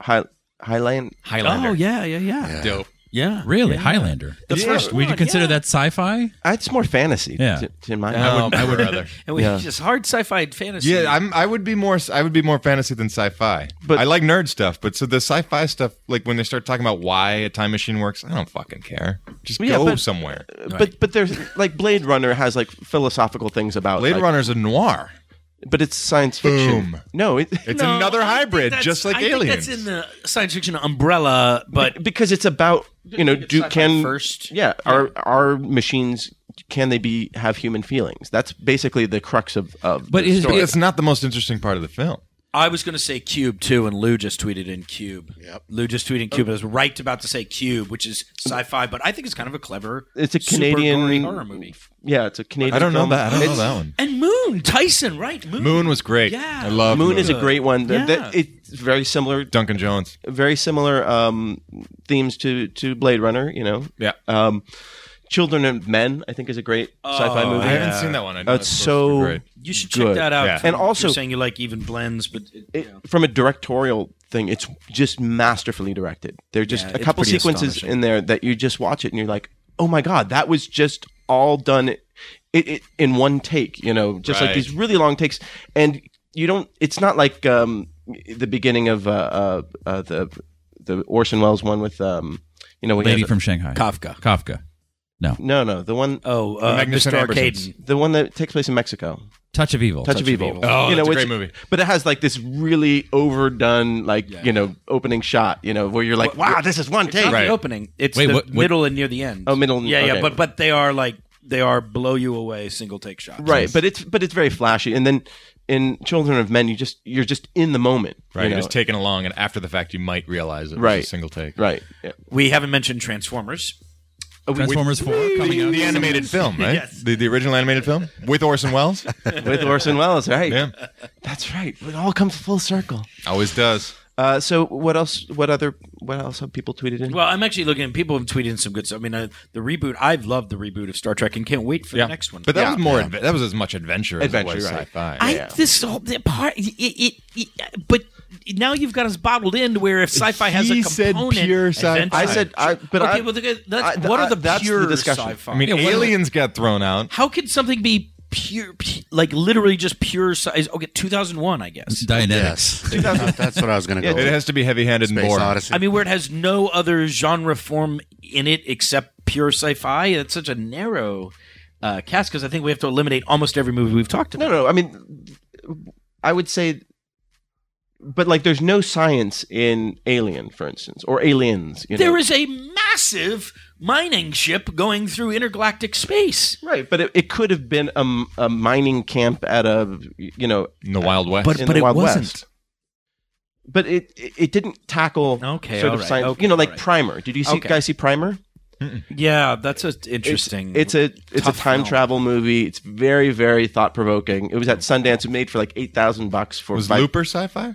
[SPEAKER 2] High, Highland.
[SPEAKER 5] Highlander.
[SPEAKER 4] Oh, yeah, yeah, yeah.
[SPEAKER 5] Dope.
[SPEAKER 4] Yeah.
[SPEAKER 6] Really, Highlander. The
[SPEAKER 2] first
[SPEAKER 6] Would you
[SPEAKER 4] one,
[SPEAKER 6] consider
[SPEAKER 4] yeah.
[SPEAKER 6] that sci-fi?
[SPEAKER 2] uh, It's more fantasy.
[SPEAKER 6] Yeah.
[SPEAKER 2] To, to my,
[SPEAKER 5] I would, I would rather.
[SPEAKER 4] And we
[SPEAKER 2] Yeah.
[SPEAKER 4] just hard sci-fi and fantasy.
[SPEAKER 5] *laughs* Yeah, I'm. I would be more. I would be more fantasy than sci-fi.
[SPEAKER 2] But-
[SPEAKER 5] But I like nerd stuff. But so the sci-fi stuff, like when they start talking about why a time machine works, I don't fucking care. Just
[SPEAKER 2] Yeah,
[SPEAKER 5] go
[SPEAKER 2] but-
[SPEAKER 5] somewhere.
[SPEAKER 2] Um, But but there's like Blade Runner has like philosophical things about
[SPEAKER 5] Blade
[SPEAKER 2] like-
[SPEAKER 5] Runner's a noir.
[SPEAKER 2] but it's science fiction.
[SPEAKER 5] Boom.
[SPEAKER 2] *laughs* No, it,
[SPEAKER 5] It's
[SPEAKER 4] No,
[SPEAKER 5] another
[SPEAKER 4] I think
[SPEAKER 5] hybrid,
[SPEAKER 4] that's-
[SPEAKER 5] just like
[SPEAKER 4] I think
[SPEAKER 5] aliens.
[SPEAKER 4] that's in the science fiction umbrella, but
[SPEAKER 2] because it's about you know do can
[SPEAKER 4] first.
[SPEAKER 2] yeah are are machines can they be have human feelings that's basically the crux of of
[SPEAKER 6] But
[SPEAKER 2] the
[SPEAKER 6] is-
[SPEAKER 2] story.
[SPEAKER 5] it's not the most interesting part of the film.
[SPEAKER 4] I was going to say Cube too, and Lou just tweeted in Cube. Yep. Lou just tweeted in
[SPEAKER 2] Oh.
[SPEAKER 4] Cube. I was right about to say Cube, which is sci-fi, but I think it's kind of a clever.
[SPEAKER 2] It's a
[SPEAKER 4] super
[SPEAKER 2] Canadian-
[SPEAKER 4] gory horror movie.
[SPEAKER 2] yeah it's a Canadian
[SPEAKER 5] I don't know
[SPEAKER 2] film.
[SPEAKER 5] that. I don't know
[SPEAKER 2] It's-
[SPEAKER 5] that one.
[SPEAKER 4] And Moon Tyson, right? Moon.
[SPEAKER 5] Moon was great.
[SPEAKER 4] Yeah.
[SPEAKER 5] I love
[SPEAKER 2] Moon is a great one That- that-
[SPEAKER 4] Yeah.
[SPEAKER 2] it's very similar
[SPEAKER 5] Duncan Jones.
[SPEAKER 2] very similar um themes to to Blade Runner you know
[SPEAKER 5] Yeah.
[SPEAKER 2] um Children of Men I think is a great sci-fi movie
[SPEAKER 5] Oh, I haven't seen that one. I know
[SPEAKER 2] Uh, it's
[SPEAKER 5] supposed to be
[SPEAKER 2] so
[SPEAKER 5] great.
[SPEAKER 4] You should check
[SPEAKER 2] Good.
[SPEAKER 4] that out.
[SPEAKER 5] Yeah.
[SPEAKER 4] too.
[SPEAKER 2] And also-
[SPEAKER 4] You're saying you like even blends, but it,
[SPEAKER 2] it- from a directorial thing, it's just masterfully directed. There are just
[SPEAKER 4] Yeah,
[SPEAKER 2] a
[SPEAKER 4] it's
[SPEAKER 2] couple
[SPEAKER 4] pretty
[SPEAKER 2] sequences
[SPEAKER 4] astonishing.
[SPEAKER 2] in there that you just watch it and you're like, oh my god, that was just all done it, it, it in one take. You know, just like
[SPEAKER 5] Right.
[SPEAKER 2] these really long takes, and you don't. It's not like um, the beginning of uh, uh, uh, the the Orson Welles one with um, you know, when he
[SPEAKER 6] Lady
[SPEAKER 2] has a-
[SPEAKER 6] from Shanghai.
[SPEAKER 4] Kafka.
[SPEAKER 6] Kafka.
[SPEAKER 2] no, no, the one
[SPEAKER 4] Oh, uh,
[SPEAKER 5] Magnificent
[SPEAKER 4] Mr.
[SPEAKER 5] Ambersons.
[SPEAKER 4] Arcade.
[SPEAKER 2] the one that takes place in Mexico.
[SPEAKER 6] Touch of Evil.
[SPEAKER 2] Touch, of Evil.
[SPEAKER 5] Oh, that's a
[SPEAKER 2] which-
[SPEAKER 5] great movie.
[SPEAKER 2] But it has like this really overdone, like you know, opening shot. You know, where you're like, wow, this is one take.
[SPEAKER 4] Not
[SPEAKER 5] Right.
[SPEAKER 4] the opening. It's
[SPEAKER 6] Wait,
[SPEAKER 4] the
[SPEAKER 6] what- what-
[SPEAKER 4] middle and near the end.
[SPEAKER 2] Oh, middle and-
[SPEAKER 4] Yeah, yeah.
[SPEAKER 2] okay.
[SPEAKER 4] But but they are like they are blow you away single take shots.
[SPEAKER 2] right but it's but it's very flashy and then in children of men you just you're just in the moment
[SPEAKER 5] Right,
[SPEAKER 2] you
[SPEAKER 5] you're
[SPEAKER 2] know?
[SPEAKER 5] just taken along, and after the fact, you might realize it was
[SPEAKER 2] Right.
[SPEAKER 5] a single take.
[SPEAKER 2] right yeah.
[SPEAKER 4] We haven't mentioned Transformers.
[SPEAKER 6] Transformers 4 coming out.
[SPEAKER 5] The animated *laughs* film, right?
[SPEAKER 4] Yes.
[SPEAKER 5] The, the original animated film with Orson
[SPEAKER 4] *laughs*
[SPEAKER 5] Welles.
[SPEAKER 2] with orson welles right
[SPEAKER 5] Yeah,
[SPEAKER 2] that's right it all comes full circle
[SPEAKER 5] always does.
[SPEAKER 2] uh, so what else what other what else have people tweeted in
[SPEAKER 4] Well, I'm actually looking. People have tweeted some good stuff. I mean, uh, the reboot. I've loved the reboot of Star Trek and can't wait for
[SPEAKER 5] Yeah,
[SPEAKER 4] the next one.
[SPEAKER 5] But that
[SPEAKER 2] Yeah.
[SPEAKER 5] was more. adve- that was as much adventure,
[SPEAKER 2] Adventure,
[SPEAKER 5] as it was
[SPEAKER 2] right.
[SPEAKER 5] sci-fi.
[SPEAKER 9] I
[SPEAKER 2] Yeah.
[SPEAKER 9] this whole the part it, it, it but now you've got us bottled in to where if sci-fi has a
[SPEAKER 5] He said
[SPEAKER 9] component
[SPEAKER 5] pure sci-fi.
[SPEAKER 9] adventure-
[SPEAKER 2] i said i but
[SPEAKER 9] okay,
[SPEAKER 2] I,
[SPEAKER 9] well, the-
[SPEAKER 2] I-
[SPEAKER 9] that's, what
[SPEAKER 2] I-
[SPEAKER 9] are the
[SPEAKER 2] that's the
[SPEAKER 9] pure
[SPEAKER 2] discussion.
[SPEAKER 9] sci-fi?
[SPEAKER 5] I mean, aliens got thrown out.
[SPEAKER 9] how can something be pure, p- like literally just pure sci? Okay, two thousand one, I guess.
[SPEAKER 6] Dianetics.
[SPEAKER 2] *laughs*
[SPEAKER 7] Yes, that's what I was going to go.
[SPEAKER 5] It
[SPEAKER 7] with.
[SPEAKER 5] has to be heavy-handed and
[SPEAKER 7] Space
[SPEAKER 5] boring.
[SPEAKER 7] Odyssey.
[SPEAKER 9] I mean, where it has no other genre form in it except pure sci-fi. It's such a narrow uh, cast because I think we have to eliminate almost every movie we've talked about.
[SPEAKER 2] no no i mean i would say but like there's no science in alien for instance or aliens you know?
[SPEAKER 9] There is a massive mining ship going through intergalactic space.
[SPEAKER 2] Right, but it, it could have been a, m- a mining camp at a you know
[SPEAKER 5] In the Wild West.
[SPEAKER 2] in the Wild West. But it, it it didn't tackle
[SPEAKER 9] Okay,
[SPEAKER 2] sort
[SPEAKER 9] all
[SPEAKER 2] of
[SPEAKER 9] right,
[SPEAKER 2] science.
[SPEAKER 9] okay,
[SPEAKER 2] you know,
[SPEAKER 9] all
[SPEAKER 2] like
[SPEAKER 9] right.
[SPEAKER 2] Primer. Did you see
[SPEAKER 9] Okay.
[SPEAKER 2] guys see Primer?
[SPEAKER 9] Yeah, that's a interesting.
[SPEAKER 2] It's a it's a
[SPEAKER 9] Tough
[SPEAKER 2] time
[SPEAKER 9] film.
[SPEAKER 2] travel movie. It's very very thought provoking. It was at Sundance. It made for like eight thousand bucks for
[SPEAKER 5] Was
[SPEAKER 2] five-
[SPEAKER 5] Looper sci-fi?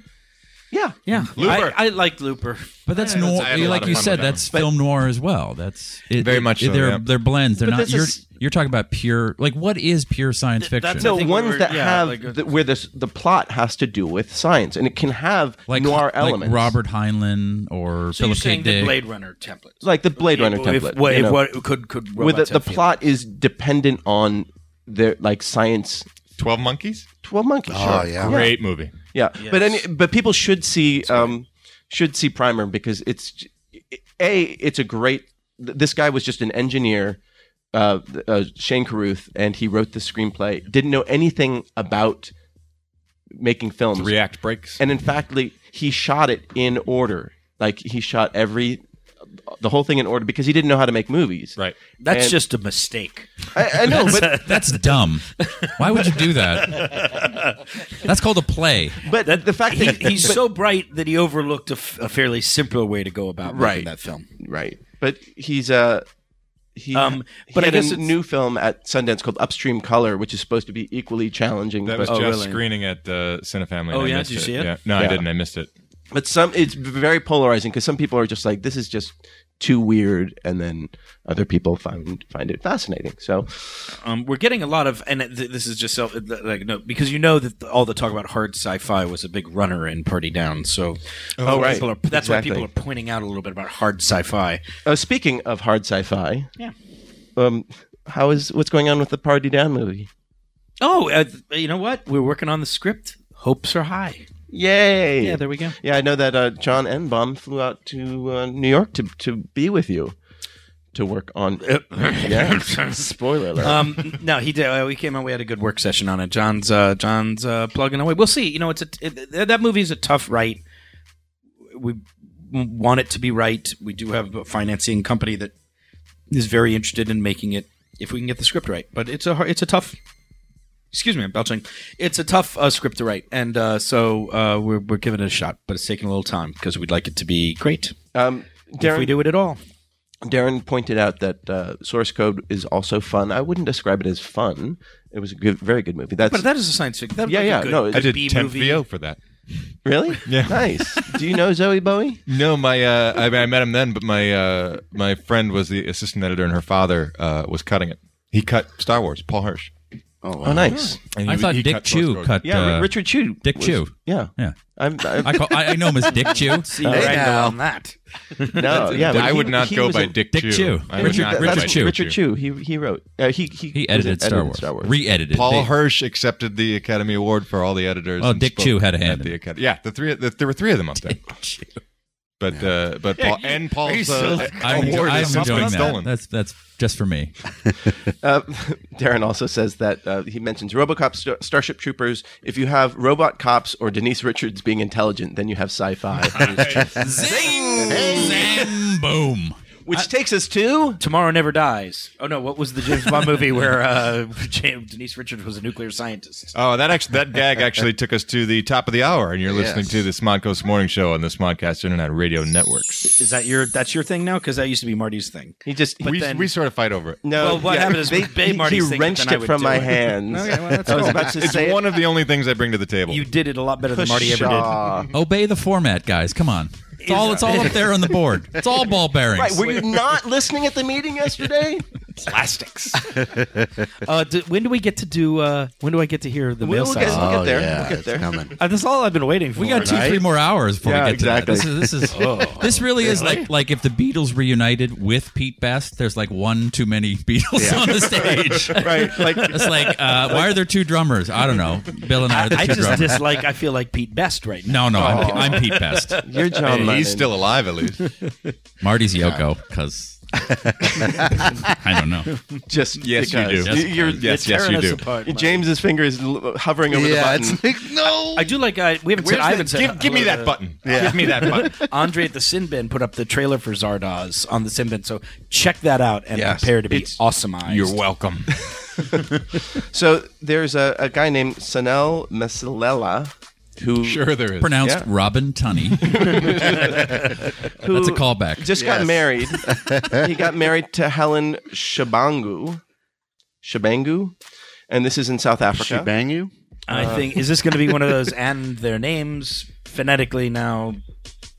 [SPEAKER 2] Yeah,
[SPEAKER 6] Yeah.
[SPEAKER 5] Looper.
[SPEAKER 9] I, I like Looper.
[SPEAKER 6] But that's
[SPEAKER 5] Yeah,
[SPEAKER 6] noir.
[SPEAKER 5] that's- I had a lot
[SPEAKER 6] like
[SPEAKER 5] of
[SPEAKER 6] you
[SPEAKER 5] fun
[SPEAKER 6] said,
[SPEAKER 5] with that
[SPEAKER 6] that's film noir as well. That's it,
[SPEAKER 5] Very
[SPEAKER 6] it-
[SPEAKER 5] much so,
[SPEAKER 6] they're
[SPEAKER 5] yeah.
[SPEAKER 6] they're blends. They're
[SPEAKER 2] But
[SPEAKER 6] not.
[SPEAKER 2] this
[SPEAKER 6] You're
[SPEAKER 2] is-
[SPEAKER 6] you're talking about pure. Like what is pure science
[SPEAKER 9] Th- that's
[SPEAKER 6] fiction?
[SPEAKER 9] I
[SPEAKER 2] no
[SPEAKER 9] think we
[SPEAKER 2] ones
[SPEAKER 9] were-
[SPEAKER 2] that
[SPEAKER 9] yeah,
[SPEAKER 2] have
[SPEAKER 9] like a-
[SPEAKER 2] the, where this the plot has to do with science, and it can have noir elements.
[SPEAKER 6] like Robert Heinlein or
[SPEAKER 4] so you're
[SPEAKER 6] Philip K.
[SPEAKER 4] saying the
[SPEAKER 6] Dick.
[SPEAKER 4] Blade Runner template,
[SPEAKER 2] like the Blade Runner
[SPEAKER 4] If-
[SPEAKER 2] template.
[SPEAKER 4] what-
[SPEAKER 2] you
[SPEAKER 4] if
[SPEAKER 2] know.
[SPEAKER 4] what- could could
[SPEAKER 2] where the,
[SPEAKER 4] robots
[SPEAKER 2] the
[SPEAKER 4] have
[SPEAKER 2] plot is dependent on their like science.
[SPEAKER 5] Twelve Monkeys.
[SPEAKER 2] Twelve Monkeys.
[SPEAKER 7] Oh,
[SPEAKER 2] sure.
[SPEAKER 7] yeah.
[SPEAKER 5] Great movie.
[SPEAKER 2] Yeah, but any but people should see um should see Primer because it's a it's a great. th- This guy was just an engineer, uh, uh, Shane Carruth, and he wrote the screenplay. Didn't know anything about making films.
[SPEAKER 5] React breaks.
[SPEAKER 2] and in fact, like, he shot it in order. Like he shot every the whole thing in order because he didn't know how to make movies.
[SPEAKER 5] right.
[SPEAKER 4] That's
[SPEAKER 2] and-
[SPEAKER 4] just a mistake.
[SPEAKER 2] I, I know, but
[SPEAKER 6] That's dumb. Why would you do that? That's called a play.
[SPEAKER 2] but the fact *laughs* that
[SPEAKER 4] He's so bright that he overlooked a, f- a fairly simpler way to go about
[SPEAKER 2] Right.
[SPEAKER 4] making that film.
[SPEAKER 2] Right. But he's uh he,
[SPEAKER 4] Um,
[SPEAKER 2] but
[SPEAKER 4] but I
[SPEAKER 2] had
[SPEAKER 4] guess
[SPEAKER 2] a
[SPEAKER 4] it's-
[SPEAKER 2] new film at Sundance called Upstream Color, which is supposed to be equally challenging.
[SPEAKER 5] That was
[SPEAKER 2] but,
[SPEAKER 5] just
[SPEAKER 4] Oh, really?
[SPEAKER 5] screening at uh, Cinefamily.
[SPEAKER 4] Oh,
[SPEAKER 5] and I
[SPEAKER 4] yeah?
[SPEAKER 5] missed
[SPEAKER 4] Did you see it?
[SPEAKER 5] Yeah. No, I
[SPEAKER 2] Yeah.
[SPEAKER 5] didn't. I missed it.
[SPEAKER 2] but some it's very polarizing because some people are just like this is just too weird, and then other people find find it fascinating. So
[SPEAKER 4] Um, we're getting a lot of, and th- this is just self, like no, because you know that all the talk about hard sci-fi was a big runner in Party Down. So,
[SPEAKER 2] Oh, right.
[SPEAKER 4] people are, that's
[SPEAKER 2] Exactly.
[SPEAKER 4] why people are pointing out a little bit about hard sci-fi.
[SPEAKER 2] uh, speaking of hard sci-fi, yeah, um, how is what's going on with the Party Down movie?
[SPEAKER 4] Oh, uh, th- you know what? We're working on the script. Hopes are high.
[SPEAKER 2] Yay! Yeah,
[SPEAKER 9] we go.
[SPEAKER 2] I know that uh, John Enbaum flew out to uh, New York to to be with you to work
[SPEAKER 4] *coughs*
[SPEAKER 2] on. yeah, *coughs* spoiler alert.
[SPEAKER 4] Um, no, he did. Uh, we came on. We had a good work session on it. John's uh, John's uh, plugging away. We'll see. You know, it's a it, that movie is a tough write. We want it to be right. We do have a financing company that is very interested in making it if we can get the script right. But it's a hard, it's a tough. Excuse me, I'm belching. It's a tough uh, script to write, and uh, so uh, we're we're giving it a shot, but it's taking a little time because we'd like it to be great
[SPEAKER 2] Um,
[SPEAKER 4] if we
[SPEAKER 2] Darren,
[SPEAKER 4] do it at all.
[SPEAKER 2] Darren pointed out that uh, Source Code is also fun. I wouldn't describe it as fun. It was a good, very good movie. That's
[SPEAKER 4] But that is a science fiction. that would
[SPEAKER 2] Yeah,
[SPEAKER 4] be
[SPEAKER 2] yeah,
[SPEAKER 4] good.
[SPEAKER 2] no,
[SPEAKER 5] I
[SPEAKER 2] it's-
[SPEAKER 5] did
[SPEAKER 4] B
[SPEAKER 5] temp
[SPEAKER 4] movie.
[SPEAKER 5] VO for that.
[SPEAKER 2] really
[SPEAKER 5] Yeah.
[SPEAKER 2] *laughs* nice. do you know Zoe
[SPEAKER 4] *laughs*
[SPEAKER 2] Bowie?
[SPEAKER 5] No, my uh, I, mean, I met him then, but my uh, my friend was the assistant editor, and her father uh, was cutting it. He cut Star Wars. Paul Hirsch.
[SPEAKER 7] oh,
[SPEAKER 2] Oh,
[SPEAKER 7] wow.
[SPEAKER 2] nice.
[SPEAKER 5] And he,
[SPEAKER 6] I thought
[SPEAKER 5] he
[SPEAKER 6] Dick
[SPEAKER 5] cut Source
[SPEAKER 6] Chew
[SPEAKER 5] Code.
[SPEAKER 6] cut.
[SPEAKER 2] Yeah,
[SPEAKER 6] uh,
[SPEAKER 2] Richard Chew.
[SPEAKER 6] Dick
[SPEAKER 2] was-
[SPEAKER 6] Chew.
[SPEAKER 2] Yeah,
[SPEAKER 6] Yeah.
[SPEAKER 2] I'm.
[SPEAKER 6] *laughs* I,
[SPEAKER 2] i
[SPEAKER 6] call, I, I know him as Dick Chew.
[SPEAKER 4] Your angle
[SPEAKER 7] now.
[SPEAKER 4] on that.
[SPEAKER 2] no, yeah. but
[SPEAKER 5] I
[SPEAKER 2] he-
[SPEAKER 5] would not
[SPEAKER 2] he
[SPEAKER 5] go
[SPEAKER 2] was
[SPEAKER 5] by
[SPEAKER 2] a-
[SPEAKER 5] Dick,
[SPEAKER 6] Dick Chew.
[SPEAKER 5] I would
[SPEAKER 6] Richard-
[SPEAKER 5] not go
[SPEAKER 2] that's
[SPEAKER 5] by Dick Chew.
[SPEAKER 2] Richard Chew. He he wrote. Uh, he he
[SPEAKER 6] He
[SPEAKER 2] was
[SPEAKER 6] edited
[SPEAKER 2] an-
[SPEAKER 6] Star Wars. Re-edited.
[SPEAKER 5] Paul
[SPEAKER 6] They-
[SPEAKER 5] Hirsch accepted the Academy Award for all the editors.
[SPEAKER 6] Oh,
[SPEAKER 5] and
[SPEAKER 6] Dick
[SPEAKER 5] spoke
[SPEAKER 6] Chew had a
[SPEAKER 5] at
[SPEAKER 6] hand in
[SPEAKER 5] the
[SPEAKER 6] it. *laughs*
[SPEAKER 5] Academy. Yeah, the three. The, there were three of them up there. But uh, but Paul and Paul's *laughs* uh,
[SPEAKER 6] *laughs* I'm, enjo-
[SPEAKER 5] award
[SPEAKER 6] I'm
[SPEAKER 5] has since been
[SPEAKER 6] enjoying that.
[SPEAKER 5] stolen.
[SPEAKER 6] That's that's just for me.
[SPEAKER 2] Uh, *laughs* Darren also says that uh, he mentions RoboCop, Star- Starship Troopers. If you have robot cops or Denise Richards being intelligent, then you have sci-fi,
[SPEAKER 6] Zing, zam, boom.
[SPEAKER 2] which takes us to
[SPEAKER 4] Tomorrow Never Dies. Oh no, what was the James Bond movie where uh, *laughs* James, Denise Richards was a nuclear scientist?
[SPEAKER 5] Oh, that actually that gag actually took us to the top of the hour, *laughs* and you're listening to the Smodcoast Morning Show on the Smodcast Internet Radio Networks.
[SPEAKER 10] Is that your that's your thing now? Because that used to be Marty's thing.
[SPEAKER 2] he just
[SPEAKER 5] we,
[SPEAKER 10] then-
[SPEAKER 5] we sort of fight over it.
[SPEAKER 2] no.
[SPEAKER 10] Well, what happened is with Bay
[SPEAKER 2] he-
[SPEAKER 10] Marty's
[SPEAKER 2] he
[SPEAKER 10] thing,
[SPEAKER 2] wrenched
[SPEAKER 10] then I
[SPEAKER 2] it
[SPEAKER 10] would
[SPEAKER 2] from
[SPEAKER 10] do
[SPEAKER 2] my
[SPEAKER 10] it.
[SPEAKER 2] hands. I was about to
[SPEAKER 5] It's
[SPEAKER 2] say
[SPEAKER 5] one of the only things I bring to the table.
[SPEAKER 10] You did it a lot better than Marty ever did.
[SPEAKER 2] Pshaw.
[SPEAKER 6] Obey the format, guys. Come on. It's all it's all up there on the board. It's all ball bearings.
[SPEAKER 2] Right, were you not listening at the
[SPEAKER 7] *laughs*
[SPEAKER 2] meeting yesterday?
[SPEAKER 10] Plastics.
[SPEAKER 4] *laughs* Uh, do, when do we get to do? Uh, when do I get to hear the
[SPEAKER 2] We'll,
[SPEAKER 4] mail
[SPEAKER 2] we'll
[SPEAKER 4] side?
[SPEAKER 2] get, we'll get there.
[SPEAKER 7] Oh, yeah,
[SPEAKER 2] we'll get
[SPEAKER 7] it's
[SPEAKER 2] there.
[SPEAKER 7] coming.
[SPEAKER 4] Uh, that's all I've been waiting for.
[SPEAKER 6] we got two, three more hours before
[SPEAKER 2] Yeah,
[SPEAKER 6] we get to
[SPEAKER 2] exactly. Oh.
[SPEAKER 6] that. This is this is this really is like like if the Beatles reunited with Pete Best. There's like one too many Beatles on the stage.
[SPEAKER 2] *laughs* Right, like
[SPEAKER 6] It's like uh, why are there two drummers? I don't know. Bill and I are the
[SPEAKER 4] I
[SPEAKER 6] two
[SPEAKER 4] just
[SPEAKER 6] drummers.
[SPEAKER 4] dislike. I feel like Pete Best right now.
[SPEAKER 6] no, no, I'm, I'm
[SPEAKER 2] Oh.
[SPEAKER 6] Pete Best.
[SPEAKER 2] you're John
[SPEAKER 5] Hey,
[SPEAKER 2] Lennon.
[SPEAKER 5] he's still alive at least.
[SPEAKER 6] Marty's Yoko because I don't know.
[SPEAKER 2] *laughs* just
[SPEAKER 5] Yes, you
[SPEAKER 2] because.
[SPEAKER 5] do.
[SPEAKER 2] You- You're,
[SPEAKER 5] Yes, yes, you do.
[SPEAKER 2] James's finger is l- hovering over
[SPEAKER 7] yeah,
[SPEAKER 2] the
[SPEAKER 7] it's
[SPEAKER 2] button.
[SPEAKER 7] like no.
[SPEAKER 4] I do like. Uh, we haven't said. I haven't said.
[SPEAKER 5] Give, give me that button. Give me that *laughs* button.
[SPEAKER 4] Andre at the Sin Bin put up the trailer for Zardoz on the Sin Bin, so check that out and
[SPEAKER 5] Yes.
[SPEAKER 4] prepare to be
[SPEAKER 2] It's-
[SPEAKER 4] awesomeized.
[SPEAKER 5] welcome.
[SPEAKER 2] So there's a, a guy named Sanel Masilela who
[SPEAKER 5] Sure, there is.
[SPEAKER 6] Pronounced
[SPEAKER 2] Yeah.
[SPEAKER 6] Robin Tunney.
[SPEAKER 2] who
[SPEAKER 6] That's a callback.
[SPEAKER 2] Just got married. he got married to Helen Shabangu. Shabangu. And this is in South
[SPEAKER 7] she
[SPEAKER 2] Africa.
[SPEAKER 7] bang you?
[SPEAKER 4] I think is this going to be one of those and their names phonetically now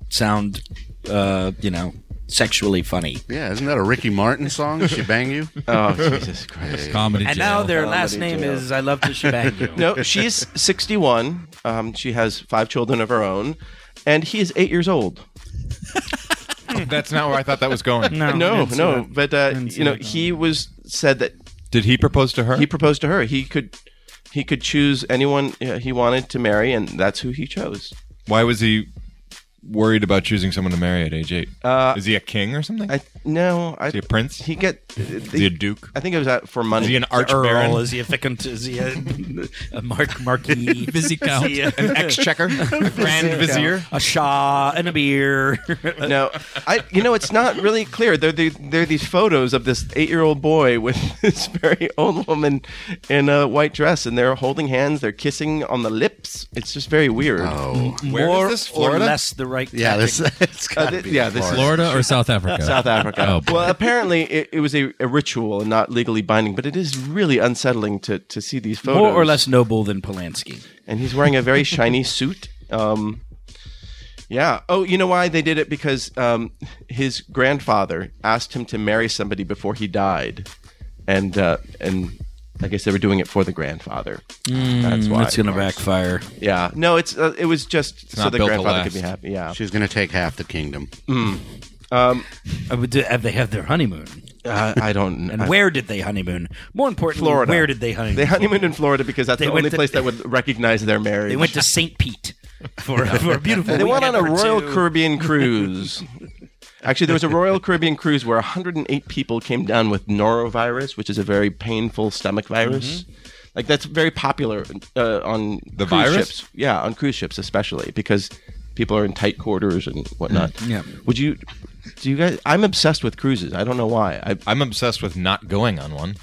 [SPEAKER 4] sound, uh, you know, sexually funny.
[SPEAKER 7] Yeah, isn't that a Ricky Martin song? she bang you?
[SPEAKER 2] oh, Jesus Christ.
[SPEAKER 6] Comedy
[SPEAKER 4] And
[SPEAKER 6] jail.
[SPEAKER 4] now their
[SPEAKER 2] Comedy
[SPEAKER 4] last name
[SPEAKER 2] jail.
[SPEAKER 4] is I love to shebang
[SPEAKER 5] *laughs*
[SPEAKER 4] you.
[SPEAKER 2] No, she's 61. Um, she has five children of her own. And he is eight years old.
[SPEAKER 5] That's not where I thought that was going.
[SPEAKER 2] No, no. But, uh, you know, he was said that
[SPEAKER 5] Did he propose to her?
[SPEAKER 2] he proposed to her. He could he could choose anyone uh, he wanted to marry, and that's who he chose.
[SPEAKER 5] Why was he worried about choosing someone to marry at age eight? is he a king or something?
[SPEAKER 2] Uh, I no, I
[SPEAKER 5] is he a prince?
[SPEAKER 2] he get is
[SPEAKER 5] is he a duke?
[SPEAKER 2] I think it was out for money.
[SPEAKER 5] Is he an
[SPEAKER 4] Earl,
[SPEAKER 5] archbaron?
[SPEAKER 4] is he a ficant? Is he a, a mark marquis?
[SPEAKER 5] *laughs*
[SPEAKER 6] *laughs* Viscount.
[SPEAKER 4] Is he a, *laughs*
[SPEAKER 5] Exchequer? Grand vizier?
[SPEAKER 4] a shah and a beer?
[SPEAKER 2] no, I you know it's not really clear. There there there are these photos of this eight year old boy with *laughs* this very old woman in a white dress, and they're holding hands, they're kissing on the lips. It's just very weird.
[SPEAKER 7] Oh,
[SPEAKER 5] Where is
[SPEAKER 4] More
[SPEAKER 5] this?
[SPEAKER 4] or
[SPEAKER 5] Florida?
[SPEAKER 4] less the right.
[SPEAKER 7] *laughs* yeah. *laughs* This it's
[SPEAKER 2] Uh,
[SPEAKER 7] gotta
[SPEAKER 2] thi-
[SPEAKER 7] be
[SPEAKER 2] yeah, this is
[SPEAKER 6] Florida
[SPEAKER 4] *laughs*
[SPEAKER 6] or South Africa?
[SPEAKER 2] South Africa.
[SPEAKER 6] Oh, boy.
[SPEAKER 2] well, apparently it, it was a, a ritual and not legally binding, but it is really unsettling to, to see these photos.
[SPEAKER 4] More or less noble than Polanski.
[SPEAKER 2] and he's wearing a very shiny suit. Um, yeah. Oh, you know why they did it? Because um, his grandfather asked him to marry somebody before he died, and uh, and I guess they were doing it for the grandfather. That's why.
[SPEAKER 4] Hmm, That's gonna backfire.
[SPEAKER 2] yeah. No, it's uh, it was just so
[SPEAKER 5] not
[SPEAKER 2] the
[SPEAKER 5] built to
[SPEAKER 2] grandfather could be
[SPEAKER 5] last.
[SPEAKER 2] happy. Yeah.
[SPEAKER 7] She's gonna take half the kingdom.
[SPEAKER 4] I would Uh, do, have they have their honeymoon?
[SPEAKER 2] Uh, I don't.
[SPEAKER 4] And
[SPEAKER 2] I-
[SPEAKER 4] where did they honeymoon? More importantly,
[SPEAKER 2] Florida.
[SPEAKER 4] where did they honeymoon?
[SPEAKER 2] They honeymooned in Florida because that's
[SPEAKER 4] They
[SPEAKER 2] the
[SPEAKER 4] went
[SPEAKER 2] only
[SPEAKER 4] to-
[SPEAKER 2] place that would recognize their marriage.
[SPEAKER 4] *laughs* They went to St. Pete for, for a beautiful.
[SPEAKER 2] They went on
[SPEAKER 4] weekend
[SPEAKER 2] a
[SPEAKER 4] for
[SPEAKER 2] Royal
[SPEAKER 5] *laughs*
[SPEAKER 4] two.
[SPEAKER 2] Caribbean cruise. Actually, there was a Royal Caribbean cruise where 108 people came down with norovirus, which is a very painful stomach virus. Like that's very popular uh, on
[SPEAKER 5] Mm-hmm. The
[SPEAKER 2] cruise
[SPEAKER 5] virus?
[SPEAKER 2] ships. Yeah, on cruise ships especially because people are in tight quarters and whatnot.
[SPEAKER 5] Mm-hmm.
[SPEAKER 4] Yeah.
[SPEAKER 2] Would you? Do you guys? I'm obsessed with cruises. I don't know why. I
[SPEAKER 5] I'm obsessed with not going on one.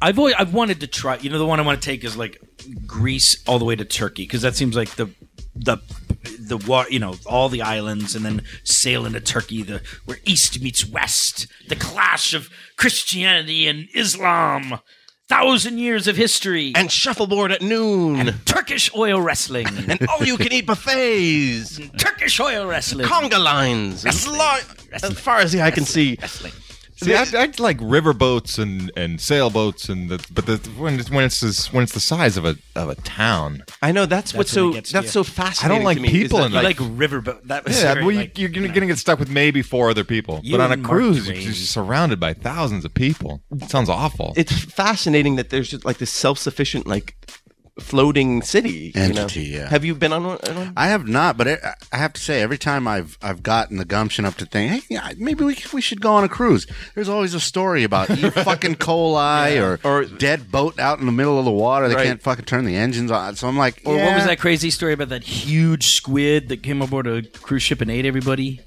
[SPEAKER 4] I've always, I've wanted to try. You know, the one I want to take is like Greece all the way to Turkey because that seems like the the the wa- you know all the islands and then sail into Turkey the where east meets west the clash of Christianity and Islam thousand years of history
[SPEAKER 2] and shuffleboard at noon
[SPEAKER 4] Turkish oil wrestling
[SPEAKER 2] *laughs* and all you can eat buffets,
[SPEAKER 5] *laughs*
[SPEAKER 4] Turkish oil wrestling
[SPEAKER 2] conga lines as, lar- as far as the eye can see.
[SPEAKER 5] See, I, I like riverboats and, and sailboats, and the, but the, when it's when it's this, when it's the size of a of a town,
[SPEAKER 2] I know that's, what's so
[SPEAKER 4] when it gets
[SPEAKER 2] that's
[SPEAKER 4] to you.
[SPEAKER 2] so fascinating.
[SPEAKER 5] like
[SPEAKER 2] to me, is
[SPEAKER 5] people
[SPEAKER 2] that
[SPEAKER 5] in
[SPEAKER 2] you
[SPEAKER 5] that.
[SPEAKER 4] like riverboat that was
[SPEAKER 5] yeah,
[SPEAKER 4] very,
[SPEAKER 5] well, you,
[SPEAKER 4] like,
[SPEAKER 5] you're gonna, gonna get stuck with maybe four other people,
[SPEAKER 4] You
[SPEAKER 5] but on a
[SPEAKER 4] and Mark
[SPEAKER 5] cruise,
[SPEAKER 4] Twain.
[SPEAKER 5] you're just surrounded by thousands of people. It sounds awful.
[SPEAKER 2] it's fascinating that there's just like this self-sufficient like floating city you know?
[SPEAKER 7] Entity, yeah.
[SPEAKER 2] Have you been on one? on one?
[SPEAKER 7] I have not, but it, I have to say, every time I've I've gotten the gumption up to think, hey, yeah, maybe we we should go on a cruise. There's always a story about
[SPEAKER 2] *laughs*
[SPEAKER 7] you fucking coal eye or,
[SPEAKER 2] Or-
[SPEAKER 7] dead boat out in the middle of the water. They
[SPEAKER 2] Right.
[SPEAKER 7] can't fucking turn the engines on. So I'm like,
[SPEAKER 4] Or what was
[SPEAKER 7] yeah,
[SPEAKER 4] that crazy story about that huge squid that came aboard a cruise ship and ate everybody?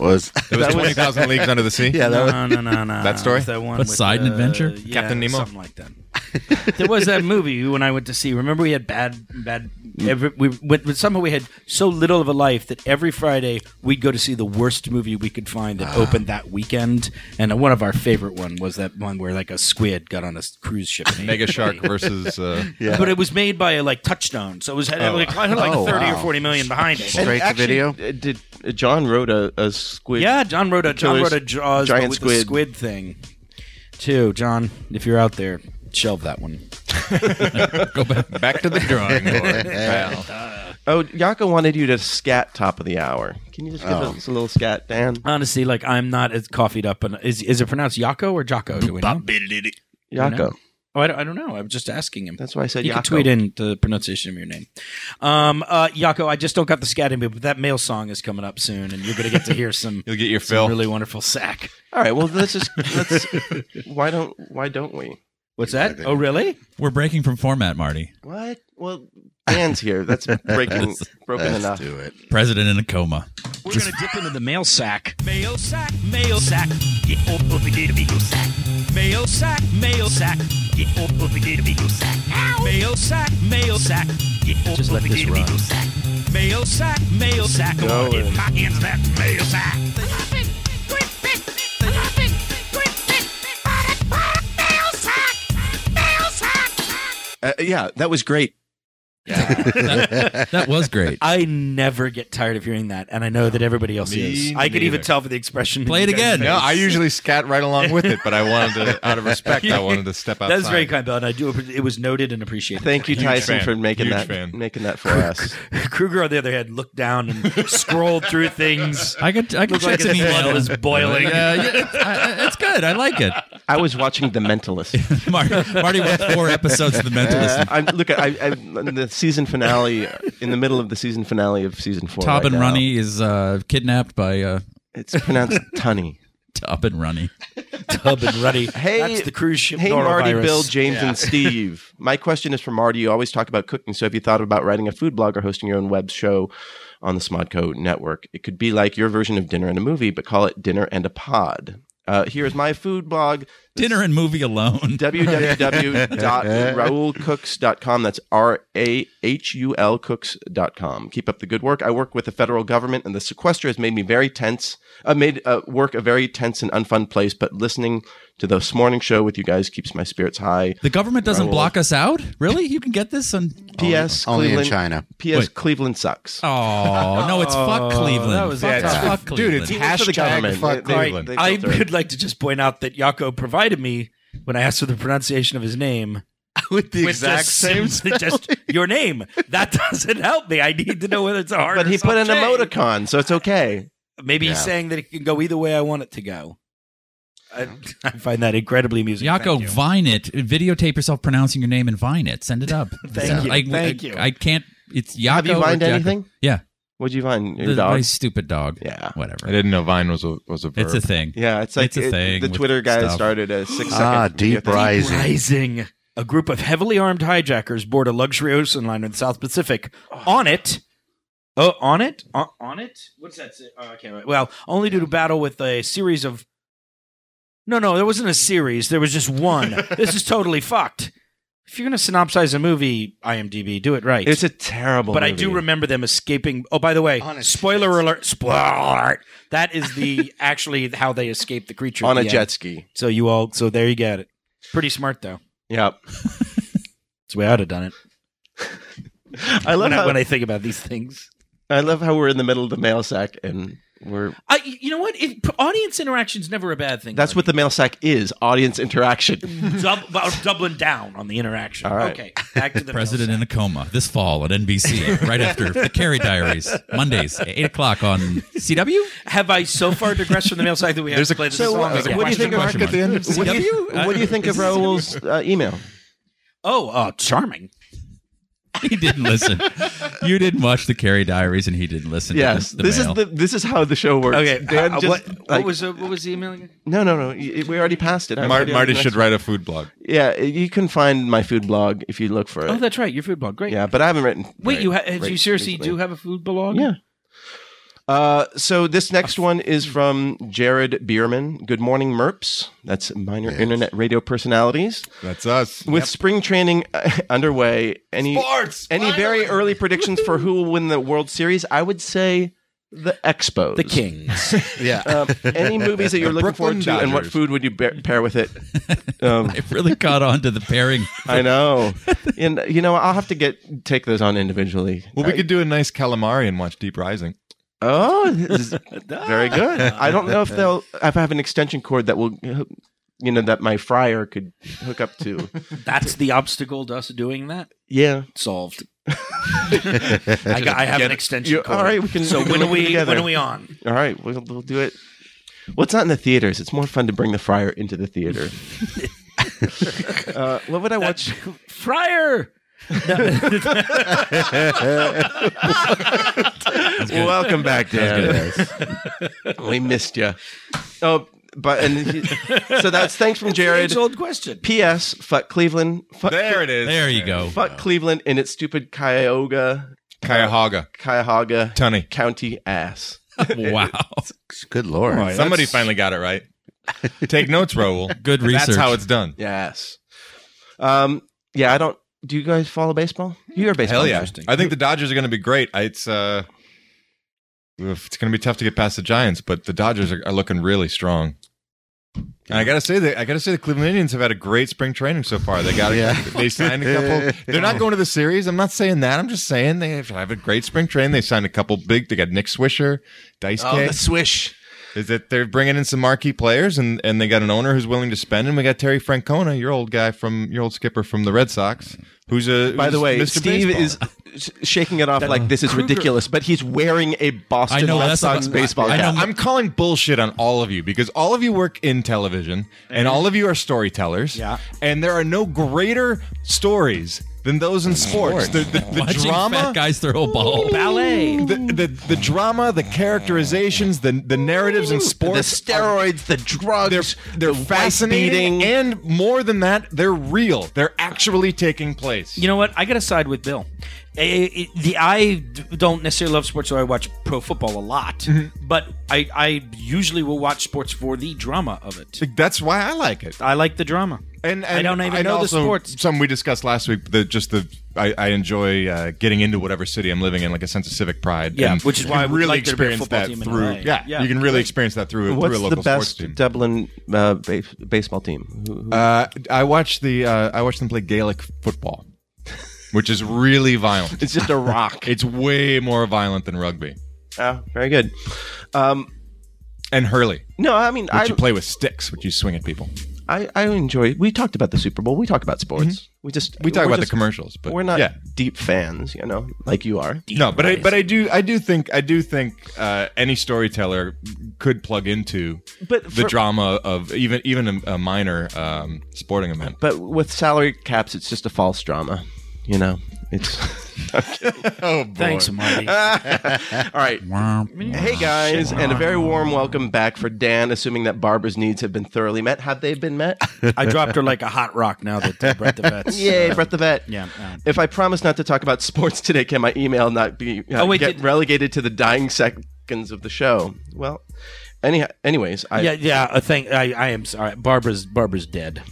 [SPEAKER 2] *laughs*
[SPEAKER 7] was
[SPEAKER 5] It was 20,000 Leagues Under the Sea.
[SPEAKER 7] *laughs* yeah, that was
[SPEAKER 4] No,
[SPEAKER 5] *laughs*
[SPEAKER 4] no, no, no.
[SPEAKER 5] That story?
[SPEAKER 4] It's That one
[SPEAKER 6] What,
[SPEAKER 4] with,
[SPEAKER 6] Side and
[SPEAKER 4] uh,
[SPEAKER 6] Adventure?
[SPEAKER 4] yeah,
[SPEAKER 5] Captain Nemo?
[SPEAKER 4] something like that. *laughs* there was that movie when I went to see. Remember, we had bad, bad. Every, we went, but somehow we had so little of a life that every Friday we'd go to see the worst movie we could find
[SPEAKER 5] Ah.
[SPEAKER 4] that opened that weekend. And one of our favorite one was that one where like a squid got on a s- cruise ship. and ate
[SPEAKER 5] Mega Shark
[SPEAKER 4] everybody.
[SPEAKER 5] versus. Uh,
[SPEAKER 7] *laughs* yeah.
[SPEAKER 4] But it was made by like Touchstone, so it was had, like, had, like
[SPEAKER 7] Oh,
[SPEAKER 4] thirty or
[SPEAKER 7] wow.
[SPEAKER 4] forty million behind it.
[SPEAKER 7] straight to
[SPEAKER 2] Actually,
[SPEAKER 7] video.
[SPEAKER 2] uh, Did uh, John wrote a, a squid?
[SPEAKER 4] Yeah, John wrote a John
[SPEAKER 2] Killers,
[SPEAKER 4] wrote a Jaws but
[SPEAKER 2] giant
[SPEAKER 4] with the
[SPEAKER 2] squid.
[SPEAKER 4] squid thing too. John, if you're out there, shelve that one.
[SPEAKER 6] Go back.
[SPEAKER 5] back to the drawing board. pal.
[SPEAKER 2] Oh, Yaka wanted you to scat top of the hour. Can you just give
[SPEAKER 7] Oh.
[SPEAKER 2] us a little scat, Dan?
[SPEAKER 4] Honestly, like I'm not as coffeed up. And is is it pronounced Yako or Jocko? Do we know?
[SPEAKER 2] Yako.
[SPEAKER 4] Oh, I don't, I don't know. I'm just asking him.
[SPEAKER 2] That's why I said
[SPEAKER 4] you
[SPEAKER 2] Yako.
[SPEAKER 4] can tweet in the pronunciation of your name. Um, uh, Yako, I just don't got the scat in me, but that male song is coming up soon, and you're gonna get to hear some.
[SPEAKER 5] You'll get your
[SPEAKER 4] some
[SPEAKER 5] fill.
[SPEAKER 4] really wonderful sack.
[SPEAKER 2] All right. Well, let's just
[SPEAKER 7] *laughs*
[SPEAKER 2] let's. why don't Why don't we?
[SPEAKER 4] What's that? Oh, really?
[SPEAKER 6] We're breaking from format, Marty.
[SPEAKER 2] What? Well, Dan's here. That's
[SPEAKER 7] *laughs*
[SPEAKER 2] breaking broken enough.
[SPEAKER 7] Let's do it.
[SPEAKER 6] President in a coma.
[SPEAKER 4] We're gonna dip into the male sack.
[SPEAKER 11] Mail sack, mail sack, get off of the gator beagle sack. Mail sack, mail sack, get off of the gator beagle sack. Mail sack, mail sack, get off
[SPEAKER 4] Just let
[SPEAKER 11] of the
[SPEAKER 4] this
[SPEAKER 11] gator
[SPEAKER 4] run.
[SPEAKER 11] beagle sack. Mail sack, mail sack, I wanna get my hands on that mail sack.
[SPEAKER 2] Uh, yeah, that was great.
[SPEAKER 6] That was great.
[SPEAKER 4] I never get tired of hearing that, and I know that everybody else
[SPEAKER 5] Me
[SPEAKER 4] is. I could even
[SPEAKER 5] neither.
[SPEAKER 4] tell for the expression.
[SPEAKER 6] Play it
[SPEAKER 4] you guys
[SPEAKER 6] again.
[SPEAKER 4] made.
[SPEAKER 5] No, I usually scat right along with it, but I wanted to, out of
[SPEAKER 4] *laughs*
[SPEAKER 5] respect, I wanted to step outside.
[SPEAKER 4] That's very kind, Bill, and I do. appre- It was noted and appreciated.
[SPEAKER 2] Thank you,
[SPEAKER 5] Huge
[SPEAKER 2] Tyson,
[SPEAKER 5] fan.
[SPEAKER 2] for making
[SPEAKER 5] Huge
[SPEAKER 2] that
[SPEAKER 5] fan.
[SPEAKER 2] making that for
[SPEAKER 7] *laughs*
[SPEAKER 2] us.
[SPEAKER 4] Kruger, on the other hand, looked down *laughs* and scrolled through things.
[SPEAKER 6] I could I could check
[SPEAKER 4] Like his
[SPEAKER 6] some
[SPEAKER 4] blood
[SPEAKER 6] email.
[SPEAKER 4] was boiling.
[SPEAKER 5] *laughs*
[SPEAKER 6] Yeah, yeah, it's, I- I- it's good. I like it. *laughs*
[SPEAKER 2] I was watching The Mentalist.
[SPEAKER 6] Marty, Marty watched four episodes of The Mentalist.
[SPEAKER 2] I, look, I, I, in the season finale, in the middle of the season finale of season four.
[SPEAKER 6] Tob
[SPEAKER 2] right
[SPEAKER 6] and
[SPEAKER 2] now.
[SPEAKER 6] Runny is uh, kidnapped by uh,
[SPEAKER 2] It's
[SPEAKER 6] *laughs*
[SPEAKER 2] pronounced Tunny.
[SPEAKER 6] Tob and Runny.
[SPEAKER 4] Tub and ruddy.
[SPEAKER 2] Hey,
[SPEAKER 4] that's the cruise ship.
[SPEAKER 2] Hey, Marty,
[SPEAKER 4] norovirus.
[SPEAKER 2] Bill, James, and Steve. My question is for Marty. You always talk about cooking, so if you thought about writing a food blog or hosting your own web show on the Smodco network, it could be like your version of dinner and a movie, but call it dinner and a pod. Uh, here is my food blog
[SPEAKER 6] Dinner and movie alone.
[SPEAKER 2] www.raulcooks.com. That's R A H U L cooks.com. Keep up the good work. I work with the federal government, and the sequester has made me very tense, uh, made uh, work a very tense and unfun place. But listening to this morning show with you guys keeps my spirits high.
[SPEAKER 6] The government doesn't
[SPEAKER 2] Raoul.
[SPEAKER 6] block us out? Really? You can get this on.
[SPEAKER 2] P.S.
[SPEAKER 7] Only in
[SPEAKER 2] Cleveland-
[SPEAKER 7] China.
[SPEAKER 2] P.S.
[SPEAKER 6] Wait.
[SPEAKER 2] Cleveland sucks.
[SPEAKER 6] Oh, no, it's fuck Cleveland.
[SPEAKER 4] that was-
[SPEAKER 6] fuck,
[SPEAKER 4] yeah, it's-
[SPEAKER 6] fuck
[SPEAKER 5] Dude,
[SPEAKER 6] Cleveland.
[SPEAKER 2] Works
[SPEAKER 5] it's
[SPEAKER 2] for the
[SPEAKER 5] hashtag
[SPEAKER 2] government.
[SPEAKER 5] fuck
[SPEAKER 2] They- they-
[SPEAKER 5] Cleveland.
[SPEAKER 2] they
[SPEAKER 4] I
[SPEAKER 2] filter it.
[SPEAKER 4] would like to just point out that Yako provided me when I asked for the pronunciation of his name.
[SPEAKER 5] *laughs* with the
[SPEAKER 4] with just simply *laughs* just your name. That *laughs* doesn't help me. I need to know whether it's a hard.
[SPEAKER 2] but
[SPEAKER 4] or
[SPEAKER 2] he put
[SPEAKER 4] soft
[SPEAKER 2] an
[SPEAKER 4] J.
[SPEAKER 2] emoticon, so it's okay.
[SPEAKER 4] Maybe he's
[SPEAKER 7] Yeah.
[SPEAKER 4] saying that it can go either way I want it to go. I, *laughs* I find that incredibly amusing.
[SPEAKER 6] Yako,
[SPEAKER 4] Thank you.
[SPEAKER 6] Vine it. Videotape yourself pronouncing your name and Vine it. Send it
[SPEAKER 2] *laughs*
[SPEAKER 6] up.
[SPEAKER 4] Thank you.
[SPEAKER 6] I,
[SPEAKER 4] Thank
[SPEAKER 6] I,
[SPEAKER 4] you.
[SPEAKER 6] I can't. It's Yako.
[SPEAKER 2] Have you
[SPEAKER 6] or
[SPEAKER 2] vined
[SPEAKER 6] Jacko.
[SPEAKER 2] anything?
[SPEAKER 6] Yeah.
[SPEAKER 2] What'd you find? Your
[SPEAKER 6] The,
[SPEAKER 2] dog?
[SPEAKER 6] my stupid dog.
[SPEAKER 2] Yeah.
[SPEAKER 5] I
[SPEAKER 6] Whatever.
[SPEAKER 5] didn't know Vine was a was a verb.
[SPEAKER 6] It's a thing.
[SPEAKER 2] Yeah, it's like
[SPEAKER 6] It's a
[SPEAKER 2] it-
[SPEAKER 6] thing
[SPEAKER 2] the
[SPEAKER 6] with
[SPEAKER 2] Twitter guy
[SPEAKER 6] stuff.
[SPEAKER 2] started a six second.
[SPEAKER 7] Ah, deep rising.
[SPEAKER 4] Rising. A group of heavily armed hijackers board a luxury ocean liner in the South Pacific. On it, oh, on it, on, on it. What's that? Say? Oh, I can't remember. Well, only due to battle with a series of. No, no, there wasn't a series. There was just one.
[SPEAKER 2] *laughs*
[SPEAKER 4] this is totally fucked. If you're going to synopsize a movie, IMDb, do it right.
[SPEAKER 2] It's a terrible.
[SPEAKER 4] but I
[SPEAKER 2] movie.
[SPEAKER 4] do remember them escaping. Oh, by the way,
[SPEAKER 7] On a
[SPEAKER 4] spoiler
[SPEAKER 7] jet
[SPEAKER 4] alert! Spoiler alert! That is the *laughs* actually how they escape the creature at
[SPEAKER 2] on
[SPEAKER 4] the
[SPEAKER 2] a
[SPEAKER 4] end.
[SPEAKER 2] jet ski.
[SPEAKER 4] So you all, so there you got it. Pretty smart though.
[SPEAKER 2] Yep.
[SPEAKER 4] That's the way I'd have done it.
[SPEAKER 2] *laughs* I love
[SPEAKER 4] when,
[SPEAKER 2] how
[SPEAKER 4] I, when I think about these things.
[SPEAKER 2] I love how we're in the middle of the mail sack and we're
[SPEAKER 4] I, you know what? It, audience interaction's never a bad thing.
[SPEAKER 2] that's what the mail sack is audience interaction.
[SPEAKER 4] Dub, well, doubling down on the interaction.
[SPEAKER 2] All right.
[SPEAKER 4] Okay,
[SPEAKER 2] *laughs*
[SPEAKER 4] back to the
[SPEAKER 6] President in a coma this fall at NBC, right after the Carey Diaries, Mondays, eight o'clock on CW.
[SPEAKER 4] Have I so far digressed from the mail side that we have to play this
[SPEAKER 2] so,
[SPEAKER 4] song?
[SPEAKER 2] uh,
[SPEAKER 4] as a
[SPEAKER 2] what do you
[SPEAKER 4] question?
[SPEAKER 2] think of
[SPEAKER 6] Question mark.
[SPEAKER 5] at the end of
[SPEAKER 2] What do you what do you think of Raoul's uh, email?
[SPEAKER 4] Oh, uh, charming.
[SPEAKER 6] he didn't listen. You didn't watch the Carrie Diaries, and he didn't listen.
[SPEAKER 2] Yes,
[SPEAKER 6] to the, the
[SPEAKER 2] this
[SPEAKER 6] mail.
[SPEAKER 2] is the this is how the show works.
[SPEAKER 8] Okay,
[SPEAKER 2] Dan
[SPEAKER 8] uh,
[SPEAKER 2] just,
[SPEAKER 8] what, what
[SPEAKER 2] like-
[SPEAKER 8] was the, what was the email again?
[SPEAKER 2] No, no, no. y- We already passed it. I'm
[SPEAKER 5] Mar-
[SPEAKER 2] already on
[SPEAKER 5] Marty
[SPEAKER 2] the
[SPEAKER 5] should
[SPEAKER 2] next-
[SPEAKER 5] write a food blog.
[SPEAKER 2] Yeah, you can find my food blog if you look for it.
[SPEAKER 8] Oh, that's right. Your food blog. Great.
[SPEAKER 2] yeah, but I haven't written.
[SPEAKER 8] Wait, you ha-
[SPEAKER 2] right
[SPEAKER 8] you seriously
[SPEAKER 2] recently.
[SPEAKER 8] do have a food blog?
[SPEAKER 2] Yeah. Uh, so this next one is from Jared Bierman. Good morning, Merps. That's minor internet radio personalities.
[SPEAKER 5] That's us.
[SPEAKER 2] With spring training uh, *laughs* underway, any
[SPEAKER 5] Sports,
[SPEAKER 2] any very early predictions for who will win the World Series? I would say the Expos.
[SPEAKER 4] The Kings.
[SPEAKER 5] *laughs*
[SPEAKER 7] Yeah.
[SPEAKER 2] Um, any movies that you're looking
[SPEAKER 5] Brooklyn
[SPEAKER 2] forward to, and what
[SPEAKER 5] Dodgers.
[SPEAKER 2] food would you bear, pair with it? Um,
[SPEAKER 6] It really caught on to
[SPEAKER 2] *laughs*
[SPEAKER 6] the pairing.
[SPEAKER 2] I
[SPEAKER 5] *laughs*
[SPEAKER 2] know, and you know, I'll have to get take those on individually. Uh,
[SPEAKER 5] Well,
[SPEAKER 7] Uh,
[SPEAKER 5] we could do a nice calamari and watch Deep Rising.
[SPEAKER 2] Oh,
[SPEAKER 5] *laughs*
[SPEAKER 2] this is very good. I don't know if they'll. If I have an extension cord that will, you know, that my fryer could hook up
[SPEAKER 5] *laughs*
[SPEAKER 2] to.
[SPEAKER 4] That's the obstacle to us doing that.
[SPEAKER 2] Yeah.
[SPEAKER 4] Solved. I, got, I have an extension
[SPEAKER 2] You're-
[SPEAKER 4] cord.
[SPEAKER 2] all right, we can.
[SPEAKER 4] So
[SPEAKER 2] we can
[SPEAKER 4] when
[SPEAKER 2] look
[SPEAKER 4] are
[SPEAKER 2] it
[SPEAKER 4] we?
[SPEAKER 2] together.
[SPEAKER 4] When are we on?
[SPEAKER 2] All right, we'll, we'll do it. Well, it's not in the theaters. It's more fun to bring the fryer into the theater. uh, what would I watch?
[SPEAKER 9] *laughs*
[SPEAKER 4] Fryer.
[SPEAKER 2] Welcome back, Dan. *laughs* we missed you. Oh, but and he- so that's thanks
[SPEAKER 5] *laughs*
[SPEAKER 2] from Jared.
[SPEAKER 4] Age old question.
[SPEAKER 2] P.S. Fuck Cleveland. Fuck,
[SPEAKER 5] There it is.
[SPEAKER 6] There you go.
[SPEAKER 2] fuck Cleveland and its stupid Cuyahoga,
[SPEAKER 5] Cuyahoga.
[SPEAKER 2] Cuyahoga
[SPEAKER 5] Tunny.
[SPEAKER 2] County ass.
[SPEAKER 6] Wow.
[SPEAKER 7] Good lord.
[SPEAKER 5] Somebody finally got it
[SPEAKER 7] *laughs*
[SPEAKER 5] right. Take notes, Raul.
[SPEAKER 6] Good
[SPEAKER 5] That's
[SPEAKER 6] research.
[SPEAKER 5] how it's done.
[SPEAKER 2] Yes. Um. Yeah, I don't. Do you guys follow baseball? You're a baseball.
[SPEAKER 5] Hell yeah!
[SPEAKER 2] fan.
[SPEAKER 5] I think the Dodgers are going to be great. I- It's uh, oof, it's going to be tough to get past the Giants, but the Dodgers are, are looking really strong. And I gotta say that I gotta say the Cleveland Indians have had a great spring training so far. They got
[SPEAKER 7] Yeah.
[SPEAKER 5] *laughs* they signed a couple.
[SPEAKER 2] *laughs*
[SPEAKER 5] They're not going to the series. I'm not saying that. I'm just saying they have, have a great spring training. They signed a couple big. They got Nick Swisher,
[SPEAKER 2] Oh,
[SPEAKER 5] Dice K.
[SPEAKER 2] swish.
[SPEAKER 5] *laughs* Is that they're bringing in some marquee players and and they got an owner who's willing to spend. And we got Terry Francona, your old guy from your old skipper from the Red Sox, who's a
[SPEAKER 2] By the
[SPEAKER 5] who's
[SPEAKER 2] way,
[SPEAKER 5] Mr.
[SPEAKER 2] Steve
[SPEAKER 5] Baseball.
[SPEAKER 2] is is shaking it off like this is ridiculous, but he's wearing a Boston
[SPEAKER 6] I know,
[SPEAKER 2] Red
[SPEAKER 6] that's
[SPEAKER 2] Sox
[SPEAKER 6] about-
[SPEAKER 2] baseball
[SPEAKER 6] I
[SPEAKER 2] cap.
[SPEAKER 6] know.
[SPEAKER 5] I'm calling bullshit on all of you because all of you work in television and all of you are storytellers. Yeah. And there are no greater stories than those in sports. The, the, the
[SPEAKER 6] Watching
[SPEAKER 5] drama.
[SPEAKER 6] fat guys throw a ball.
[SPEAKER 8] Ballet.
[SPEAKER 5] The, the, the drama, the characterizations, the, the narratives in
[SPEAKER 2] The
[SPEAKER 5] sports.
[SPEAKER 2] steroids, the drugs,
[SPEAKER 5] they're fascinating.
[SPEAKER 2] beating.
[SPEAKER 5] And more than that, they're real. They're actually taking place.
[SPEAKER 9] You know what? I gotta side with Bill. Eh, eh, the I d- don't necessarily love sports, so I watch pro football a lot. But I, I usually will watch sports for the drama of it.
[SPEAKER 5] Like, That's why I like it.
[SPEAKER 9] I like the drama.
[SPEAKER 5] And, and
[SPEAKER 9] I don't even
[SPEAKER 5] and
[SPEAKER 9] know the
[SPEAKER 5] also
[SPEAKER 9] sports.
[SPEAKER 5] Some we discussed last week. The just the I, I enjoy uh, getting into whatever city I'm living in, like a sense of civic pride.
[SPEAKER 9] Yeah,
[SPEAKER 5] and
[SPEAKER 9] which is
[SPEAKER 5] you
[SPEAKER 9] why
[SPEAKER 5] can
[SPEAKER 9] I would
[SPEAKER 5] really
[SPEAKER 9] like there to be a
[SPEAKER 5] experience
[SPEAKER 9] football
[SPEAKER 5] that
[SPEAKER 9] team in
[SPEAKER 5] through.
[SPEAKER 9] LA.
[SPEAKER 5] Yeah,
[SPEAKER 9] Yeah,
[SPEAKER 5] you can really experience that through
[SPEAKER 2] What's
[SPEAKER 5] through a
[SPEAKER 2] the
[SPEAKER 5] local sports
[SPEAKER 2] best
[SPEAKER 5] team.
[SPEAKER 2] Dublin uh, base- baseball team? Who- who-
[SPEAKER 5] uh, I watched the uh, I watched them play Gaelic football, which is really violent.
[SPEAKER 2] It's just *laughs* a rock.
[SPEAKER 5] It's way more violent than rugby
[SPEAKER 2] Oh, very good. Um,
[SPEAKER 5] and hurley,
[SPEAKER 2] no, I mean,
[SPEAKER 5] which
[SPEAKER 2] I,
[SPEAKER 5] you play with sticks, which you swing at people.
[SPEAKER 2] I, I enjoy. We talked about the Super Bowl. We talk about sports. We just
[SPEAKER 5] Mm-hmm. We talk
[SPEAKER 2] we're
[SPEAKER 5] about
[SPEAKER 2] just-
[SPEAKER 5] the commercials, but
[SPEAKER 2] we're not
[SPEAKER 5] Yeah.
[SPEAKER 2] deep fans, you know, like you are.
[SPEAKER 5] no but I, but I do I do think I do think uh, any storyteller could plug into
[SPEAKER 2] But
[SPEAKER 5] the
[SPEAKER 2] for-
[SPEAKER 5] drama of even even a, a minor um, sporting event.
[SPEAKER 2] But with salary caps, it's just a false drama, you know.
[SPEAKER 5] *laughs*
[SPEAKER 2] It's
[SPEAKER 9] Thanks, Marty.
[SPEAKER 2] all right. Hey guys, and a very warm welcome back for Dan. Assuming that Barbara's needs have been thoroughly met, have they been met?
[SPEAKER 5] *laughs*
[SPEAKER 9] I dropped her like a hot rock now that uh, Brett
[SPEAKER 2] *laughs*
[SPEAKER 9] the Vet's.
[SPEAKER 2] Yay, Brett the vet.
[SPEAKER 9] Yeah, yeah.
[SPEAKER 2] If I promise not to talk about sports today, can my email not be uh,
[SPEAKER 9] Oh, wait,
[SPEAKER 2] get
[SPEAKER 9] did-
[SPEAKER 2] relegated to the dying seconds of the show? Well, anyhow, anyways, I
[SPEAKER 9] Yeah, yeah. Uh, thank. I, I am sorry. Barbara's Barbara's dead.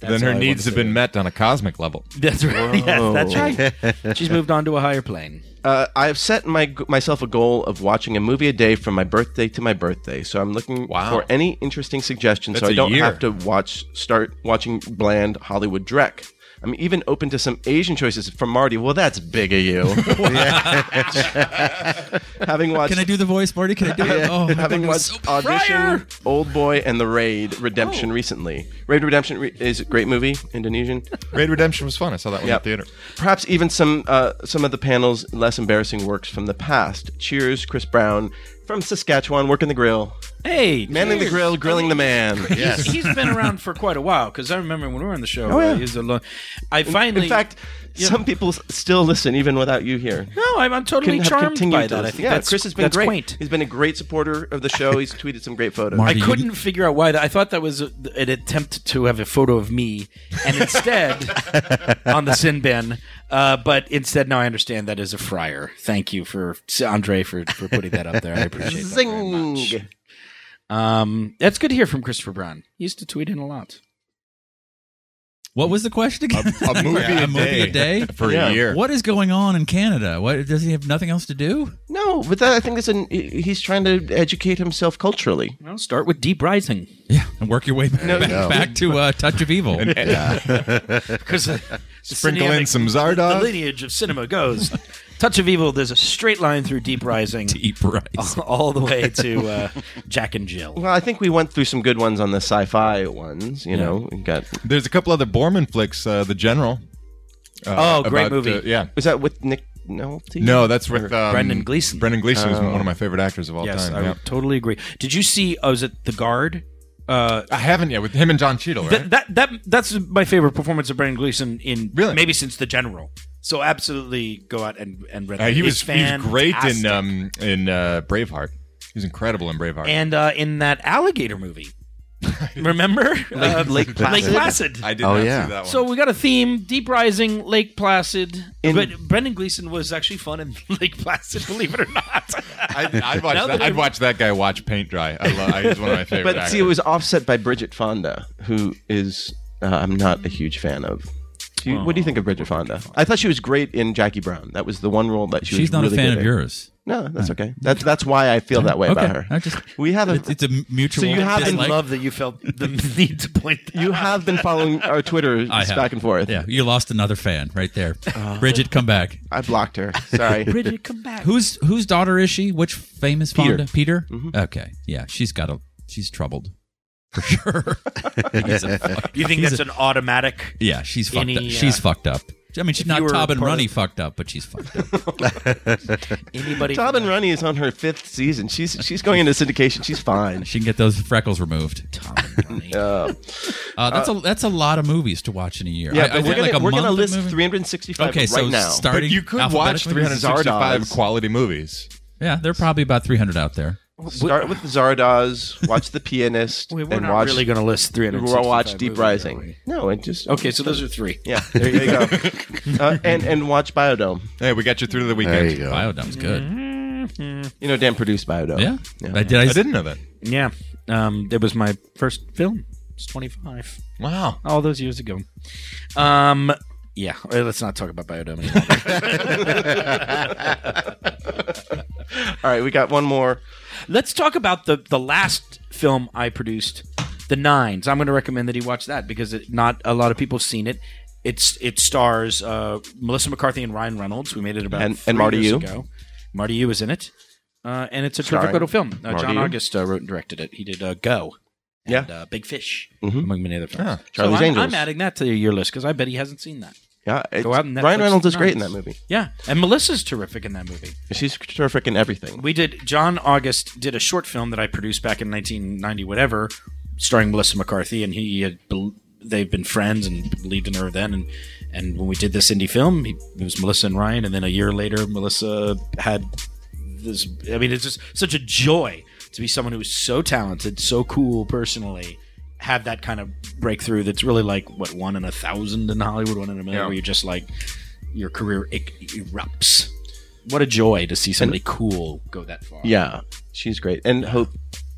[SPEAKER 5] then her needs have been met on a cosmic level.
[SPEAKER 4] *laughs*
[SPEAKER 9] That's right. Yes, that's right. She's moved on to a higher plane.
[SPEAKER 2] uh, I've set my myself a goal of watching a movie a day from my birthday to my birthday. So I'm looking
[SPEAKER 5] Wow.
[SPEAKER 2] for any interesting suggestions, so
[SPEAKER 5] That's
[SPEAKER 2] I
[SPEAKER 5] a
[SPEAKER 2] don't
[SPEAKER 5] year.
[SPEAKER 2] have to watch start watching bland Hollywood dreck. I'm even open to some Asian choices from Marty. Well, that's big of you. *laughs* Having watched
[SPEAKER 6] Can I do the voice, Marty? Can I do it? Oh,
[SPEAKER 2] having watched audition, Old Boy, and the Raid Redemption recently. Raid Redemption re- is a great movie, Indonesian.
[SPEAKER 5] Raid Redemption was fun. I saw that one
[SPEAKER 2] Yep.
[SPEAKER 5] at the theater.
[SPEAKER 2] Perhaps even some uh, some of the panel's less embarrassing works from the past. Cheers, Chris Brown from Saskatchewan, working the grill.
[SPEAKER 4] Hey,
[SPEAKER 2] Manning the
[SPEAKER 4] cheers.
[SPEAKER 2] grill, grilling the man.
[SPEAKER 7] Yes.
[SPEAKER 4] He's, he's been around for quite a while because I remember when we were on the show.
[SPEAKER 2] Oh, yeah.
[SPEAKER 4] uh, he was a lo- I finally,
[SPEAKER 2] In fact, some people s- still listen even without you here.
[SPEAKER 4] no, I'm, I'm totally
[SPEAKER 2] Couldn't have
[SPEAKER 4] charmed
[SPEAKER 2] continued
[SPEAKER 4] by
[SPEAKER 2] to
[SPEAKER 4] that. I
[SPEAKER 2] listen.
[SPEAKER 4] think
[SPEAKER 2] yeah,
[SPEAKER 4] that's
[SPEAKER 2] Chris has been
[SPEAKER 4] that's
[SPEAKER 2] great.
[SPEAKER 4] quaint.
[SPEAKER 2] He's been a great supporter of the show. He's tweeted some great photos.
[SPEAKER 4] I
[SPEAKER 6] Marty, you-
[SPEAKER 4] couldn't figure out why that. I thought that was a, an attempt to have a photo of me, and instead on the sin bin. Uh, but instead, now I understand that is a friar. Thank you for Andre for, for putting that up there. I appreciate that very much.
[SPEAKER 2] Zing.
[SPEAKER 4] Um, that's good to hear from Christopher Brown. He used to tweet in a lot.
[SPEAKER 6] What was the question again?
[SPEAKER 5] A movie, a,
[SPEAKER 6] *laughs* a movie a day?
[SPEAKER 5] for a year.
[SPEAKER 6] What is going on in Canada? What does he have nothing else to do?
[SPEAKER 2] No, but that, I think that's an, he's trying to educate himself culturally.
[SPEAKER 4] Well, start with Deep Rising
[SPEAKER 6] Yeah, and work your way back,
[SPEAKER 2] No, no.
[SPEAKER 6] back to uh, Touch of Evil.
[SPEAKER 4] because uh, *laughs*
[SPEAKER 5] Sprinkle in some Zardoz.
[SPEAKER 4] The lineage of cinema goes. Touch of Evil. There's a straight line through
[SPEAKER 5] *laughs*
[SPEAKER 4] Deep Oh, Rising,
[SPEAKER 6] Deep rights.
[SPEAKER 4] all the way to uh, Jack and Jill.
[SPEAKER 2] Well, I think we went through some good ones on the sci-fi ones. You know, we got
[SPEAKER 5] There's a couple other Borman flicks. Uh, the General.
[SPEAKER 4] Oh, great movie.
[SPEAKER 5] uh, yeah.
[SPEAKER 2] was that with Nick Nolte?
[SPEAKER 5] No, that's with um,
[SPEAKER 4] Brendan Gleeson.
[SPEAKER 5] Brendan Gleeson is one of my favorite actors of all
[SPEAKER 4] Yes,
[SPEAKER 5] time.
[SPEAKER 4] I
[SPEAKER 5] yeah.
[SPEAKER 4] would totally agree. Did you see? Oh, is it The Guard? Uh,
[SPEAKER 5] I haven't yet with him and John Cheadle. Right?
[SPEAKER 4] th- that that that's my favorite performance of Brendan Gleeson in
[SPEAKER 5] Really?
[SPEAKER 4] maybe since The General. So absolutely go out and and read.
[SPEAKER 5] Uh,
[SPEAKER 4] that.
[SPEAKER 5] he was
[SPEAKER 4] It's
[SPEAKER 5] he was great in
[SPEAKER 4] fantastic.
[SPEAKER 5] um in uh, Braveheart. He was incredible in Braveheart.
[SPEAKER 4] and uh, in that alligator movie. Remember *laughs* Lake, Lake Placid?
[SPEAKER 5] I did
[SPEAKER 7] Oh,
[SPEAKER 5] not
[SPEAKER 7] yeah.
[SPEAKER 5] see that one.
[SPEAKER 4] So we got a theme: Deep Rising, Lake Placid.
[SPEAKER 2] In-
[SPEAKER 4] but Brendan Gleeson was actually fun in *laughs* Lake Placid, believe it or not.
[SPEAKER 5] I'd, *laughs* I'd watch
[SPEAKER 4] Now
[SPEAKER 5] that.
[SPEAKER 4] that *laughs* I-
[SPEAKER 5] I'd watch that guy watch paint dry. I love. He's
[SPEAKER 4] *laughs*
[SPEAKER 5] one of my favorite.
[SPEAKER 2] But see, it
[SPEAKER 5] actors.
[SPEAKER 2] was offset by Bridget Fonda, who is uh, I'm not a huge fan of. Do you- What
[SPEAKER 6] Oh.
[SPEAKER 2] do you think of Bridget Fonda? I thought she was great in Jackie Brown. That was the one role that she was
[SPEAKER 6] She's not
[SPEAKER 2] really
[SPEAKER 6] a fan
[SPEAKER 2] good
[SPEAKER 6] of
[SPEAKER 2] at.
[SPEAKER 6] yours.
[SPEAKER 2] No, that's okay. That's that's why I feel that way
[SPEAKER 6] okay.
[SPEAKER 2] about her.
[SPEAKER 6] I just,
[SPEAKER 2] we have
[SPEAKER 6] it's,
[SPEAKER 2] a,
[SPEAKER 6] it's a mutual.
[SPEAKER 2] So you have been
[SPEAKER 6] dislike.
[SPEAKER 4] love that you felt the need to point. That
[SPEAKER 2] you have been following our Twitter
[SPEAKER 6] I have.
[SPEAKER 2] back and forth. Uh-huh.
[SPEAKER 6] Yeah, you lost another fan right there.
[SPEAKER 2] *laughs*
[SPEAKER 6] Bridget, come back.
[SPEAKER 2] I blocked her. Sorry.
[SPEAKER 4] *laughs*
[SPEAKER 6] *laughs*
[SPEAKER 4] Bridget, come back.
[SPEAKER 6] Whose whose daughter is she? Which famous
[SPEAKER 2] Peter. Mm-hmm.
[SPEAKER 6] Fonda? Peter. Okay. Yeah, she's got a.
[SPEAKER 2] *laughs*
[SPEAKER 6] She's troubled. For sure. *laughs* He's a fuck-
[SPEAKER 4] You think
[SPEAKER 6] he's
[SPEAKER 4] that's
[SPEAKER 6] a-
[SPEAKER 4] an automatic?
[SPEAKER 6] Yeah, she's fucked
[SPEAKER 4] Any,
[SPEAKER 6] up.
[SPEAKER 4] uh,
[SPEAKER 6] she's fucked up. I mean, she's
[SPEAKER 4] you
[SPEAKER 6] not
[SPEAKER 4] were
[SPEAKER 6] Tob and
[SPEAKER 4] part of-
[SPEAKER 6] Runny fucked up, but she's fucked up.
[SPEAKER 4] Anybody?
[SPEAKER 2] Tob and Runny is on her fifth season. She's she's going into syndication. She's fine.
[SPEAKER 6] She can get those freckles removed.
[SPEAKER 2] Uh,
[SPEAKER 6] Uh, that's a that's a lot of movies to watch in a year.
[SPEAKER 2] yeah,
[SPEAKER 6] *laughs* I- I
[SPEAKER 2] but we're
[SPEAKER 6] went
[SPEAKER 2] gonna
[SPEAKER 6] like a
[SPEAKER 2] we're gonna
[SPEAKER 6] month of
[SPEAKER 2] list
[SPEAKER 6] movies.
[SPEAKER 2] 365
[SPEAKER 6] Okay,
[SPEAKER 2] right
[SPEAKER 6] so
[SPEAKER 2] now.
[SPEAKER 6] starting.
[SPEAKER 5] But you could watch
[SPEAKER 6] alphabetically?
[SPEAKER 5] 365
[SPEAKER 2] Zardoz.
[SPEAKER 5] quality movies.
[SPEAKER 6] Yeah, there are probably about three hundred out there.
[SPEAKER 2] Start with Zardoz. Watch The Pianist.
[SPEAKER 4] We, we're
[SPEAKER 2] and
[SPEAKER 4] not
[SPEAKER 2] watch
[SPEAKER 4] really going to list three hundred.
[SPEAKER 2] we'll watch Deep Rising. No, it just
[SPEAKER 4] Okay, so those are three. *laughs*
[SPEAKER 2] Yeah, there you go. *laughs* uh, and and watch Biodome.
[SPEAKER 5] Hey, we got you through to the weekend.
[SPEAKER 7] There you go.
[SPEAKER 6] Biodome's good.
[SPEAKER 5] Mm-hmm.
[SPEAKER 2] You know, Dan produced Biodome.
[SPEAKER 6] Yeah, I did. I,
[SPEAKER 5] I didn't know that.
[SPEAKER 4] Yeah, um, it was my first film. It's twenty five.
[SPEAKER 5] Wow.
[SPEAKER 4] all those years ago. Um, yeah, uh, let's not talk about biodome. anymore.
[SPEAKER 2] All right, we got one more.
[SPEAKER 4] let's talk about the the last film I produced, The Nines. I'm going to recommend that he watch that because it, not a lot of people have seen it. It's it stars uh, Melissa McCarthy and Ryan Reynolds. We made it about
[SPEAKER 2] And- and
[SPEAKER 4] three
[SPEAKER 2] Marty
[SPEAKER 4] years
[SPEAKER 2] Yu.
[SPEAKER 4] ago. Marty Yu is in it, uh, and it's a terrific
[SPEAKER 2] Starring
[SPEAKER 4] little film. Uh,
[SPEAKER 2] Marty
[SPEAKER 4] John
[SPEAKER 2] Yu.
[SPEAKER 4] August uh, wrote and directed it. He did uh, Go.
[SPEAKER 2] Yeah.
[SPEAKER 4] and, uh, Big Fish,
[SPEAKER 2] Mhm.
[SPEAKER 4] among many other films.
[SPEAKER 5] Yeah,
[SPEAKER 4] So
[SPEAKER 2] Charlie's
[SPEAKER 4] I'm-
[SPEAKER 2] Angels.
[SPEAKER 4] I'm adding that to your list because I bet he hasn't seen that.
[SPEAKER 2] Yeah, it's-
[SPEAKER 4] Go out and
[SPEAKER 2] Ryan
[SPEAKER 4] Netflix
[SPEAKER 2] Reynolds is great in
[SPEAKER 4] Nights.
[SPEAKER 2] that movie.
[SPEAKER 4] Yeah, and Melissa's terrific in that movie.
[SPEAKER 2] She's terrific in everything.
[SPEAKER 4] We did. John August did a short film that I produced back in 1990, whatever, starring Melissa McCarthy, and he had. bel they've been friends and believed in her then, and and when we did this indie film, he, it was Melissa and Ryan, and then a year later, Melissa had this. I mean, it's just such a joy to be someone who is so talented, so cool personally. Have that kind of breakthrough that's really like what one in a thousand in Hollywood, one in a million, where you're just like your career e- erupts. What a joy to see somebody cool go that far.
[SPEAKER 2] Yeah, she's great. And Hope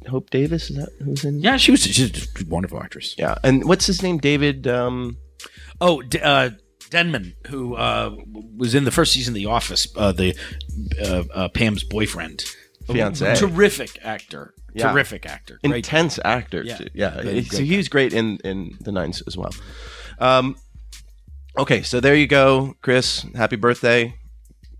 [SPEAKER 2] Hope Davis is that who's in?
[SPEAKER 4] Yeah, she was she's a wonderful actress.
[SPEAKER 2] Yeah, and what's his name? David. Um,
[SPEAKER 4] Oh, D- uh, Denman, who uh, was in the first season of The Office, uh, the uh, uh, Pam's boyfriend,
[SPEAKER 2] Fiancé.
[SPEAKER 4] terrific actor,
[SPEAKER 2] Yeah.
[SPEAKER 4] terrific actor, Great.
[SPEAKER 2] intense actor.
[SPEAKER 4] Yeah.
[SPEAKER 2] Yeah, yeah.
[SPEAKER 4] Good,
[SPEAKER 2] so
[SPEAKER 4] good
[SPEAKER 2] he was great in in the nines as well. Um, okay, so there you go, Chris. Happy birthday.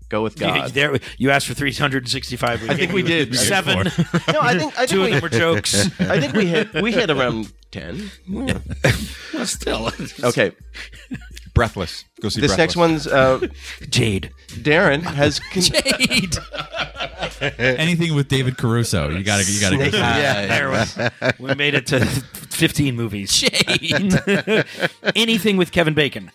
[SPEAKER 2] Go with
[SPEAKER 4] You,
[SPEAKER 2] God.
[SPEAKER 4] there, you asked for 365.
[SPEAKER 2] I think we did.
[SPEAKER 4] seven.
[SPEAKER 2] *laughs*
[SPEAKER 12] *laughs*
[SPEAKER 2] No, I think I
[SPEAKER 4] Two of
[SPEAKER 2] think
[SPEAKER 4] them were
[SPEAKER 2] we,
[SPEAKER 4] jokes.
[SPEAKER 13] *laughs*
[SPEAKER 2] I think we
[SPEAKER 4] *laughs*
[SPEAKER 2] hit we hit around ten.
[SPEAKER 12] Oh,
[SPEAKER 4] Well, still,
[SPEAKER 2] Okay,
[SPEAKER 5] Breathless. Go see
[SPEAKER 2] This next
[SPEAKER 5] Breathless.
[SPEAKER 2] one's uh,
[SPEAKER 4] Jade.
[SPEAKER 2] Darren
[SPEAKER 4] *laughs*
[SPEAKER 2] has con-
[SPEAKER 13] Jade.
[SPEAKER 6] Anything with David Caruso, you gotta you gotta go.
[SPEAKER 12] Snake
[SPEAKER 6] see it.
[SPEAKER 12] Eyes. There was- we made it to 15 movies.
[SPEAKER 13] Jade.
[SPEAKER 12] *laughs* Anything with Kevin Bacon.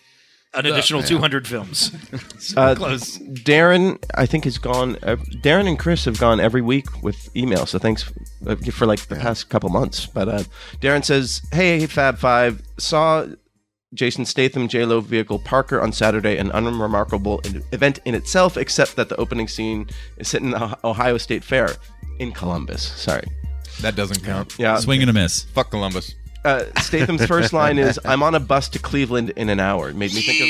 [SPEAKER 12] An additional 200 films. So
[SPEAKER 2] Uh,
[SPEAKER 12] close.
[SPEAKER 2] Darren, I think has gone. Uh, Darren and Chris have gone every week with email. So thanks uh, for like the past couple months. But uh, Darren says, "Hey, Fab Five, saw Jason Statham, J Lo vehicle Parker on Saturday, an unremarkable in- event in itself, except that the opening scene is set in the Ohio- Ohio State Fair in Columbus. Sorry,
[SPEAKER 5] That doesn't count.
[SPEAKER 2] yeah.
[SPEAKER 6] Swing and a miss.
[SPEAKER 5] Fuck Columbus.
[SPEAKER 2] Uh, Statham's first line
[SPEAKER 6] *laughs*
[SPEAKER 2] is, "I'm on a bus to Cleveland in an hour." It made me think of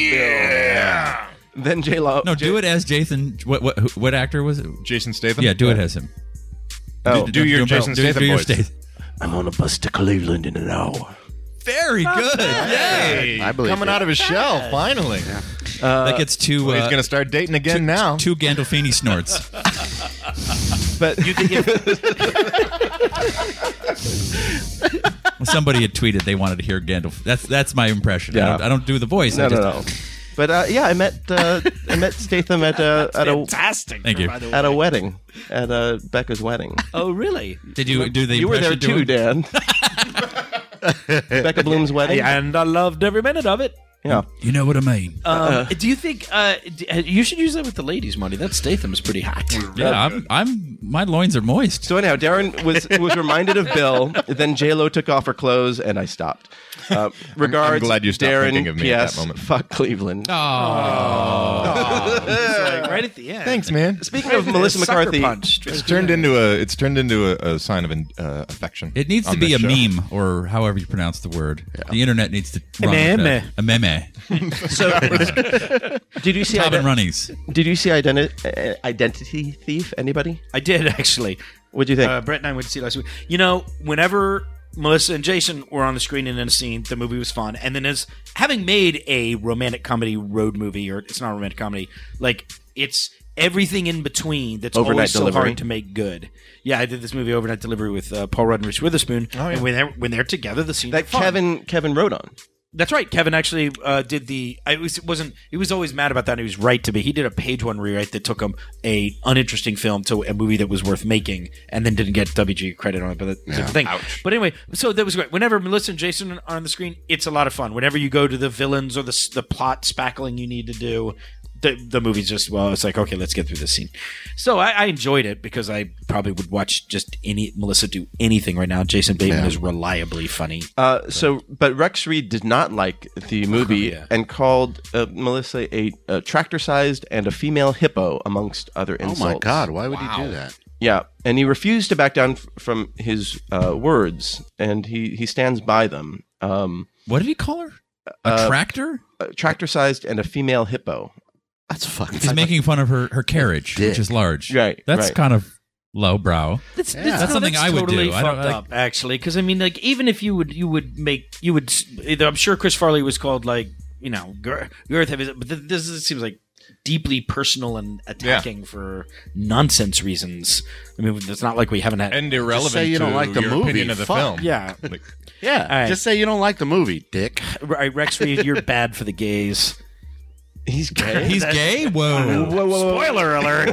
[SPEAKER 2] Bill. Then J Lo.
[SPEAKER 6] No, do it as Jason. What what who- what actor was it?
[SPEAKER 5] Jason Statham.
[SPEAKER 6] Yeah, do it as him.
[SPEAKER 2] Oh.
[SPEAKER 5] Uh, Do your Jason Statham
[SPEAKER 6] your
[SPEAKER 5] voice.
[SPEAKER 6] Statham.
[SPEAKER 2] I'm on a bus to Cleveland in an hour.
[SPEAKER 6] Very good.
[SPEAKER 5] Hey,
[SPEAKER 7] I believe
[SPEAKER 5] coming
[SPEAKER 7] it.
[SPEAKER 5] out of his shell finally.
[SPEAKER 6] that gets two.
[SPEAKER 5] Well,
[SPEAKER 6] uh,
[SPEAKER 5] he's gonna start dating again
[SPEAKER 6] two-
[SPEAKER 5] now.
[SPEAKER 6] Two Gandolfini snorts.
[SPEAKER 2] But you can give
[SPEAKER 6] Somebody had tweeted they wanted to hear Gandalf. That's that's my impression. I,
[SPEAKER 2] Yeah.
[SPEAKER 6] don't, I don't do the voice. I
[SPEAKER 2] No,
[SPEAKER 6] just,
[SPEAKER 2] no, no. But uh, yeah, I met uh, I met Statham at a at a
[SPEAKER 4] Fantastic.
[SPEAKER 6] Thank you.
[SPEAKER 4] by the way.
[SPEAKER 2] at a wedding at uh, Becca's wedding.
[SPEAKER 12] Oh, really?
[SPEAKER 6] Did you do the?
[SPEAKER 2] you were there
[SPEAKER 6] impression
[SPEAKER 2] too,
[SPEAKER 6] doing-
[SPEAKER 2] Dan. Becca Bloom's wedding.
[SPEAKER 4] And I loved every minute of it.
[SPEAKER 2] yeah.
[SPEAKER 6] You know what I mean?
[SPEAKER 13] Um, do you think uh, d- uh, you should use that with the ladies' money? That Statham is pretty hot.
[SPEAKER 6] yeah, I'm, I'm. My loins are moist.
[SPEAKER 2] So anyhow, Darren was was reminded of Bill. Then J Lo took off her clothes, and I stopped. Uh, regards,
[SPEAKER 5] glad you stopped
[SPEAKER 2] Darren,
[SPEAKER 5] thinking of me at that
[SPEAKER 2] PS,
[SPEAKER 5] moment.
[SPEAKER 2] Fuck Cleveland.
[SPEAKER 4] right at the end.
[SPEAKER 5] Thanks, man.
[SPEAKER 2] Speaking of Melissa McCarthy,
[SPEAKER 5] It's turned into a. It's turned into a, a sign of an, uh, affection.
[SPEAKER 6] It needs to
[SPEAKER 5] on
[SPEAKER 6] be a
[SPEAKER 5] this show.
[SPEAKER 6] meme or however you pronounce the word. The internet needs to run with
[SPEAKER 4] meme.
[SPEAKER 6] that. a
[SPEAKER 2] *laughs*
[SPEAKER 6] meme.
[SPEAKER 2] did you see
[SPEAKER 6] Top and
[SPEAKER 2] Iden-
[SPEAKER 6] runnies.
[SPEAKER 2] did you see identi- uh, Identity Thief? Anybody?
[SPEAKER 4] I
[SPEAKER 2] *laughs*
[SPEAKER 4] did actually.
[SPEAKER 2] What'd you think?
[SPEAKER 4] Uh, Brett and I went to see it last week. You know, whenever Melissa and Jason were on the screen and in a scene, the movie was fun. And then as having made a romantic comedy road movie, or it's not a romantic comedy, like it's everything in between that's
[SPEAKER 2] Overnight
[SPEAKER 4] always so
[SPEAKER 2] Delivery.
[SPEAKER 4] hard to make good. Yeah, I did this movie Overnight Delivery with uh, Paul Rudd and Reese Witherspoon, and when they're when they're together, the scene
[SPEAKER 2] Oh, that Kevin Kevin wrote on.
[SPEAKER 4] That's right. Kevin actually uh, did the. I was it wasn't. He was always mad about that. and He was right to be. He did a page one rewrite that took him a uninteresting film to a movie that was worth making, and then didn't get WG credit on it. But that's a different thing. But anyway, so that was great. Whenever Melissa and Jason are on the screen, it's a lot of fun. Whenever you go to the villains or the s- the plot spackling you need to do, the the movie's just well. It's like okay, let's get through this scene. So I, I enjoyed it because I probably would watch just any Melissa do anything right now. Jason Bateman is reliably funny.
[SPEAKER 2] Uh, so, but Rex Reed did not like
[SPEAKER 7] Oh,
[SPEAKER 2] the movie and called uh, Melissa a, a tractor-sized and a female hippo, amongst other
[SPEAKER 7] Oh
[SPEAKER 2] insults.
[SPEAKER 7] my God! Why would he do that?
[SPEAKER 2] Yeah, and he refused to back down f- from his uh, words, and he he stands by them. Um,
[SPEAKER 6] What did he call her? A
[SPEAKER 2] Uh,
[SPEAKER 6] tractor?
[SPEAKER 2] a tractor-sized and a female hippo.
[SPEAKER 7] That's fucking.
[SPEAKER 6] He's making fun of her, her carriage, which is large.
[SPEAKER 2] Right,
[SPEAKER 6] That's
[SPEAKER 2] right.
[SPEAKER 6] kind of lowbrow.
[SPEAKER 7] Yeah.
[SPEAKER 6] That's something I would
[SPEAKER 4] totally
[SPEAKER 6] do. I
[SPEAKER 4] Fucked
[SPEAKER 6] don't like-
[SPEAKER 4] up, actually, because I mean, like, even if you would, you would make, you would. s- Either, I'm sure Chris Farley was called like, you know, gir- girth heavy, but th- this is- seems like deeply personal and attacking for nonsense reasons. I mean, it's not like we haven't had.
[SPEAKER 5] and irrelevant.
[SPEAKER 7] say you don't
[SPEAKER 5] to
[SPEAKER 7] like the
[SPEAKER 5] your
[SPEAKER 7] movie.
[SPEAKER 5] Opinion of the
[SPEAKER 7] Fuck.
[SPEAKER 5] film.
[SPEAKER 4] yeah,
[SPEAKER 5] Like,
[SPEAKER 7] Yeah,
[SPEAKER 4] right.
[SPEAKER 7] just say you don't like the movie, Dick.
[SPEAKER 4] right, Rex Reed, you're bad for the gays.
[SPEAKER 2] He's gay.
[SPEAKER 6] He's gay? Whoa.
[SPEAKER 2] Whoa, whoa, whoa.
[SPEAKER 4] Spoiler alert!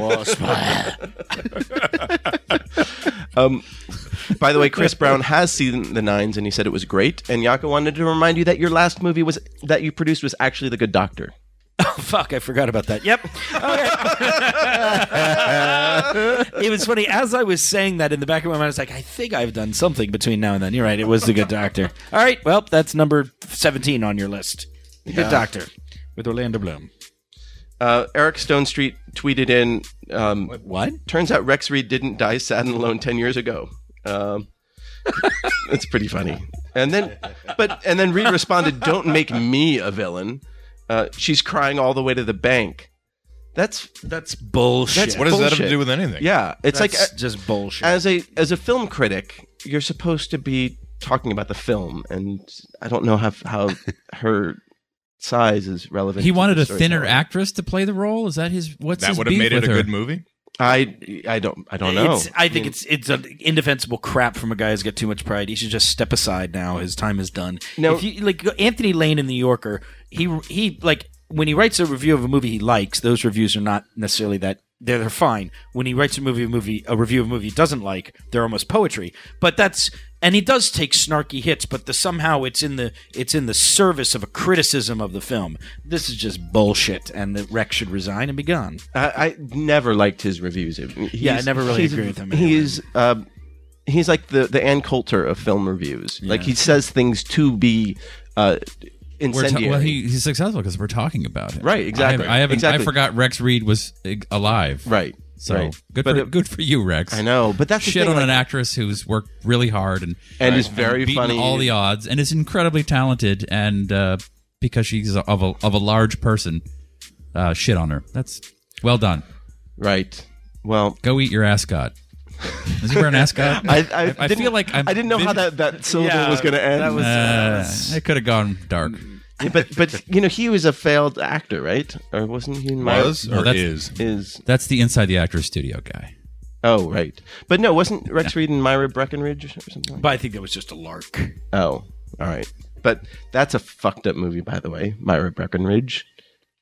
[SPEAKER 2] Um, *laughs* by the way, Chris Brown has seen the Nines, and he said it was great. And Yako wanted to remind you that your last movie was that you produced was actually The Good Doctor.
[SPEAKER 4] Fuck, I forgot about that. Yep. Okay. *laughs* it was funny. As I was saying that in the back of my mind, I was like, I think I've done something between now and then. You're right. It was The Good Doctor. All right. Well, that's number 17 on your list. The Good Doctor with Orlando Bloom.
[SPEAKER 2] Uh, Eric Stone Street tweeted in. Um,
[SPEAKER 4] What?
[SPEAKER 2] Turns out Rex Reed didn't die sad and alone ten years ago. Um, *laughs* it's pretty funny. And then, but and then Reed responded, "Don't make me a villain." Uh, she's crying all the way to the bank. That's
[SPEAKER 4] That's bullshit.
[SPEAKER 2] That's-
[SPEAKER 5] what does that have
[SPEAKER 2] Bullshit.
[SPEAKER 5] to do with anything?
[SPEAKER 2] yeah. It's
[SPEAKER 4] That's
[SPEAKER 2] like uh,
[SPEAKER 4] just bullshit.
[SPEAKER 2] as a as a film critic, you're supposed to be talking about the film, and I don't know how how her size is relevant.
[SPEAKER 6] He
[SPEAKER 2] to
[SPEAKER 6] wanted
[SPEAKER 2] the
[SPEAKER 6] a thinner
[SPEAKER 2] storytelling.
[SPEAKER 6] actress to play the role. Is that his? What's
[SPEAKER 5] That
[SPEAKER 6] his
[SPEAKER 5] would have
[SPEAKER 6] beef
[SPEAKER 5] made it
[SPEAKER 6] with
[SPEAKER 5] a
[SPEAKER 6] her?
[SPEAKER 5] good movie.
[SPEAKER 2] I I don't I don't know.
[SPEAKER 4] It's, I think it's it's an indefensible crap from a guy who's got too much pride. He should just step aside now. His time is done.
[SPEAKER 2] No.
[SPEAKER 4] if you, like Anthony Lane in The Yorker, he he like when he writes a review of a movie he likes, those reviews are not necessarily that they're, they're fine. When he writes a movie a movie a review of a movie he doesn't like, they're almost poetry. But that's and he does take snarky hits, but the, somehow it's in the it's in the service of a criticism of the film. This is just bullshit, and the wreck should resign and be gone.
[SPEAKER 2] I, I never liked his reviews.
[SPEAKER 4] Yeah, I never really agree with him anyway.
[SPEAKER 2] He's um, he's like the the Ann Coulter of film reviews. Like he says things to be uh,
[SPEAKER 6] We're ta-
[SPEAKER 2] incendiary.
[SPEAKER 6] well, he, he's successful because we're talking about it.
[SPEAKER 2] Right,
[SPEAKER 6] I have-
[SPEAKER 2] exactly,
[SPEAKER 6] I, haven't.
[SPEAKER 2] exactly.
[SPEAKER 6] I forgot Rex Reed was eh, alive.
[SPEAKER 2] Right,
[SPEAKER 6] So
[SPEAKER 2] right.
[SPEAKER 6] good
[SPEAKER 2] But
[SPEAKER 6] for
[SPEAKER 2] it-
[SPEAKER 6] good for you, Rex.
[SPEAKER 2] I know, but that's the
[SPEAKER 6] shit
[SPEAKER 2] thing,
[SPEAKER 6] on
[SPEAKER 2] like-
[SPEAKER 6] an actress who's worked really hard and
[SPEAKER 2] And is very
[SPEAKER 6] beaten
[SPEAKER 2] funny.
[SPEAKER 6] All the odds and is incredibly talented and uh, because she's of a of a large person, uh, shit on her. That's well done.
[SPEAKER 2] right. Well,
[SPEAKER 6] Go eat your ascot. Is he wearing an ascot?
[SPEAKER 2] *laughs* I I, didn't-
[SPEAKER 6] feel like I'm
[SPEAKER 2] I didn't know how
[SPEAKER 6] vis-
[SPEAKER 2] that
[SPEAKER 6] *laughs*
[SPEAKER 2] that syllable
[SPEAKER 4] Yeah,
[SPEAKER 2] was going to end.
[SPEAKER 4] that was-
[SPEAKER 6] Uh, it could have gone dark.
[SPEAKER 2] Yeah, but but you know he was a failed actor, right? Or wasn't he? In my,
[SPEAKER 5] Was
[SPEAKER 6] No,
[SPEAKER 5] or
[SPEAKER 6] that's-
[SPEAKER 5] is?
[SPEAKER 2] is
[SPEAKER 6] That's the inside the actor's studio guy.
[SPEAKER 2] oh right, but no, wasn't Rex Reed and Myra Breckenridge or something? Like
[SPEAKER 4] But I think that was just a lark.
[SPEAKER 2] Oh, all right. But that's a fucked up movie, by the way. Myra Breckenridge,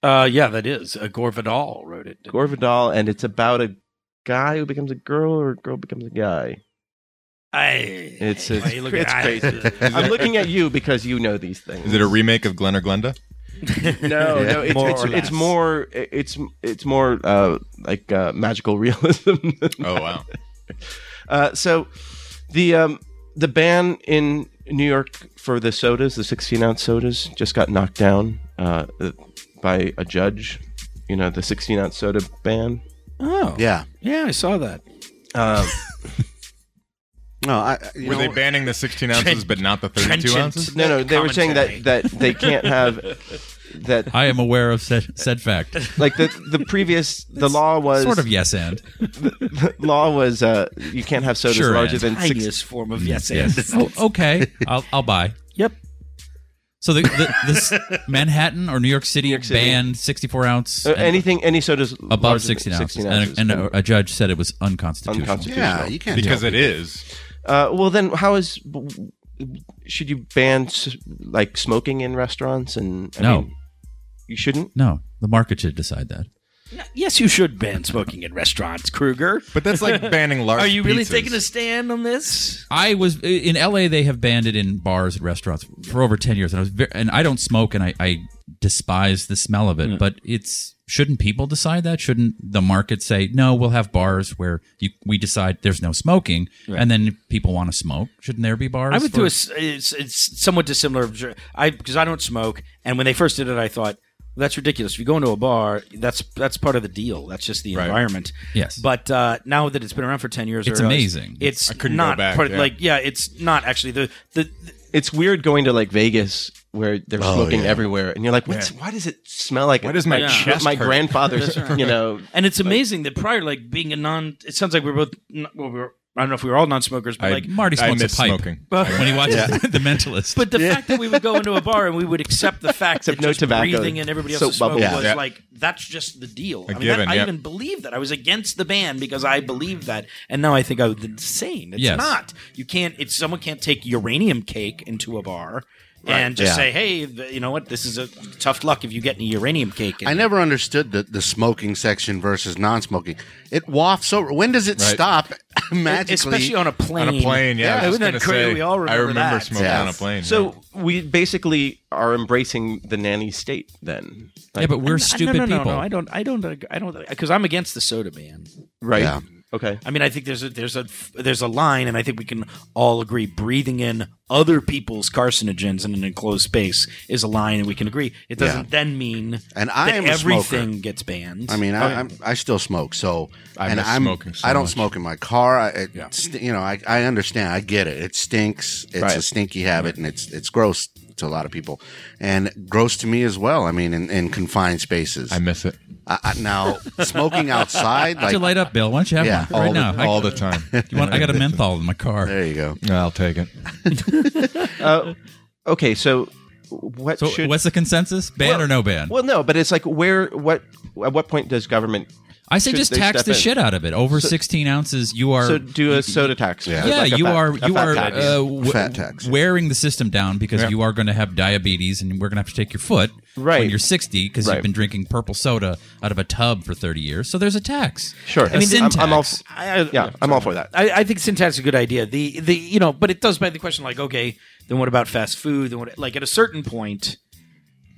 [SPEAKER 4] Uh, yeah, that is. Uh, Gore Vidal wrote it.
[SPEAKER 2] Gore Vidal, and it's about a guy who becomes a girl or a girl becomes a guy.
[SPEAKER 4] I,
[SPEAKER 2] It's
[SPEAKER 4] Why
[SPEAKER 2] it's,
[SPEAKER 4] you
[SPEAKER 2] it's
[SPEAKER 4] look at- *laughs*
[SPEAKER 2] crazy. I'm looking at you because you know these things.
[SPEAKER 5] Is it a remake of Glenn or *laughs* Glenda?
[SPEAKER 2] No, no. It's
[SPEAKER 4] More
[SPEAKER 2] it's,
[SPEAKER 4] or
[SPEAKER 2] it's,
[SPEAKER 4] less.
[SPEAKER 2] more it's it's more uh, like uh, magical *laughs* realism. than
[SPEAKER 5] Oh wow.
[SPEAKER 2] Uh, so the um, the ban in New York for the sodas, the 16 ounce sodas, just got knocked down uh, by a judge. You know, the 16 ounce soda ban.
[SPEAKER 4] oh,
[SPEAKER 7] Yeah.
[SPEAKER 4] yeah, I saw that.
[SPEAKER 2] Um,
[SPEAKER 7] No, I. I- You
[SPEAKER 5] Were
[SPEAKER 7] know,
[SPEAKER 5] they banning the 16 ounces but not the 32
[SPEAKER 4] Trenchant.
[SPEAKER 5] ounces?
[SPEAKER 2] no, no, they were saying that that they can't
[SPEAKER 6] *laughs*
[SPEAKER 2] have that.
[SPEAKER 6] I am aware of said, said fact.
[SPEAKER 2] Like the the previous the law was
[SPEAKER 6] sort of yes
[SPEAKER 2] *laughs*
[SPEAKER 6] and.
[SPEAKER 2] the law was uh, you can't have sodas
[SPEAKER 6] Sure
[SPEAKER 2] larger
[SPEAKER 6] is.
[SPEAKER 2] than six.
[SPEAKER 4] Highest form of yes,
[SPEAKER 6] Yes.
[SPEAKER 4] and.
[SPEAKER 6] oh, okay. I'll, I'll buy.
[SPEAKER 4] Yep.
[SPEAKER 6] So the, the this Manhattan or New York City
[SPEAKER 2] City.
[SPEAKER 6] banned 64 ounce
[SPEAKER 2] uh,
[SPEAKER 6] and
[SPEAKER 2] anything any sodas larger
[SPEAKER 6] above
[SPEAKER 2] than
[SPEAKER 6] 16 ounces,
[SPEAKER 2] 16
[SPEAKER 6] And a-
[SPEAKER 2] ounces.
[SPEAKER 6] and, a, a judge said it was unconstitutional.
[SPEAKER 2] unconstitutional.
[SPEAKER 7] yeah, you can't.
[SPEAKER 5] Because
[SPEAKER 7] tell.
[SPEAKER 5] it is.
[SPEAKER 2] Uh, well, then, how is should you ban s- like smoking in restaurants? And I
[SPEAKER 6] No.
[SPEAKER 2] mean, you shouldn't.
[SPEAKER 6] No, the market should decide that.
[SPEAKER 4] Yes, you should ban smoking in restaurants, Kruger.
[SPEAKER 5] But that's *laughs* like banning large
[SPEAKER 4] Are you really
[SPEAKER 5] pizzas.
[SPEAKER 4] taking a stand on this?
[SPEAKER 6] I was in LA. They have banned it in bars and restaurants for over ten years, and I was very, and I don't smoke, and I, I despise the smell of it. But it's shouldn't people decide that? Shouldn't the market say no? We'll have bars where you, we decide there's no smoking, and then if people want to smoke. Shouldn't there be bars?
[SPEAKER 4] I went
[SPEAKER 6] for-
[SPEAKER 4] through a. s- It's, it's somewhat dissimilar. I because I don't smoke, and when they first did it, I thought well, that's ridiculous. If you go into a bar, that's that's part of the deal. That's just the environment.
[SPEAKER 6] Yes.
[SPEAKER 4] But uh, now that it's been around for ten years, I
[SPEAKER 6] It's
[SPEAKER 4] realize
[SPEAKER 6] amazing.
[SPEAKER 4] It's
[SPEAKER 5] I couldn't go
[SPEAKER 4] not
[SPEAKER 5] back,
[SPEAKER 4] part,
[SPEAKER 5] yeah.
[SPEAKER 4] like yeah, it's not actually the the. the
[SPEAKER 2] It's weird going to like Vegas where they're
[SPEAKER 7] Oh,
[SPEAKER 2] smoking
[SPEAKER 7] yeah.
[SPEAKER 2] everywhere, and you're like, What's, why does it smell like?
[SPEAKER 5] Why does my
[SPEAKER 2] like
[SPEAKER 5] chest
[SPEAKER 2] my
[SPEAKER 5] hurt?
[SPEAKER 2] grandfather's? You know,
[SPEAKER 4] and it's amazing that prior, like being a non, it sounds like we're both. n- Well, we were, I don't know if we were all non-smokers, but
[SPEAKER 5] I-
[SPEAKER 4] like
[SPEAKER 6] Marty
[SPEAKER 5] I
[SPEAKER 6] smokes a
[SPEAKER 5] miss
[SPEAKER 6] pipe
[SPEAKER 5] smoking.
[SPEAKER 6] *laughs* when he watches The Mentalist.
[SPEAKER 4] But the fact that we would go into a bar and we would accept the fact that
[SPEAKER 2] no
[SPEAKER 4] just
[SPEAKER 2] tobacco,
[SPEAKER 4] breathing and everybody
[SPEAKER 2] soap
[SPEAKER 4] else's smoke
[SPEAKER 2] bubbles.
[SPEAKER 4] was
[SPEAKER 5] Yeah.
[SPEAKER 4] like that's just the deal. I mean,
[SPEAKER 5] given,
[SPEAKER 4] that, I
[SPEAKER 5] yeah.
[SPEAKER 4] even believed that. I was against the ban because I believed that, and now I think I was insane. It's
[SPEAKER 6] Yes.
[SPEAKER 4] not. You can't. It's someone can't take uranium cake into a bar. And just
[SPEAKER 7] Yeah.
[SPEAKER 4] say, hey, th- you know what? This is a tough luck if you get any uranium cake. in
[SPEAKER 7] I
[SPEAKER 4] it."
[SPEAKER 7] never understood the, the smoking section versus non-smoking. It wafts over. When does it
[SPEAKER 5] Right.
[SPEAKER 7] stop *laughs* magically?
[SPEAKER 4] especially on a plane.
[SPEAKER 5] On a plane, yeah.
[SPEAKER 4] yeah
[SPEAKER 5] I was
[SPEAKER 4] isn't
[SPEAKER 5] gonna
[SPEAKER 4] that crazy?
[SPEAKER 5] say,
[SPEAKER 4] we all remember
[SPEAKER 5] I remember
[SPEAKER 4] that.
[SPEAKER 5] smoking
[SPEAKER 7] Yeah.
[SPEAKER 5] on a plane. yeah.
[SPEAKER 2] so we basically are embracing the nanny state then.
[SPEAKER 6] yeah, but we're
[SPEAKER 4] No,
[SPEAKER 6] stupid
[SPEAKER 4] no, no,
[SPEAKER 6] people.
[SPEAKER 4] No, no, I don't. I don't. ag- I don't. Because I'm against the soda ban.
[SPEAKER 2] Right.
[SPEAKER 7] Yeah.
[SPEAKER 2] Okay.
[SPEAKER 4] I mean, I think there's a there's a there's a line, and I think we can all agree breathing in other people's carcinogens in an enclosed space is a line, and we can agree. It doesn't then mean
[SPEAKER 7] And I
[SPEAKER 4] that
[SPEAKER 7] am a
[SPEAKER 4] everything
[SPEAKER 7] smoker.
[SPEAKER 4] gets banned.
[SPEAKER 7] I mean, I, I'm, I still smoke, so
[SPEAKER 5] I
[SPEAKER 7] and
[SPEAKER 5] miss
[SPEAKER 7] I'm
[SPEAKER 5] smoking so
[SPEAKER 7] I don't
[SPEAKER 5] much.
[SPEAKER 7] smoke in my car. I, it, st- you know, I, I understand. I get it. It stinks. It's a
[SPEAKER 2] Right.
[SPEAKER 7] stinky habit, and it's it's gross to a lot of people, and gross to me as well. I mean, in, in confined spaces.
[SPEAKER 5] I miss it
[SPEAKER 7] I, I, now smoking
[SPEAKER 6] Why
[SPEAKER 7] outside,
[SPEAKER 6] don't
[SPEAKER 7] like
[SPEAKER 6] you light up, Bill? Why don't you have
[SPEAKER 7] Yeah,
[SPEAKER 6] one right
[SPEAKER 7] all the-
[SPEAKER 6] now? I,
[SPEAKER 5] all the *laughs* time.
[SPEAKER 6] you want, I got a menthol in my car.
[SPEAKER 7] there you go.
[SPEAKER 5] I'll take it.
[SPEAKER 2] Uh, okay. So what
[SPEAKER 6] So
[SPEAKER 2] should?
[SPEAKER 6] what's the consensus? Ban or no ban?
[SPEAKER 2] well, no, but it's like where what at what point does government
[SPEAKER 6] I say
[SPEAKER 2] Should
[SPEAKER 6] just
[SPEAKER 2] they
[SPEAKER 6] tax
[SPEAKER 2] step
[SPEAKER 6] the
[SPEAKER 2] in?
[SPEAKER 6] shit out of it. Over
[SPEAKER 2] So-
[SPEAKER 6] 16 ounces, you are
[SPEAKER 2] so do a soda tax.
[SPEAKER 6] yeah,
[SPEAKER 2] Like a
[SPEAKER 6] you
[SPEAKER 2] fat-
[SPEAKER 6] are
[SPEAKER 2] a
[SPEAKER 6] you
[SPEAKER 2] fat
[SPEAKER 6] are
[SPEAKER 2] tax.
[SPEAKER 6] uh, w-
[SPEAKER 7] Fat tax.
[SPEAKER 6] wearing the system down because
[SPEAKER 5] Yeah.
[SPEAKER 6] you are going to have diabetes and we're going to have to take your foot
[SPEAKER 2] Right.
[SPEAKER 6] when you're 60 because
[SPEAKER 2] Right.
[SPEAKER 6] you've been drinking purple soda out of a tub for 30 years. So there's a tax.
[SPEAKER 2] Sure.
[SPEAKER 6] I mean,
[SPEAKER 2] I'm,
[SPEAKER 6] syntax.
[SPEAKER 2] I'm all. f-
[SPEAKER 4] I, I,
[SPEAKER 2] yeah, I'm all for that.
[SPEAKER 4] I, I think syntax is a good idea. The the you know, but it does beg the question like, okay, then what about fast food? Then what like at a certain point,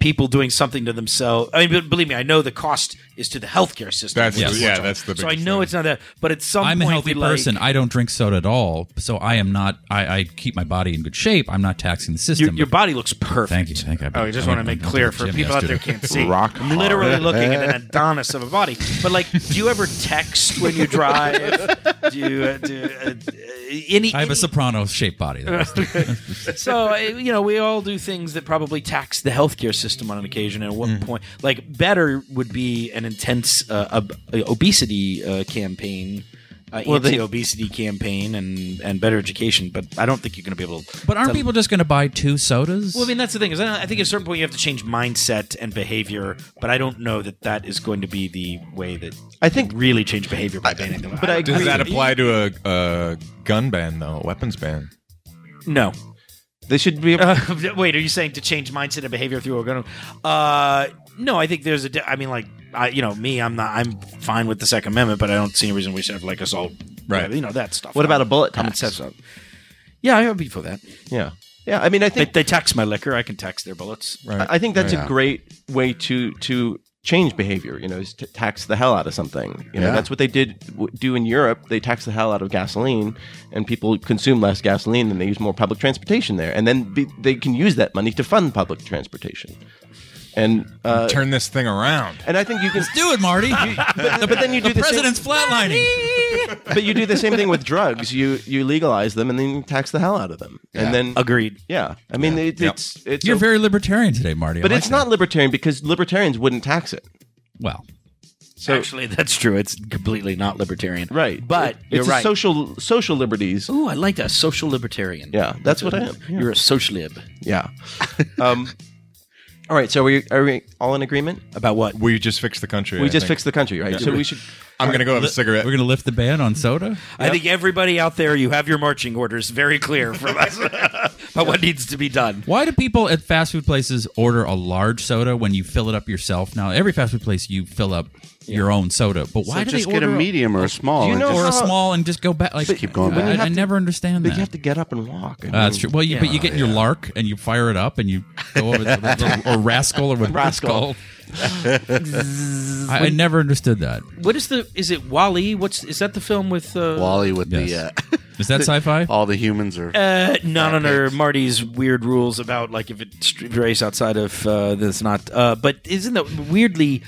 [SPEAKER 4] people doing something to themselves. I mean, be- believe me, I know the cost is to the healthcare system.
[SPEAKER 5] That's
[SPEAKER 4] which
[SPEAKER 5] the-
[SPEAKER 4] is
[SPEAKER 5] yeah,
[SPEAKER 4] what's on.
[SPEAKER 5] that's the
[SPEAKER 4] So I
[SPEAKER 5] biggest
[SPEAKER 4] know
[SPEAKER 5] thing.
[SPEAKER 4] it's not that, but at some
[SPEAKER 6] I'm a
[SPEAKER 4] point,
[SPEAKER 6] healthy
[SPEAKER 4] we, like-
[SPEAKER 6] person. I don't drink soda at all, so I am not. I, I keep my body in good shape. I'm not taxing the system.
[SPEAKER 4] your, your body looks perfect.
[SPEAKER 6] Thank you. Thank you.
[SPEAKER 4] Oh, I just want to make clear for people out there who can't see.
[SPEAKER 2] Rock
[SPEAKER 4] I'm literally looking at an Adonis of a body. But like, do you ever text when you drive? do you uh, do uh, uh, any?
[SPEAKER 6] I have a
[SPEAKER 4] any-
[SPEAKER 6] soprano shaped body. That was-
[SPEAKER 4] so uh, you know, we all do things that probably tax the healthcare system on an occasion. And at what point, like, better would be an intense uh, ob- uh, obesity uh, campaign. Uh,
[SPEAKER 14] Well, they-
[SPEAKER 4] anti-obesity campaign and, and better education, but I don't think you're going to be able. to...
[SPEAKER 6] But aren't
[SPEAKER 4] to-
[SPEAKER 6] people just going to buy two sodas?
[SPEAKER 4] Well, I mean, that's the thing is, I I think at a certain point you have to change mindset and behavior, but I don't know that that is going to be the way that
[SPEAKER 2] I think-
[SPEAKER 4] really change behavior by banning them. But
[SPEAKER 5] *laughs*
[SPEAKER 4] I
[SPEAKER 5] Does that apply to a, a gun ban though? A weapons ban?
[SPEAKER 4] no.
[SPEAKER 2] They should be.
[SPEAKER 4] Uh, *laughs* wait, are you saying to change mindset and behavior through a gun? Uh, no, I think there's a. Di- I mean, like, I, you know, me, I'm not. I'm fine with the Second Amendment, but I don't see any reason we should have like assault.
[SPEAKER 5] Right.
[SPEAKER 4] You know that stuff.
[SPEAKER 2] What about a bullet
[SPEAKER 4] Common
[SPEAKER 2] tax?
[SPEAKER 4] sense stuff. Yeah, I would be for that.
[SPEAKER 2] yeah, yeah. I mean, I
[SPEAKER 4] They,
[SPEAKER 2] think
[SPEAKER 4] they tax my liquor. I can tax their bullets.
[SPEAKER 5] Right.
[SPEAKER 2] I think that's a great way to to change behavior. You know, is to tax the hell out of something. You know,
[SPEAKER 7] Yeah.
[SPEAKER 2] that's what they did w- do in Europe. They tax the hell out of gasoline, and people consume less gasoline, and they use more public transportation there, and then be, they can use that money to fund public transportation. And uh,
[SPEAKER 5] Turn this thing around.
[SPEAKER 2] and I think you can
[SPEAKER 6] do it, Marty.
[SPEAKER 2] but, but then you do the,
[SPEAKER 6] President's flatlining.
[SPEAKER 2] same. But you do the same thing with drugs. You you legalize them and then you tax the hell out of them. And then
[SPEAKER 4] Agreed.
[SPEAKER 2] yeah, I mean It, it's it's
[SPEAKER 6] You're
[SPEAKER 2] a-
[SPEAKER 6] very libertarian today, Marty. I
[SPEAKER 2] but
[SPEAKER 6] like
[SPEAKER 2] it's
[SPEAKER 6] that.
[SPEAKER 2] not libertarian because libertarians wouldn't tax it.
[SPEAKER 6] Well,
[SPEAKER 2] So
[SPEAKER 4] Actually, that's true. It's completely not libertarian.
[SPEAKER 2] right,
[SPEAKER 4] But
[SPEAKER 2] It- it's
[SPEAKER 4] you're
[SPEAKER 2] a
[SPEAKER 4] right.
[SPEAKER 2] social social liberties.
[SPEAKER 4] Ooh, Oh, I like that. Social libertarian.
[SPEAKER 2] Yeah, that's what I am. Yeah.
[SPEAKER 4] You're a social lib. *laughs*
[SPEAKER 2] yeah. Um, all right, so are we are we all in agreement?
[SPEAKER 4] About what?
[SPEAKER 5] We just fixed the country.
[SPEAKER 2] We
[SPEAKER 5] I
[SPEAKER 2] just
[SPEAKER 5] think.
[SPEAKER 2] fixed the country, right? So we should.
[SPEAKER 5] I'm gonna go have a
[SPEAKER 6] we're
[SPEAKER 5] cigarette.
[SPEAKER 6] going to lift the ban on soda.
[SPEAKER 4] I think everybody out there, you have your marching orders very clear from *laughs* us about what needs to be done.
[SPEAKER 6] Why do people at fast food places order a large soda when you fill it up yourself? Now, every fast food place you fill up your own soda, but why
[SPEAKER 7] so
[SPEAKER 6] do
[SPEAKER 7] just
[SPEAKER 6] they
[SPEAKER 7] get a
[SPEAKER 6] order
[SPEAKER 7] medium or a small.
[SPEAKER 2] Do you
[SPEAKER 7] and
[SPEAKER 2] know
[SPEAKER 7] just-
[SPEAKER 6] or a
[SPEAKER 2] how-
[SPEAKER 6] small and just go back? Like,
[SPEAKER 7] keep going
[SPEAKER 6] I-
[SPEAKER 7] back.
[SPEAKER 6] I,
[SPEAKER 7] When you
[SPEAKER 6] I
[SPEAKER 2] have to-
[SPEAKER 6] never understand
[SPEAKER 2] But
[SPEAKER 6] that.
[SPEAKER 2] you have to get up and walk. I
[SPEAKER 6] Uh, that's
[SPEAKER 2] mean-
[SPEAKER 6] true. Well, you, but you get your lark and you fire it up and you go over the, the- or rascal or whatever
[SPEAKER 2] Rascal.
[SPEAKER 6] it's called. *laughs* I, I never understood that.
[SPEAKER 4] What is the? Is it Wally? What's is that the film with? Uh,
[SPEAKER 7] Wally with
[SPEAKER 6] Yes.
[SPEAKER 7] the uh, *laughs*
[SPEAKER 6] Is that sci-fi?
[SPEAKER 7] all the humans are.
[SPEAKER 4] Uh, not under Marty's weird rules about like if it st- race outside of uh, this not. Uh, but isn't that weirdly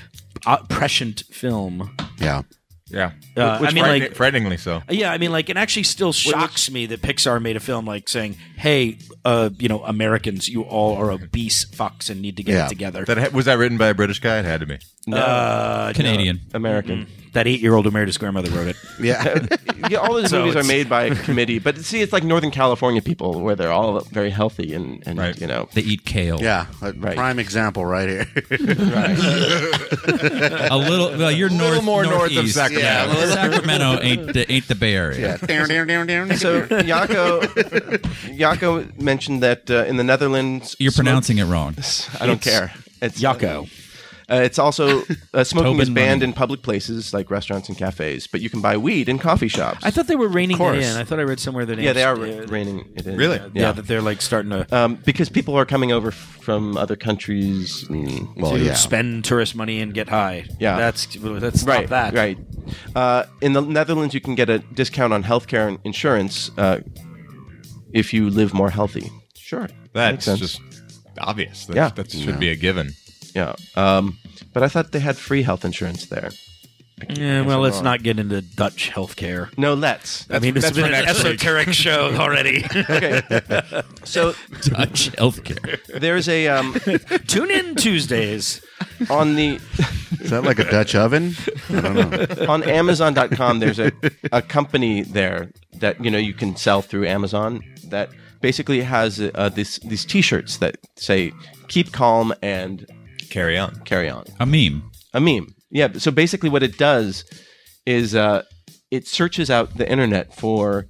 [SPEAKER 4] uh, prescient film?
[SPEAKER 7] yeah,
[SPEAKER 5] yeah.
[SPEAKER 4] Uh, I mean,
[SPEAKER 5] frightening-
[SPEAKER 4] like-
[SPEAKER 5] frighteningly so.
[SPEAKER 4] Yeah, I mean, like, it actually still shocks me that Pixar made a film like saying, "Hey, uh, you know, Americans, you all are obese fucks and need to get
[SPEAKER 7] Yeah.
[SPEAKER 4] it together."
[SPEAKER 5] That ha- was that written by a British guy. It had to be.
[SPEAKER 4] uh,
[SPEAKER 6] Canadian.
[SPEAKER 2] American.
[SPEAKER 4] That eight-year-old Emeritus grandmother wrote it.
[SPEAKER 7] yeah.
[SPEAKER 2] yeah, all
[SPEAKER 6] *laughs*
[SPEAKER 2] those
[SPEAKER 4] So
[SPEAKER 2] movies are
[SPEAKER 4] it's-
[SPEAKER 2] made by a committee. But see, it's like Northern California people where they're all very healthy and, and
[SPEAKER 5] Right.
[SPEAKER 2] you know.
[SPEAKER 6] They eat kale.
[SPEAKER 7] Yeah, a
[SPEAKER 2] Right.
[SPEAKER 7] prime example right here.
[SPEAKER 6] a little. Well, you're north,
[SPEAKER 5] little more north of
[SPEAKER 6] northeast.
[SPEAKER 5] Sacramento.
[SPEAKER 6] Yeah,
[SPEAKER 7] Yeah, a little-
[SPEAKER 6] Sacramento ain't the, ain't the Bay Area.
[SPEAKER 7] *laughs* yeah.
[SPEAKER 2] So
[SPEAKER 4] *laughs*
[SPEAKER 2] Yako, Yako mentioned that uh, in the Netherlands,
[SPEAKER 6] You're
[SPEAKER 2] smoke-
[SPEAKER 6] pronouncing it wrong.
[SPEAKER 2] I don't care. It's Yako. Uh, it's also
[SPEAKER 6] *laughs*
[SPEAKER 2] uh, smoking is
[SPEAKER 6] Tobin
[SPEAKER 2] banned
[SPEAKER 6] Money.
[SPEAKER 2] in public places like restaurants and cafes, but you can buy weed in coffee shops.
[SPEAKER 4] I thought they were reining it
[SPEAKER 7] course.
[SPEAKER 4] in. I thought I read somewhere that
[SPEAKER 2] yeah, they are
[SPEAKER 4] Yeah,
[SPEAKER 2] raining it in.
[SPEAKER 5] Really?
[SPEAKER 2] Yeah.
[SPEAKER 4] yeah, that they're like starting to
[SPEAKER 2] Um, because people are coming over from other countries. Mm, and-
[SPEAKER 7] well, yeah.
[SPEAKER 4] spend tourist money and get high.
[SPEAKER 2] Yeah.
[SPEAKER 4] that's that's
[SPEAKER 2] right.
[SPEAKER 4] Stop that.
[SPEAKER 2] Right. Uh, in the Netherlands, you can get a discount on healthcare and insurance uh, if you live more healthy. Sure.
[SPEAKER 5] That's
[SPEAKER 2] sense.
[SPEAKER 5] just obvious. That,
[SPEAKER 2] Yeah.
[SPEAKER 5] that should be a given.
[SPEAKER 2] Yeah. Um, but I thought they had free health insurance there.
[SPEAKER 4] Yeah, well, let's not get into Dutch healthcare.
[SPEAKER 2] No, let's.
[SPEAKER 4] I mean, it's been an *laughs* esoteric show already.
[SPEAKER 2] Okay. so
[SPEAKER 6] Dutch healthcare.
[SPEAKER 2] there's a
[SPEAKER 5] *laughs*
[SPEAKER 2] um,
[SPEAKER 4] Tune in Tuesdays.
[SPEAKER 2] on the
[SPEAKER 7] Is that like a Dutch oven? I don't know.
[SPEAKER 2] on Amazon.com. There's a, a company there that you know you can sell through Amazon that basically has uh, this these T-shirts that say "Keep calm and
[SPEAKER 5] Carry on.
[SPEAKER 2] carry on."
[SPEAKER 6] A meme.
[SPEAKER 2] A meme. Yeah. So basically, what it does is uh, it searches out the internet for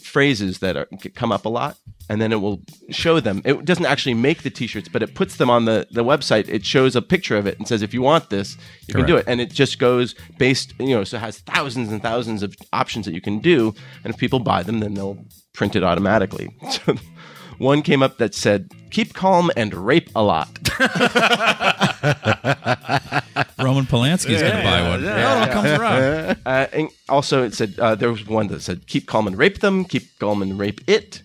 [SPEAKER 2] phrases that are, come up a lot, and then it will show them. It doesn't actually make the T-shirts, but it puts them on the the website. It shows a picture of it and says, "If you want this, you can do it."
[SPEAKER 6] Correct.
[SPEAKER 2] And it just goes based, you know, so it has thousands and thousands of options that you can do. And if people buy them, then they'll print it automatically. *laughs* So one came up that said, "Keep calm and rape a lot."
[SPEAKER 6] Roman Polanski's gonna buy one.
[SPEAKER 2] Yeah.
[SPEAKER 6] It all comes around.
[SPEAKER 2] Uh, and also, it said uh, there was one that said, "Keep calm and rape them. Keep calm and rape it.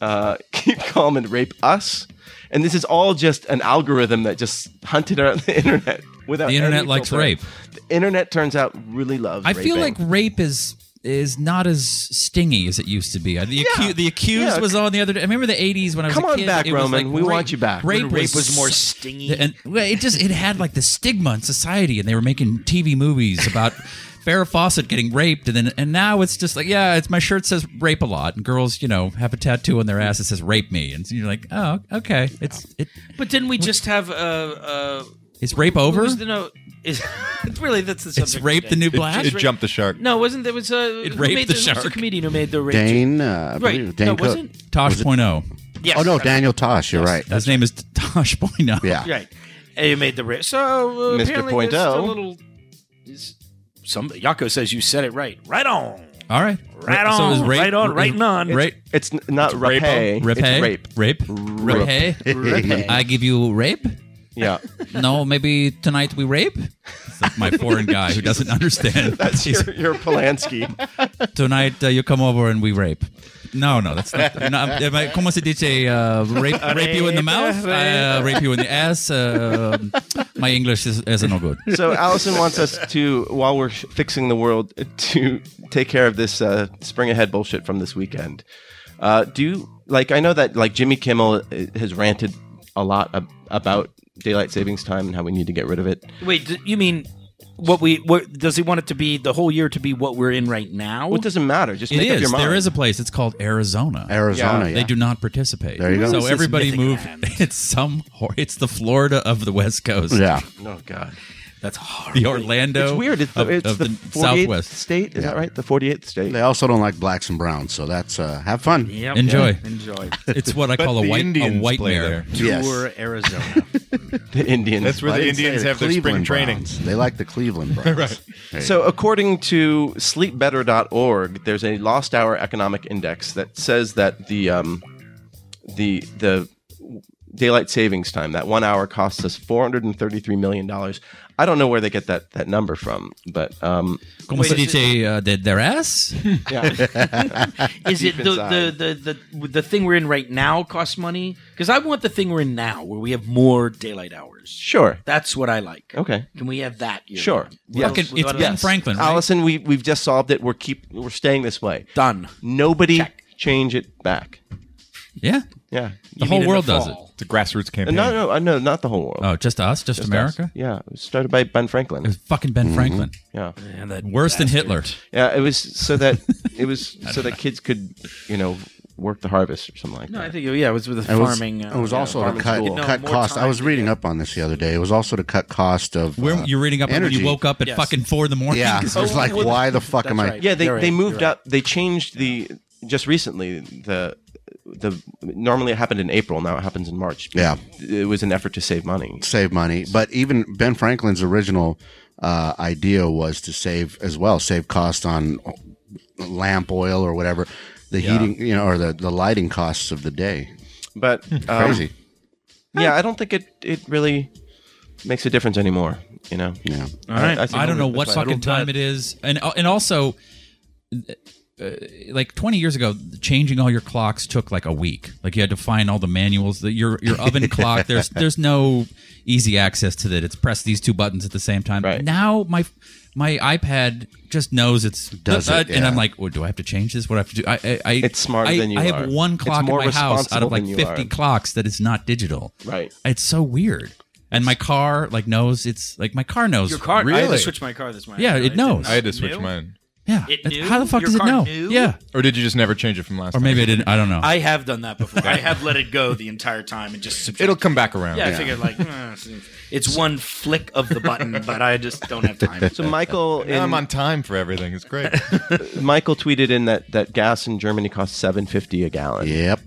[SPEAKER 2] Uh, *laughs* keep calm and rape us." And this is all just an algorithm that just hunted around the internet without
[SPEAKER 6] The internet
[SPEAKER 2] any
[SPEAKER 6] likes
[SPEAKER 2] filter.
[SPEAKER 6] rape.
[SPEAKER 2] The internet turns out really loves.
[SPEAKER 6] I feel
[SPEAKER 2] raping.
[SPEAKER 6] like rape is is not as stingy as it used to be. Uh, The, accu- the accused
[SPEAKER 2] Yeah.
[SPEAKER 6] was on the other day. I remember the eighties when I was
[SPEAKER 2] Come
[SPEAKER 6] a
[SPEAKER 2] on
[SPEAKER 6] kid,
[SPEAKER 2] back,
[SPEAKER 6] it was
[SPEAKER 2] Roman.
[SPEAKER 6] like
[SPEAKER 2] We
[SPEAKER 6] rape-
[SPEAKER 2] want you back.
[SPEAKER 6] Rape,
[SPEAKER 4] When rape was more
[SPEAKER 6] s-
[SPEAKER 4] stingy.
[SPEAKER 6] And well, it just it had like the stigma in society, and they were making TV movies about Farrah Fawcett getting raped, and then and now it's just like yeah, it's my shirt says rape a lot, and girls you know have a tattoo on their ass that says rape me, and so you're like oh okay, it's it
[SPEAKER 9] But didn't we just have uh, uh,
[SPEAKER 6] is rape over?
[SPEAKER 9] Who's the no? *laughs* Is really that's the subject.
[SPEAKER 6] It's rape the new black.
[SPEAKER 5] It jumped the shark.
[SPEAKER 9] No, wasn't there was a
[SPEAKER 6] It
[SPEAKER 9] who
[SPEAKER 6] raped
[SPEAKER 9] made
[SPEAKER 6] the
[SPEAKER 9] this- who's
[SPEAKER 6] shark.
[SPEAKER 9] comedian who made the rape
[SPEAKER 7] Dane, uh, I
[SPEAKER 9] Right.
[SPEAKER 7] believe, Dane
[SPEAKER 9] No,
[SPEAKER 7] Cook.
[SPEAKER 9] wasn't-
[SPEAKER 6] Tosh point oh.
[SPEAKER 9] Yes.
[SPEAKER 7] Oh no, Daniel Tosh. You're right.
[SPEAKER 6] His name is Tosh point oh.
[SPEAKER 7] Yeah.
[SPEAKER 9] Right. And you made the rape. So uh,
[SPEAKER 2] Mr.
[SPEAKER 9] apparently
[SPEAKER 2] Point
[SPEAKER 9] there's still
[SPEAKER 2] O.
[SPEAKER 9] a little. is- Some Yako says you said it right. Right on.
[SPEAKER 6] All right.
[SPEAKER 9] Right
[SPEAKER 6] So
[SPEAKER 9] on,
[SPEAKER 6] is rape-
[SPEAKER 9] right on, right
[SPEAKER 6] is-
[SPEAKER 9] none.
[SPEAKER 6] Rape.
[SPEAKER 2] it's n- not rape.
[SPEAKER 6] Rape.
[SPEAKER 2] It's rape.
[SPEAKER 6] Rape. Rape.
[SPEAKER 2] *laughs*
[SPEAKER 6] I give you rape. *laughs*
[SPEAKER 2] Yeah.
[SPEAKER 6] No, maybe tonight we rape. It's like my foreign guy who doesn't understand.
[SPEAKER 2] *laughs* That's
[SPEAKER 6] He's-
[SPEAKER 2] your, your Polanski.
[SPEAKER 6] Tonight uh, you come over and we rape. No, no, that's not.
[SPEAKER 2] *laughs*
[SPEAKER 6] no, am I- como se dice? Uh, rape, rape you in the
[SPEAKER 9] *laughs*
[SPEAKER 6] mouth. I, uh, rape you in the ass. Uh, my English is, is no good.
[SPEAKER 2] so Allison wants us to, while we're sh- fixing the world, to take care of this uh, spring ahead bullshit from this weekend. Uh, do you, like I know that like Jimmy Kimmel uh, has ranted a lot ab- about daylight savings time and how we need to get rid of it.
[SPEAKER 9] Wait, d- you mean what we? What does he want it to be? The whole year to be what we're in right now?
[SPEAKER 2] Well, it doesn't matter. Just
[SPEAKER 6] It
[SPEAKER 2] make up
[SPEAKER 6] is.
[SPEAKER 2] your mind.
[SPEAKER 6] There is a place. It's called Arizona.
[SPEAKER 7] Arizona. Yeah.
[SPEAKER 6] They do not participate.
[SPEAKER 7] There you go.
[SPEAKER 6] So
[SPEAKER 7] This
[SPEAKER 6] everybody
[SPEAKER 9] mythic
[SPEAKER 6] moved.
[SPEAKER 9] land.
[SPEAKER 6] *laughs* It's some. hor- It's the Florida of the West Coast.
[SPEAKER 7] Yeah.
[SPEAKER 2] oh god,
[SPEAKER 9] That's hard.
[SPEAKER 6] the Orlando.
[SPEAKER 2] it's weird. It's the,
[SPEAKER 6] of,
[SPEAKER 2] it's
[SPEAKER 6] of
[SPEAKER 2] the,
[SPEAKER 6] the,
[SPEAKER 2] 48th
[SPEAKER 6] Southwest.
[SPEAKER 2] state. Is that right? The 48th state.
[SPEAKER 7] They also don't like blacks and browns, so that's uh, have fun.
[SPEAKER 9] Yep.
[SPEAKER 6] Enjoy.
[SPEAKER 9] Enjoy.
[SPEAKER 6] It's what I
[SPEAKER 5] But
[SPEAKER 6] call a
[SPEAKER 5] the
[SPEAKER 6] white a
[SPEAKER 5] Indians
[SPEAKER 6] white
[SPEAKER 5] play
[SPEAKER 6] mare.
[SPEAKER 5] there.
[SPEAKER 7] Yes.
[SPEAKER 9] Tour Arizona.
[SPEAKER 2] The Indians.
[SPEAKER 5] That's where
[SPEAKER 7] I
[SPEAKER 5] the
[SPEAKER 7] didn't say
[SPEAKER 5] Indians
[SPEAKER 7] the
[SPEAKER 5] have their spring
[SPEAKER 7] Cleveland
[SPEAKER 5] training.
[SPEAKER 7] Browns. They like
[SPEAKER 6] *laughs*
[SPEAKER 7] the Cleveland Browns.
[SPEAKER 2] So, according to sleepbetter.org, there's a lost hour economic index that says that the um, the the daylight savings time, that one hour, costs us 433 million dollars. I don't know where they get that that number from, but um,
[SPEAKER 6] Como se dice uh, de their ass?
[SPEAKER 9] *laughs* Is it
[SPEAKER 2] Deep
[SPEAKER 9] the,
[SPEAKER 2] inside.
[SPEAKER 9] the the the the thing we're in right now costs money? Because I want the thing we're in now, where we have more daylight hours.
[SPEAKER 2] sure,
[SPEAKER 9] That's what I like.
[SPEAKER 2] okay,
[SPEAKER 9] Can we have that? year
[SPEAKER 2] Sure.
[SPEAKER 9] round?
[SPEAKER 2] Yes.
[SPEAKER 9] What
[SPEAKER 6] Fucking-
[SPEAKER 9] else-
[SPEAKER 6] it's
[SPEAKER 9] what
[SPEAKER 6] Ben
[SPEAKER 9] else?
[SPEAKER 6] Franklin. Right?
[SPEAKER 2] Allison, we we've just solved it. We're keep we're staying this way.
[SPEAKER 9] Done.
[SPEAKER 2] Nobody change it back.
[SPEAKER 6] yeah,
[SPEAKER 2] Yeah,
[SPEAKER 6] the whole
[SPEAKER 9] mean in
[SPEAKER 6] world
[SPEAKER 9] the
[SPEAKER 6] does it.
[SPEAKER 9] fall.
[SPEAKER 5] It's a grassroots campaign.
[SPEAKER 2] no, no, uh, no, not the whole world.
[SPEAKER 6] Oh, just us, just, America.
[SPEAKER 2] Yeah, it was started by Ben
[SPEAKER 6] It
[SPEAKER 2] Franklin.
[SPEAKER 6] was fucking
[SPEAKER 7] Mm-hmm.
[SPEAKER 6] Ben Franklin.
[SPEAKER 2] Yeah.
[SPEAKER 9] And that
[SPEAKER 6] Worse than Hitler.
[SPEAKER 2] Yeah, it was so that it was so that kids could, you know, work the harvest or something like
[SPEAKER 9] No, I
[SPEAKER 2] that.
[SPEAKER 9] think oh, yeah, it was with the
[SPEAKER 7] It was,
[SPEAKER 9] farming.
[SPEAKER 7] it was also to
[SPEAKER 2] farming
[SPEAKER 7] cut,
[SPEAKER 2] school.
[SPEAKER 7] cut
[SPEAKER 9] No, more
[SPEAKER 7] cost. I
[SPEAKER 9] time
[SPEAKER 7] was
[SPEAKER 9] to
[SPEAKER 7] reading
[SPEAKER 9] get-
[SPEAKER 7] up on this the other day. It was also to cut cost of.
[SPEAKER 6] Where
[SPEAKER 7] uh,
[SPEAKER 6] you're reading up on when
[SPEAKER 7] energy.
[SPEAKER 6] you woke up at
[SPEAKER 9] Yes.
[SPEAKER 6] fucking four in the morning.
[SPEAKER 7] Yeah,
[SPEAKER 6] 'Cause *laughs*
[SPEAKER 7] it was like, why the fuck am I?
[SPEAKER 9] right.
[SPEAKER 2] Yeah, they,
[SPEAKER 9] You're
[SPEAKER 2] they
[SPEAKER 9] right,
[SPEAKER 2] moved
[SPEAKER 9] you're
[SPEAKER 2] up. They changed the just recently the the normally it happened in April. Now it happens in March.
[SPEAKER 7] Yeah.
[SPEAKER 2] it was an effort to save money.
[SPEAKER 7] save money. But even Ben Franklin's original uh, idea was to save as well, save cost on lamp oil or whatever, the heating, you know, or the, the lighting costs of the day.
[SPEAKER 2] But um,
[SPEAKER 7] Crazy.
[SPEAKER 2] Yeah, I don't think it it really makes a difference anymore. You know.
[SPEAKER 7] yeah.
[SPEAKER 9] All right.
[SPEAKER 2] I, think
[SPEAKER 6] I don't know
[SPEAKER 2] that's
[SPEAKER 6] what
[SPEAKER 2] why-
[SPEAKER 6] fucking time it is, and and also, uh, like twenty years ago, changing all your clocks took like a week. Like you had to find all the manuals. That your
[SPEAKER 2] *laughs*
[SPEAKER 6] your oven clock. There's there's no easy access to that. It's press these two buttons at the same time.
[SPEAKER 2] Right.
[SPEAKER 6] Now my my iPad just knows it's
[SPEAKER 7] Does it,
[SPEAKER 6] and I'm
[SPEAKER 7] yeah.
[SPEAKER 6] like, well, do I have to change this? What do I have to do? I, I, I
[SPEAKER 2] It's smarter
[SPEAKER 6] I,
[SPEAKER 2] than you
[SPEAKER 6] I
[SPEAKER 2] are.
[SPEAKER 6] have one
[SPEAKER 2] It's
[SPEAKER 6] clock in
[SPEAKER 2] more
[SPEAKER 6] my house out
[SPEAKER 2] responsible
[SPEAKER 6] of like
[SPEAKER 2] than you
[SPEAKER 6] 50
[SPEAKER 2] are.
[SPEAKER 6] clocks that is not digital. *laughs*
[SPEAKER 2] Right.
[SPEAKER 6] It's so weird. And my car like knows it's like my car knows
[SPEAKER 9] Your car. I had to
[SPEAKER 5] Really?
[SPEAKER 9] switch my car this morning.
[SPEAKER 6] Yeah, it
[SPEAKER 9] I didn't
[SPEAKER 6] knows.
[SPEAKER 5] I had to switch mine.
[SPEAKER 6] Yeah.
[SPEAKER 4] It
[SPEAKER 6] That's-
[SPEAKER 4] knew?
[SPEAKER 6] How the fuck
[SPEAKER 4] Your
[SPEAKER 6] does it
[SPEAKER 4] car
[SPEAKER 6] know?
[SPEAKER 4] knew?
[SPEAKER 6] Yeah.
[SPEAKER 5] Or did you just never change it from last
[SPEAKER 6] Or
[SPEAKER 5] time?
[SPEAKER 6] maybe I didn't. I don't know.
[SPEAKER 4] I have done that before. I have let it go the entire time and just subtract.
[SPEAKER 5] It'll come back around.
[SPEAKER 4] *laughs* Yeah, I figured like eh, it's one flick of the button, but I just don't
[SPEAKER 2] *laughs*
[SPEAKER 4] have time.
[SPEAKER 2] So Michael,
[SPEAKER 5] Now I'm
[SPEAKER 2] in,
[SPEAKER 5] on time for everything.
[SPEAKER 2] *laughs*
[SPEAKER 5] It's great.
[SPEAKER 2] Michael tweeted in that that gas in Germany costs seven fifty a gallon.
[SPEAKER 7] Yep.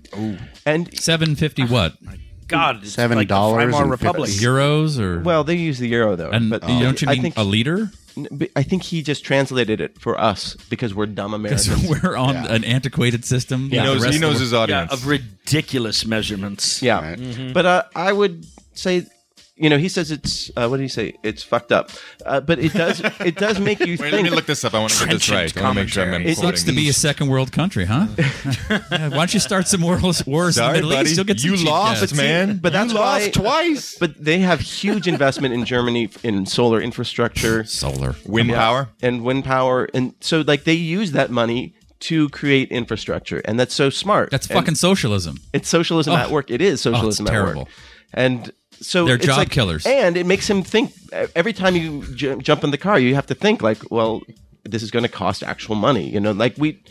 [SPEAKER 2] And
[SPEAKER 6] Seven fifty what
[SPEAKER 4] God, it's
[SPEAKER 7] Seven
[SPEAKER 4] like the
[SPEAKER 7] dollars
[SPEAKER 4] Weimar
[SPEAKER 7] and
[SPEAKER 4] Republic.
[SPEAKER 7] fifty-
[SPEAKER 6] euros or
[SPEAKER 2] well, they use the euro though.
[SPEAKER 6] and
[SPEAKER 2] but
[SPEAKER 6] don't you
[SPEAKER 2] I
[SPEAKER 6] mean
[SPEAKER 2] think
[SPEAKER 6] a liter? *laughs*
[SPEAKER 2] but I think he just translated it for us because we're dumb
[SPEAKER 6] Because
[SPEAKER 2] Americans.
[SPEAKER 6] we're on an antiquated system.
[SPEAKER 5] He knows, he knows his
[SPEAKER 9] yeah,
[SPEAKER 5] audience.
[SPEAKER 9] of ridiculous measurements.
[SPEAKER 2] yeah,
[SPEAKER 7] Right.
[SPEAKER 2] but uh, I would say. You know, he says it's uh, what did he say? It's fucked up, uh, but it does it does make you
[SPEAKER 5] Wait,
[SPEAKER 2] think.
[SPEAKER 5] let me look this up. I want to get this right. I want to make sure I'm
[SPEAKER 2] It
[SPEAKER 5] quoting.
[SPEAKER 6] Sucks to be a second world country, huh? Yeah, why don't you start some wars, wars
[SPEAKER 5] Sorry,
[SPEAKER 6] in the Middle
[SPEAKER 5] buddy.
[SPEAKER 6] East? You'll get some
[SPEAKER 5] you
[SPEAKER 6] cheap
[SPEAKER 5] lost,
[SPEAKER 6] gas.
[SPEAKER 5] man.
[SPEAKER 2] But that's
[SPEAKER 5] you lost
[SPEAKER 2] why-
[SPEAKER 5] twice.
[SPEAKER 2] But they have huge investment in Germany in solar infrastructure
[SPEAKER 6] Solar.
[SPEAKER 5] Wind power.
[SPEAKER 2] and wind power, and so like they use that money to create infrastructure, and that's so smart.
[SPEAKER 6] That's
[SPEAKER 2] And
[SPEAKER 6] fucking socialism.
[SPEAKER 2] It's socialism
[SPEAKER 6] Oh.
[SPEAKER 2] at work. It is socialism at
[SPEAKER 6] terrible.
[SPEAKER 2] work. And so
[SPEAKER 6] They're
[SPEAKER 2] it's
[SPEAKER 6] job
[SPEAKER 2] like-
[SPEAKER 6] killers.
[SPEAKER 2] And it makes him think e-, every time you j- jump in the car, you have to think like, well, this is going to cost actual money. You know, like we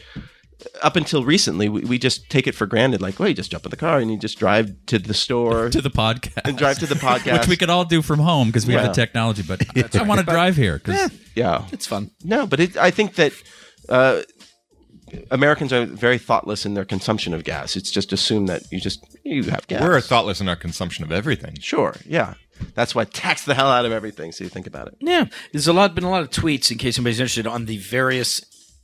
[SPEAKER 2] up until recently, we, we just take it for granted. Like, well, you just jump in the car and you just drive to the store
[SPEAKER 6] *laughs* To the podcast.
[SPEAKER 2] and *laughs* drive to the podcast.
[SPEAKER 6] *laughs* Which we could all do from home because we have
[SPEAKER 2] Yeah.
[SPEAKER 6] the technology, but I want to drive here. 'cause-
[SPEAKER 2] yeah.
[SPEAKER 8] It's fun.
[SPEAKER 2] No, but it, I think that uh, Americans are very thoughtless in their consumption of gas. It's just assumed that you just you have gas.
[SPEAKER 5] We're thoughtless in our consumption of everything.
[SPEAKER 2] sure, yeah. That's why tax the hell out of everything. So you think about it.
[SPEAKER 4] Yeah, there's a lot been a lot of tweets in case anybody's interested on the various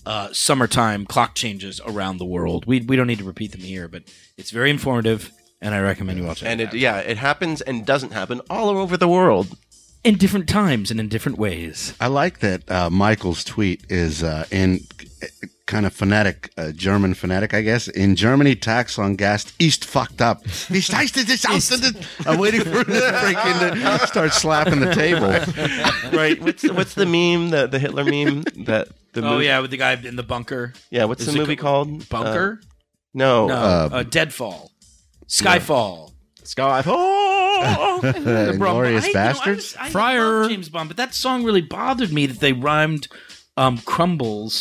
[SPEAKER 4] uh, summertime clock changes around the world. We we don't need to repeat them here, but it's very informative, and I recommend you all check.
[SPEAKER 2] And
[SPEAKER 4] it
[SPEAKER 2] it, yeah, it happens and doesn't happen all over the world.
[SPEAKER 4] in different times and in different ways.
[SPEAKER 7] I like that uh, Michael's tweet is uh, in kind of phonetic, uh, German phonetic, I guess. In Germany, tax on gas east fucked up. East heißt es ist aus- I'm waiting for this freaking to start slapping the
[SPEAKER 4] *laughs*
[SPEAKER 7] table. Uh,
[SPEAKER 2] Right? *laughs* What's what's the meme? The the Hitler meme that the
[SPEAKER 4] Oh
[SPEAKER 2] movie,
[SPEAKER 4] yeah, with the guy in the bunker.
[SPEAKER 2] yeah. What's the
[SPEAKER 4] it
[SPEAKER 2] movie called? Uh,
[SPEAKER 4] Bunker?
[SPEAKER 2] no,
[SPEAKER 4] no,
[SPEAKER 2] uh,
[SPEAKER 4] uh, Deadfall, Skyfall.
[SPEAKER 2] Sky. *laughs* Oh,
[SPEAKER 7] Uh,
[SPEAKER 4] Bro,
[SPEAKER 7] Inglorious
[SPEAKER 4] I- you know, I
[SPEAKER 7] bastards.
[SPEAKER 4] was- I
[SPEAKER 6] Fryer.
[SPEAKER 4] love James Bond, but that song really bothered me that they rhymed um, crumbles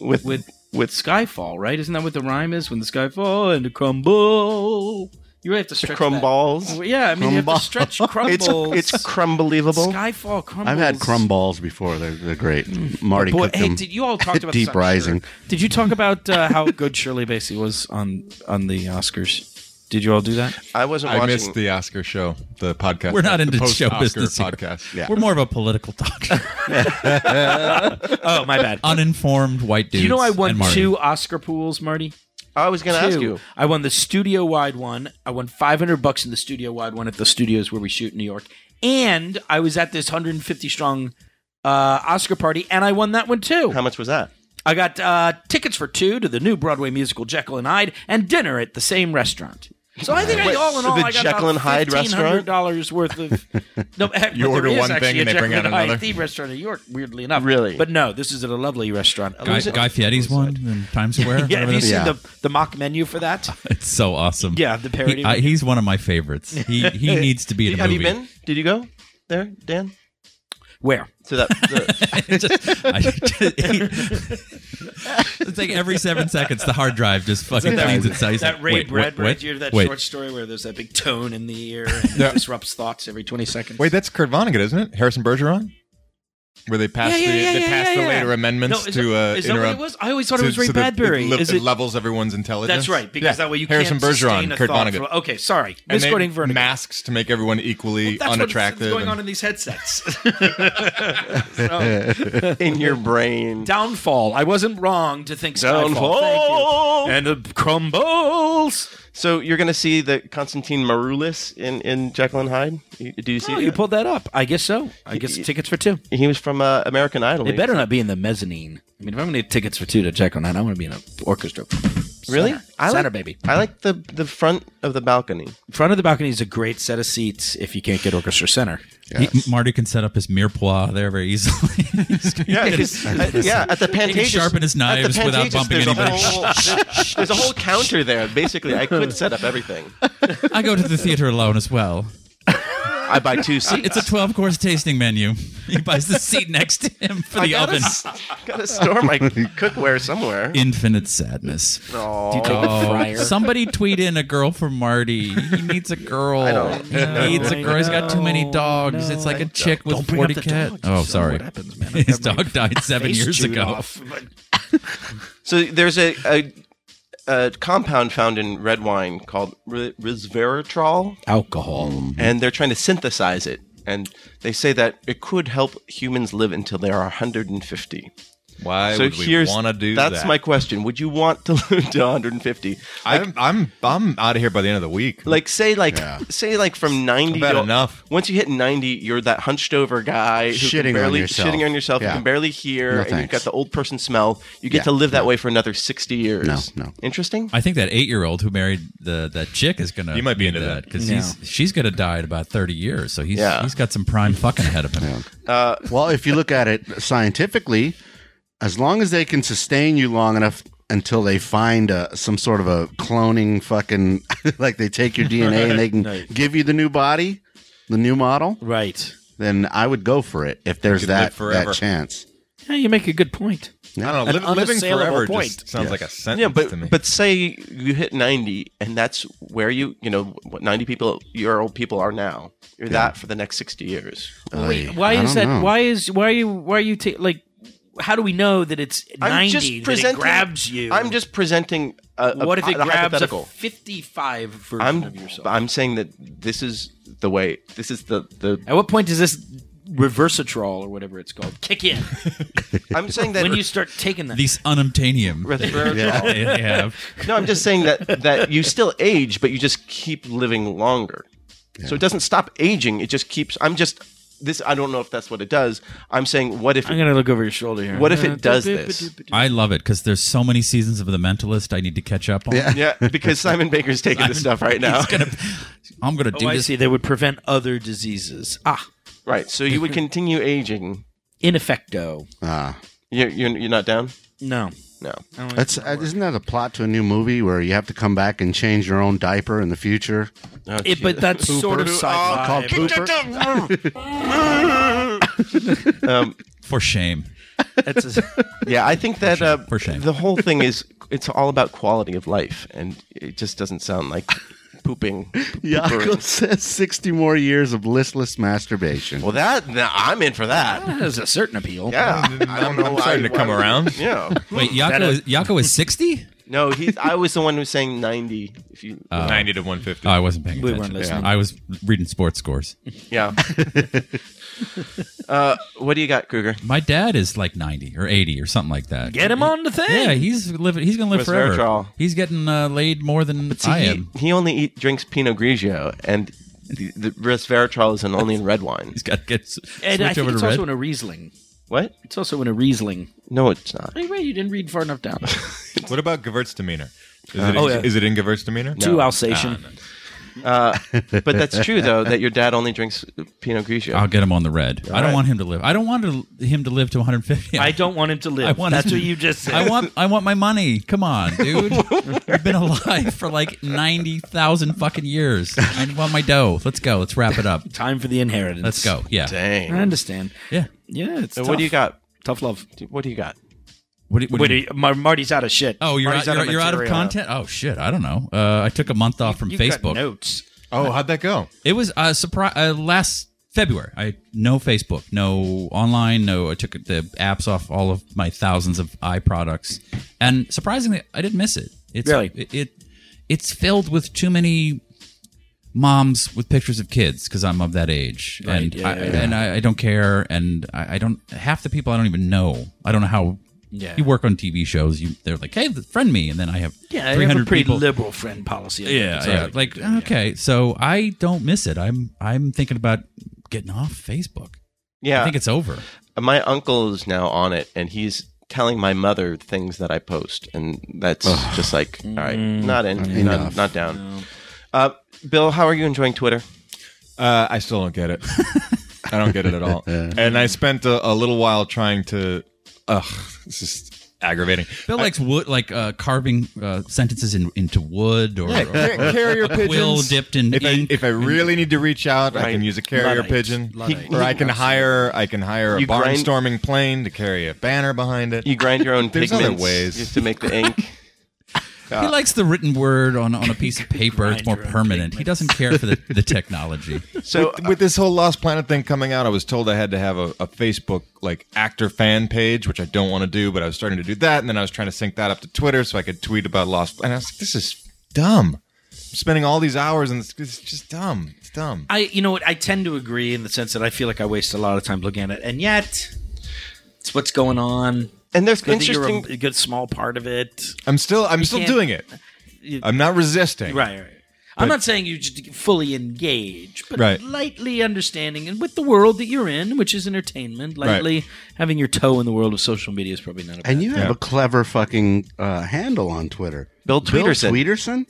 [SPEAKER 2] with
[SPEAKER 4] with with
[SPEAKER 2] with
[SPEAKER 4] Skyfall, right? Isn't that what the rhyme is? When the sky fall and the crumble, you really have to stretch
[SPEAKER 2] crumb
[SPEAKER 4] that.
[SPEAKER 2] balls.
[SPEAKER 4] Well, Yeah, I mean, you have to
[SPEAKER 2] *laughs*
[SPEAKER 4] stretch
[SPEAKER 2] It's
[SPEAKER 4] crumbles.
[SPEAKER 2] it's crumbelievable.
[SPEAKER 4] Skyfall crumbles.
[SPEAKER 7] I've had crumb balls before. They're, they're great. Marty
[SPEAKER 4] Mm. Boy,
[SPEAKER 7] cooked
[SPEAKER 4] hey,
[SPEAKER 7] them.
[SPEAKER 4] did you all
[SPEAKER 7] *laughs*
[SPEAKER 4] talked about
[SPEAKER 7] Deep
[SPEAKER 4] this, I'm sure.
[SPEAKER 7] Rising.
[SPEAKER 9] Did you talk about uh, how good Shirley Bassey was on on the Oscars? Did you all do that?
[SPEAKER 2] I wasn't
[SPEAKER 5] I
[SPEAKER 2] watching.
[SPEAKER 5] missed the Oscar show, the podcast.
[SPEAKER 6] *laughs* We're not
[SPEAKER 5] the
[SPEAKER 6] into show
[SPEAKER 5] post-Oscar
[SPEAKER 6] business. here.
[SPEAKER 5] podcast.
[SPEAKER 6] We're more of a political talk.
[SPEAKER 9] Oh, my bad.
[SPEAKER 6] *laughs* Uninformed white dudes.
[SPEAKER 9] you know I
[SPEAKER 6] and
[SPEAKER 9] won
[SPEAKER 6] Marty.
[SPEAKER 9] two Oscar pools, Marty?
[SPEAKER 2] I was going to ask
[SPEAKER 9] Two.
[SPEAKER 2] you.
[SPEAKER 9] I won the studio wide one. I won 500 bucks in the studio wide one at the studios where we shoot in New York. And I was at this 150 strong uh, Oscar party, and I won that one too.
[SPEAKER 2] How much was that?
[SPEAKER 9] I got uh, tickets for two to the new Broadway musical Jekyll and Hyde, and dinner at the same restaurant. So I think I, all in
[SPEAKER 2] so
[SPEAKER 9] all,
[SPEAKER 2] the
[SPEAKER 9] I got
[SPEAKER 2] Jekyll and Hyde restaurant?
[SPEAKER 9] dollars worth
[SPEAKER 5] *laughs*
[SPEAKER 9] of. no, but there
[SPEAKER 5] order
[SPEAKER 9] is
[SPEAKER 5] one
[SPEAKER 9] actually
[SPEAKER 5] thing
[SPEAKER 9] a
[SPEAKER 5] and they bring
[SPEAKER 9] Jekyll
[SPEAKER 5] out
[SPEAKER 9] Hyde
[SPEAKER 5] another?
[SPEAKER 9] Theme restaurant in New York, weirdly enough.
[SPEAKER 2] Really?
[SPEAKER 9] but no, this is at a lovely restaurant.
[SPEAKER 6] Guy, Guy Fieri's one in Times Square.
[SPEAKER 9] *laughs* yeah, have you seen
[SPEAKER 7] Yeah.
[SPEAKER 9] the, the mock menu for that?
[SPEAKER 6] It's so awesome.
[SPEAKER 9] Yeah, the parody.
[SPEAKER 6] Uh, He- I- he's one of my favorites. He he needs to be in a
[SPEAKER 2] Have
[SPEAKER 6] movie.
[SPEAKER 2] you
[SPEAKER 6] *laughs*
[SPEAKER 2] been? Did you go there, Dan?
[SPEAKER 9] Where?
[SPEAKER 2] So that the,
[SPEAKER 6] Just- I- *laughs* it's like every seven seconds the hard drive just fucking cleans itself. He's
[SPEAKER 4] That
[SPEAKER 6] like,
[SPEAKER 4] Ray
[SPEAKER 6] wait,
[SPEAKER 4] Bradbury,
[SPEAKER 6] wait,
[SPEAKER 4] you hear that
[SPEAKER 6] wait.
[SPEAKER 4] short story where there's that big tone in the ear and it disrupts thoughts every 20 seconds?
[SPEAKER 5] Wait, that's Kurt Vonnegut, isn't it? Harrison Bergeron, where they passed
[SPEAKER 9] Yeah, yeah,
[SPEAKER 5] the,
[SPEAKER 9] yeah,
[SPEAKER 5] they
[SPEAKER 9] yeah,
[SPEAKER 5] passed
[SPEAKER 9] yeah,
[SPEAKER 5] the
[SPEAKER 9] yeah.
[SPEAKER 5] later amendments
[SPEAKER 9] No, is
[SPEAKER 5] to uh,
[SPEAKER 9] that- is that what
[SPEAKER 5] interrupt.
[SPEAKER 9] it was? I always thought it was Ray
[SPEAKER 5] that
[SPEAKER 9] Bradbury.
[SPEAKER 5] It, le-
[SPEAKER 9] Is
[SPEAKER 5] it
[SPEAKER 9] it-
[SPEAKER 5] levels everyone's intelligence.
[SPEAKER 4] That's right, because
[SPEAKER 5] Yeah.
[SPEAKER 4] that way you
[SPEAKER 5] Harrison
[SPEAKER 4] can't sustain
[SPEAKER 5] Bergeron,
[SPEAKER 4] a
[SPEAKER 5] Kurt
[SPEAKER 4] thought
[SPEAKER 5] Vonnegut,
[SPEAKER 4] for- okay, sorry,
[SPEAKER 5] and they
[SPEAKER 9] misquoting Vernon.
[SPEAKER 5] masks to make everyone equally
[SPEAKER 4] That's
[SPEAKER 5] unattractive.
[SPEAKER 4] what's going
[SPEAKER 5] and-
[SPEAKER 4] on in these headsets.
[SPEAKER 5] *laughs*
[SPEAKER 2] in your brain.
[SPEAKER 9] Downfall. I wasn't wrong to think Skyfall.
[SPEAKER 2] Downfall.
[SPEAKER 9] Thank you. And the crumbles.
[SPEAKER 2] So you're going to see the Constantine Maroulis in in Jekyll and Hyde. You- Do you see?
[SPEAKER 9] Oh,
[SPEAKER 2] it?
[SPEAKER 9] you pulled that up. I guess so. I guess tickets for two.
[SPEAKER 2] he was from uh, American Idol.
[SPEAKER 9] They better not be in the mezzanine. I mean, if I'm going to get tickets for two to check on that, I want to be in an orchestra.
[SPEAKER 2] really.
[SPEAKER 9] Center,
[SPEAKER 2] I
[SPEAKER 9] Center
[SPEAKER 2] like,
[SPEAKER 9] baby.
[SPEAKER 2] I like the the front of the balcony.
[SPEAKER 9] Front of the balcony is a great set of seats if you can't get orchestra center.
[SPEAKER 6] He- Marty can set up his mirepoix there very easily. *laughs*
[SPEAKER 2] Yeah,
[SPEAKER 6] He
[SPEAKER 2] *laughs*
[SPEAKER 6] can-
[SPEAKER 2] Uh, yeah. At the Pantages,
[SPEAKER 6] sharpen his
[SPEAKER 2] at the
[SPEAKER 6] knives without
[SPEAKER 2] Pantages,
[SPEAKER 6] bumping
[SPEAKER 2] there's a
[SPEAKER 6] anybody.
[SPEAKER 2] whole-
[SPEAKER 6] *laughs*
[SPEAKER 2] there's a whole counter there. Basically, I could set up everything.
[SPEAKER 6] I go to the theater alone as well.
[SPEAKER 2] I buy two seats.
[SPEAKER 6] It's a 12 course tasting menu. He buys the seat next to him for
[SPEAKER 2] I
[SPEAKER 6] the
[SPEAKER 2] gotta
[SPEAKER 6] oven.
[SPEAKER 2] s- *laughs* gotta store my cookware somewhere.
[SPEAKER 6] Infinite sadness.
[SPEAKER 2] Aw.
[SPEAKER 6] Oh, somebody tweet in a girl for Marty. He needs a girl.
[SPEAKER 2] I don't-
[SPEAKER 6] He needs a girl. He's got too many dogs. it's like a chick with 40 cats. Oh, sorry. His dog died seven years ago.
[SPEAKER 2] So there's a, a, a compound found in red wine called ri- resveratrol,
[SPEAKER 9] Alcohol.
[SPEAKER 2] and they're trying to synthesize it. And they say that it could help humans live until they are 150.
[SPEAKER 5] Why
[SPEAKER 2] so
[SPEAKER 5] would we
[SPEAKER 2] here's
[SPEAKER 5] want to do
[SPEAKER 2] that's
[SPEAKER 5] that?
[SPEAKER 2] my question: Would you want to *laughs* live to 150?
[SPEAKER 5] I'm I'm I'm out of here by the end of the week.
[SPEAKER 2] Like say like say like from 90
[SPEAKER 5] Bad
[SPEAKER 2] to-
[SPEAKER 5] enough.
[SPEAKER 2] Once you hit 90, you're that hunched over guy who
[SPEAKER 7] Shitting
[SPEAKER 2] can
[SPEAKER 7] on
[SPEAKER 2] barely
[SPEAKER 7] yourself.
[SPEAKER 2] shitting on yourself. You
[SPEAKER 7] Yeah.
[SPEAKER 2] can barely hear,
[SPEAKER 7] No
[SPEAKER 2] and you've
[SPEAKER 7] thanks.
[SPEAKER 2] got the old person smell. You get
[SPEAKER 7] Yeah,
[SPEAKER 2] to live that way for another 60 years.
[SPEAKER 7] No, no.
[SPEAKER 2] Interesting.
[SPEAKER 6] I think that eight year old who married the that chick is gonna.
[SPEAKER 5] You might be
[SPEAKER 6] need
[SPEAKER 5] into that.
[SPEAKER 6] because he's she's gonna die in about thirty years. So he's
[SPEAKER 2] Yeah.
[SPEAKER 6] he's got some prime fucking ahead of him.
[SPEAKER 7] Well, if you look at it scientifically, as long as they can sustain you long enough until they find uh some sort of a cloning fucking, *laughs* like they take your DNA and they can give you the new body, the new model,
[SPEAKER 9] Right.
[SPEAKER 7] then I would go for it if there's
[SPEAKER 5] could live
[SPEAKER 7] that,
[SPEAKER 5] forever.
[SPEAKER 7] that chance.
[SPEAKER 8] Yeah, you make a good point.
[SPEAKER 5] I don't know.
[SPEAKER 9] An
[SPEAKER 5] li- living
[SPEAKER 9] unassailable
[SPEAKER 5] forever
[SPEAKER 9] point.
[SPEAKER 5] just sounds like a sentence
[SPEAKER 2] yeah,
[SPEAKER 5] to me.
[SPEAKER 2] but but say you hit ninety, and that's where you you know what ninety people year old people are now. You're that for the next sixty years.
[SPEAKER 7] Aye.
[SPEAKER 8] Wait, why
[SPEAKER 7] I
[SPEAKER 8] is that?
[SPEAKER 7] don't know.
[SPEAKER 8] Why is why are you why are you ta- like? How do we know that it's
[SPEAKER 2] I'm
[SPEAKER 8] ninety?
[SPEAKER 2] just
[SPEAKER 8] that it
[SPEAKER 2] presenting.
[SPEAKER 8] grabs you.
[SPEAKER 2] I'm just presenting. A, a-
[SPEAKER 9] What if it
[SPEAKER 2] a
[SPEAKER 9] grabs a
[SPEAKER 2] hypothetical.
[SPEAKER 9] 55 version
[SPEAKER 2] I'm
[SPEAKER 9] of yourself?
[SPEAKER 2] I'm saying that this is the way. This is the the.
[SPEAKER 9] At what point does this reversatrol or whatever it's called
[SPEAKER 2] *laughs*
[SPEAKER 9] kick in?
[SPEAKER 2] I'm saying that
[SPEAKER 9] when
[SPEAKER 2] *laughs*
[SPEAKER 9] you start taking that.
[SPEAKER 6] These unobtainium.
[SPEAKER 2] Resveratrol.
[SPEAKER 6] they have.
[SPEAKER 2] No, I'm just saying that that you still age, but you just keep living longer. So it doesn't stop aging; it just keeps. I'm just this. I don't know if that's what it does. I'm saying, what if?
[SPEAKER 8] I'm gonna look over your shoulder here.
[SPEAKER 2] What if
[SPEAKER 9] Uh,
[SPEAKER 2] it does this?
[SPEAKER 6] I love it because there's so many seasons of The Mentalist I need to catch up on. Yeah.
[SPEAKER 2] Yeah, because Simon Baker's taking this stuff right now.
[SPEAKER 6] I'm gonna do
[SPEAKER 9] Oh, I
[SPEAKER 6] this.
[SPEAKER 9] see. They would prevent other diseases. Ah,
[SPEAKER 2] Right. So you would continue aging.
[SPEAKER 9] in effecto.
[SPEAKER 7] Ah,
[SPEAKER 2] You're, you're, you're not down?
[SPEAKER 9] No.
[SPEAKER 2] No.
[SPEAKER 7] that's uh, isn't that a plot to a new movie where you have to come back and change your own diaper in the future?
[SPEAKER 2] Oh,
[SPEAKER 9] It,
[SPEAKER 2] *laughs*
[SPEAKER 9] but that's sort of sci-fi.
[SPEAKER 7] Called Pooper.
[SPEAKER 6] For shame.
[SPEAKER 2] *laughs*
[SPEAKER 9] That's a-
[SPEAKER 2] Yeah, I think that uh,
[SPEAKER 6] For shame.
[SPEAKER 2] the whole thing is it's all about quality of life, and it just doesn't sound like pooping.
[SPEAKER 7] Yako
[SPEAKER 2] poopering.
[SPEAKER 7] says sixty more years of listless masturbation.
[SPEAKER 2] Well, that nah, I'm in for that.
[SPEAKER 9] *laughs* that has a certain appeal.
[SPEAKER 2] Yeah, I
[SPEAKER 5] I'm,
[SPEAKER 2] don't know
[SPEAKER 5] I'm
[SPEAKER 2] why-
[SPEAKER 5] starting to come
[SPEAKER 2] why- *laughs*
[SPEAKER 5] around.
[SPEAKER 2] Yeah.
[SPEAKER 6] Wait, Yako is, Yako is 60?
[SPEAKER 2] No, he's. I was the one who was saying ninety. If you,
[SPEAKER 5] Ninety to one fifty.
[SPEAKER 6] Oh, I wasn't paying
[SPEAKER 9] We
[SPEAKER 6] attention.
[SPEAKER 9] weren't listening.
[SPEAKER 6] I was reading sports scores.
[SPEAKER 2] yeah. uh, what do you got, Kruger?
[SPEAKER 6] My dad is like 90 or 80 or something like that.
[SPEAKER 9] Get him on the thing.
[SPEAKER 6] Yeah, he's living. He's gonna live forever.
[SPEAKER 2] Resveratrol.
[SPEAKER 6] He's getting uh, laid more than
[SPEAKER 2] See,
[SPEAKER 6] I
[SPEAKER 2] he,
[SPEAKER 6] am. *laughs*
[SPEAKER 2] he only eat, drinks Pinot Grigio, and the, the resveratrol is in, only in red wine.
[SPEAKER 6] He's got to get s-
[SPEAKER 9] and
[SPEAKER 6] switch
[SPEAKER 9] I think
[SPEAKER 6] over
[SPEAKER 9] it's
[SPEAKER 6] to red.
[SPEAKER 9] also in a Riesling.
[SPEAKER 2] What?
[SPEAKER 8] It's also in a Riesling.
[SPEAKER 2] No, it's not.
[SPEAKER 8] Wait, wait, you didn't read far enough
[SPEAKER 9] *laughs*
[SPEAKER 8] down.
[SPEAKER 5] What about Gewurztraminer? demeanor? Is,
[SPEAKER 2] Uh,
[SPEAKER 5] it,
[SPEAKER 9] oh, yeah.
[SPEAKER 5] is it in Gewurztraminer? demeanor?
[SPEAKER 9] Two Alsatian.
[SPEAKER 2] But that's true, though, that your dad only drinks Pinot Grigio.
[SPEAKER 6] I'll get him on the red. I don't
[SPEAKER 2] right.
[SPEAKER 6] want him to live. I don't want to, him to live to 150.
[SPEAKER 9] I don't want him to live.
[SPEAKER 6] I want
[SPEAKER 9] That's
[SPEAKER 6] him-
[SPEAKER 9] what you just
[SPEAKER 6] *laughs*
[SPEAKER 9] said.
[SPEAKER 6] I want I want my money. Come on, *laughs* dude. I've been alive for like ninety thousand fucking years. I want my dough. Let's go. Let's wrap it up.
[SPEAKER 9] time for the inheritance.
[SPEAKER 6] Let's go. Yeah.
[SPEAKER 2] Dang.
[SPEAKER 9] I understand.
[SPEAKER 6] Yeah.
[SPEAKER 9] Yeah, it's
[SPEAKER 2] So
[SPEAKER 9] tough.
[SPEAKER 2] what do you got?
[SPEAKER 9] Tough love.
[SPEAKER 2] What do you got?
[SPEAKER 6] What do, you- what do
[SPEAKER 9] Wait,
[SPEAKER 6] you-
[SPEAKER 9] are you- Mar- Marty's out of shit.
[SPEAKER 6] Mm. oh, you're out,
[SPEAKER 9] Marty's
[SPEAKER 6] you're, you're out of
[SPEAKER 9] material.
[SPEAKER 6] content. Oh shit, I don't know. Uh, I took a month off from
[SPEAKER 9] You've got
[SPEAKER 6] Facebook.
[SPEAKER 9] notes.
[SPEAKER 5] Oh, how'd that go?
[SPEAKER 6] It was a surprise uh, last February. I no Facebook, no online, no. I took the apps off all of my thousands of eye products, and surprisingly, I didn't miss it. It's,
[SPEAKER 9] Really?
[SPEAKER 6] it, it it's filled with too many moms with pictures of kids because I'm of that age, and I, and I, I don't care, and I, I don't half the people I don't even know. I don't know how.
[SPEAKER 9] Yeah.
[SPEAKER 6] You work on TV shows. You they're like, hey, friend me, and then I have
[SPEAKER 9] Yeah, I
[SPEAKER 6] three
[SPEAKER 9] have a
[SPEAKER 6] hundred
[SPEAKER 9] pretty
[SPEAKER 6] people
[SPEAKER 9] liberal friend policy. I
[SPEAKER 6] yeah,
[SPEAKER 9] think.
[SPEAKER 6] yeah. Like uh, okay, so I don't miss it. I'm I'm thinking about getting off Facebook.
[SPEAKER 2] Yeah.
[SPEAKER 6] I think it's over.
[SPEAKER 2] my uncle is now on it and he's telling my mother things that I post and that's just like all right
[SPEAKER 9] Mm.
[SPEAKER 2] not in not,
[SPEAKER 7] Enough.
[SPEAKER 2] not down uh, Bill how are you enjoying Twitter
[SPEAKER 5] Uh, I still don't
[SPEAKER 2] *laughs*
[SPEAKER 5] get it. I don't get it at all. and I spent a, a little while trying to. Ugh, this is. aggravating.
[SPEAKER 6] Bill likes wood, like uh, carving uh, sentences in, into wood or,
[SPEAKER 5] Yeah,
[SPEAKER 6] or-
[SPEAKER 5] ca- carrier
[SPEAKER 6] or quill
[SPEAKER 5] pigeons.
[SPEAKER 6] dipped in
[SPEAKER 5] If I,
[SPEAKER 6] ink.
[SPEAKER 5] if I really need to reach out, I can use a carrier
[SPEAKER 4] Luddite.
[SPEAKER 5] pigeon,
[SPEAKER 4] Luddite.
[SPEAKER 5] or I can hire I can hire a
[SPEAKER 2] You grind-
[SPEAKER 5] barnstorming plane to carry a banner behind it.
[SPEAKER 2] You grind your own
[SPEAKER 5] There's
[SPEAKER 2] pigments
[SPEAKER 5] other ways.
[SPEAKER 2] just to make the ink.
[SPEAKER 5] uh,
[SPEAKER 6] he likes the written word on, on a piece of paper. It's more permanent. He doesn't care for the, the technology.
[SPEAKER 2] So
[SPEAKER 5] with, with this whole Lost Planet thing coming out, I was told I had to have a, a Facebook like actor fan page, which I don't want to do, but I was starting to do that, and then I was trying to sync that up to Twitter so I could tweet about Lost. Planet. And I was like, this is dumb. I'm spending all these hours and it's, it's just dumb. It's dumb.
[SPEAKER 9] I, you know what? I tend to agree in the sense that I feel like I waste a lot of time looking at it, and yet it's what's going on.
[SPEAKER 2] and there's
[SPEAKER 9] Good that you're
[SPEAKER 2] interesting.
[SPEAKER 9] a, a good small part of it.
[SPEAKER 5] I'm still I'm still
[SPEAKER 9] can't-
[SPEAKER 5] doing it. I'm not resisting.
[SPEAKER 9] Right, right. I'm not saying you just fully engage, but
[SPEAKER 5] Right.
[SPEAKER 9] lightly understanding and with the world that you're in, which is entertainment, lightly having your toe in the world of social media is probably not a bad
[SPEAKER 7] And you have a clever fucking uh, handle on Twitter.
[SPEAKER 2] Bill Tweederson.
[SPEAKER 7] Bill Tweederson?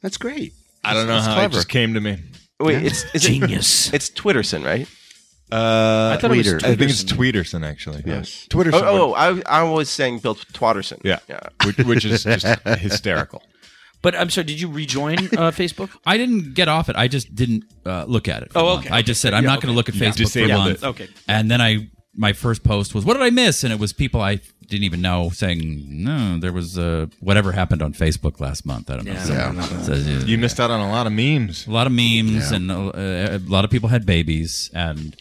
[SPEAKER 7] That's great.
[SPEAKER 5] I don't know
[SPEAKER 7] That's
[SPEAKER 5] how it
[SPEAKER 7] clever.
[SPEAKER 5] just came to me.
[SPEAKER 2] Wait, it's is it- *laughs*
[SPEAKER 9] genius.
[SPEAKER 2] it's Twitterson, right?
[SPEAKER 5] Uh, I,
[SPEAKER 7] thought it was Tweeter.
[SPEAKER 5] think it's Tweederson actually.
[SPEAKER 7] Yes.
[SPEAKER 5] Tweederson.
[SPEAKER 2] Oh, oh I, I was saying Bill Twatterson.
[SPEAKER 5] yeah,
[SPEAKER 2] yeah.
[SPEAKER 5] *laughs* Which, which is just hysterical.
[SPEAKER 9] but I'm sorry, did you rejoin uh, *laughs* Facebook?
[SPEAKER 6] I didn't get off it. I just didn't uh, look at it. for
[SPEAKER 9] Oh,
[SPEAKER 6] a month.
[SPEAKER 9] okay.
[SPEAKER 6] I just said I'm not going to look at Facebook for a
[SPEAKER 5] disabled
[SPEAKER 6] month.
[SPEAKER 5] it.
[SPEAKER 9] Okay.
[SPEAKER 6] And then I, my first post was, "What did I miss?" And it was people I didn't even know saying, "No, there was uh, whatever happened on Facebook last month." I don't know. So- so, yeah.
[SPEAKER 5] You missed out on a lot of memes.
[SPEAKER 6] a lot of memes, and uh, a lot of people had babies. And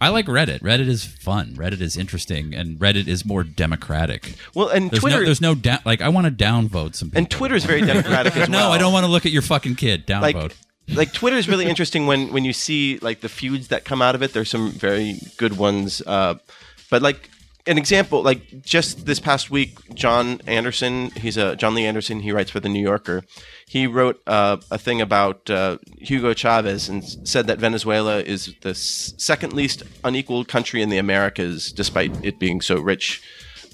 [SPEAKER 6] I like Reddit. Reddit is fun. Reddit is interesting, and Reddit is more democratic.
[SPEAKER 2] Well, and
[SPEAKER 6] There's
[SPEAKER 2] Twitter
[SPEAKER 6] no, there's no da- like I want to downvote some people.
[SPEAKER 2] and Twitter's
[SPEAKER 6] *laughs*
[SPEAKER 2] very democratic as well.
[SPEAKER 6] no, I don't want to look at your fucking kid. Downvote.
[SPEAKER 2] like like Twitter is really interesting when when you see like the feuds that come out of it. There's some very good ones, uh, but like an example, like just this past week, John Anderson, he's a John Lee Anderson. He writes for the New Yorker. He wrote uh, a thing about uh, Hugo Chavez and s- said that Venezuela is the s- second least unequal country in the Americas, despite it being so rich.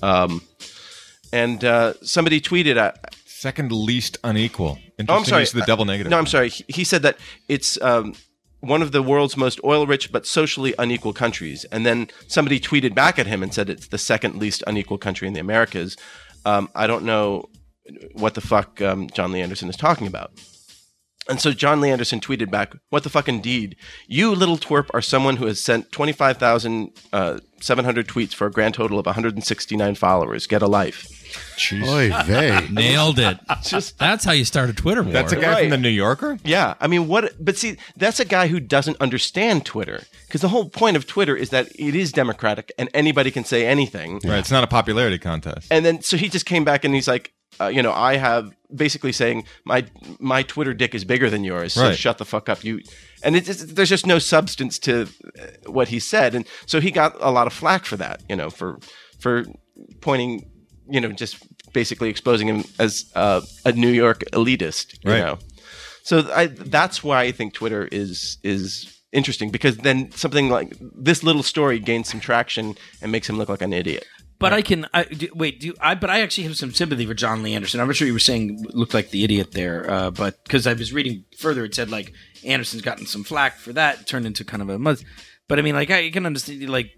[SPEAKER 2] Um, and uh, somebody tweeted at
[SPEAKER 5] Second least unequal. Interesting
[SPEAKER 2] Oh, I'm sorry.
[SPEAKER 5] use of the double negative.
[SPEAKER 2] No, I'm sorry. He, he said that it's um, one of the world's most oil-rich but socially unequal countries. And then somebody tweeted back at him and said it's the second least unequal country in the Americas. Um, I don't know what the fuck um, John Lee Anderson is talking about. And so John Lee Anderson tweeted back, "What the fuck, indeed? You little twerp are someone who has sent twenty-five thousand uh, seven hundred tweets for a grand total of one hundred and sixty-nine followers. Get a life."
[SPEAKER 7] Oy
[SPEAKER 6] *laughs*
[SPEAKER 7] vey.
[SPEAKER 6] Nailed it. that's how you start a Twitter war.
[SPEAKER 5] That's a guy
[SPEAKER 2] Right.
[SPEAKER 5] from the New Yorker.
[SPEAKER 2] Yeah, I mean, what? But see, that's a guy who doesn't understand Twitter because the whole point of Twitter is that it is democratic and anybody can say anything.
[SPEAKER 5] Right. It's not a popularity contest.
[SPEAKER 2] And then, so he just came back and he's like, uh, you know, I have basically saying my my Twitter dick is bigger than yours, so
[SPEAKER 5] Right.
[SPEAKER 2] shut the fuck up, you. And it's, it's, there's just no substance to uh, what he said, and so he got a lot of flack for that, you know, for for pointing, you know, just basically exposing him as uh, a New York elitist, you
[SPEAKER 5] Right.
[SPEAKER 2] know. So I, that's why I think Twitter is is interesting because then something like this little story gains some traction and makes him look like an idiot.
[SPEAKER 9] But I can I, do, wait. Do I? But I actually have some sympathy for John Lee Anderson. I'm not sure you were saying looked like the idiot there, uh, but because I was reading further, it said like Anderson's gotten some flack for that, it turned into kind of a muzz. But I mean, like I can understand, like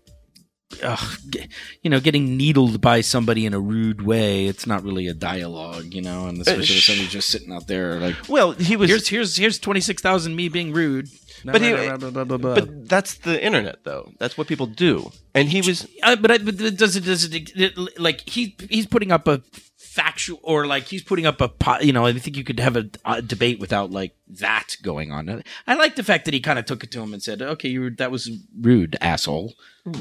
[SPEAKER 9] ugh, g- you know, getting needled by somebody in a rude way. It's not really a dialogue, you know, and especially with somebody just sitting out there like.
[SPEAKER 2] Uh, Well, he was
[SPEAKER 9] Here's here's here's twenty six thousand me being rude,
[SPEAKER 2] But he-
[SPEAKER 9] Blah, blah, blah, blah, blah.
[SPEAKER 2] But that's the internet, though. That's what people do. And he was
[SPEAKER 9] Uh, but, I, but does it does it, it like he he's putting up a factual or like he's putting up a po- you know I think you could have a, uh debate without like that going on. I like the fact that he kind of took it to him and said, "Okay, you were, that was rude, asshole.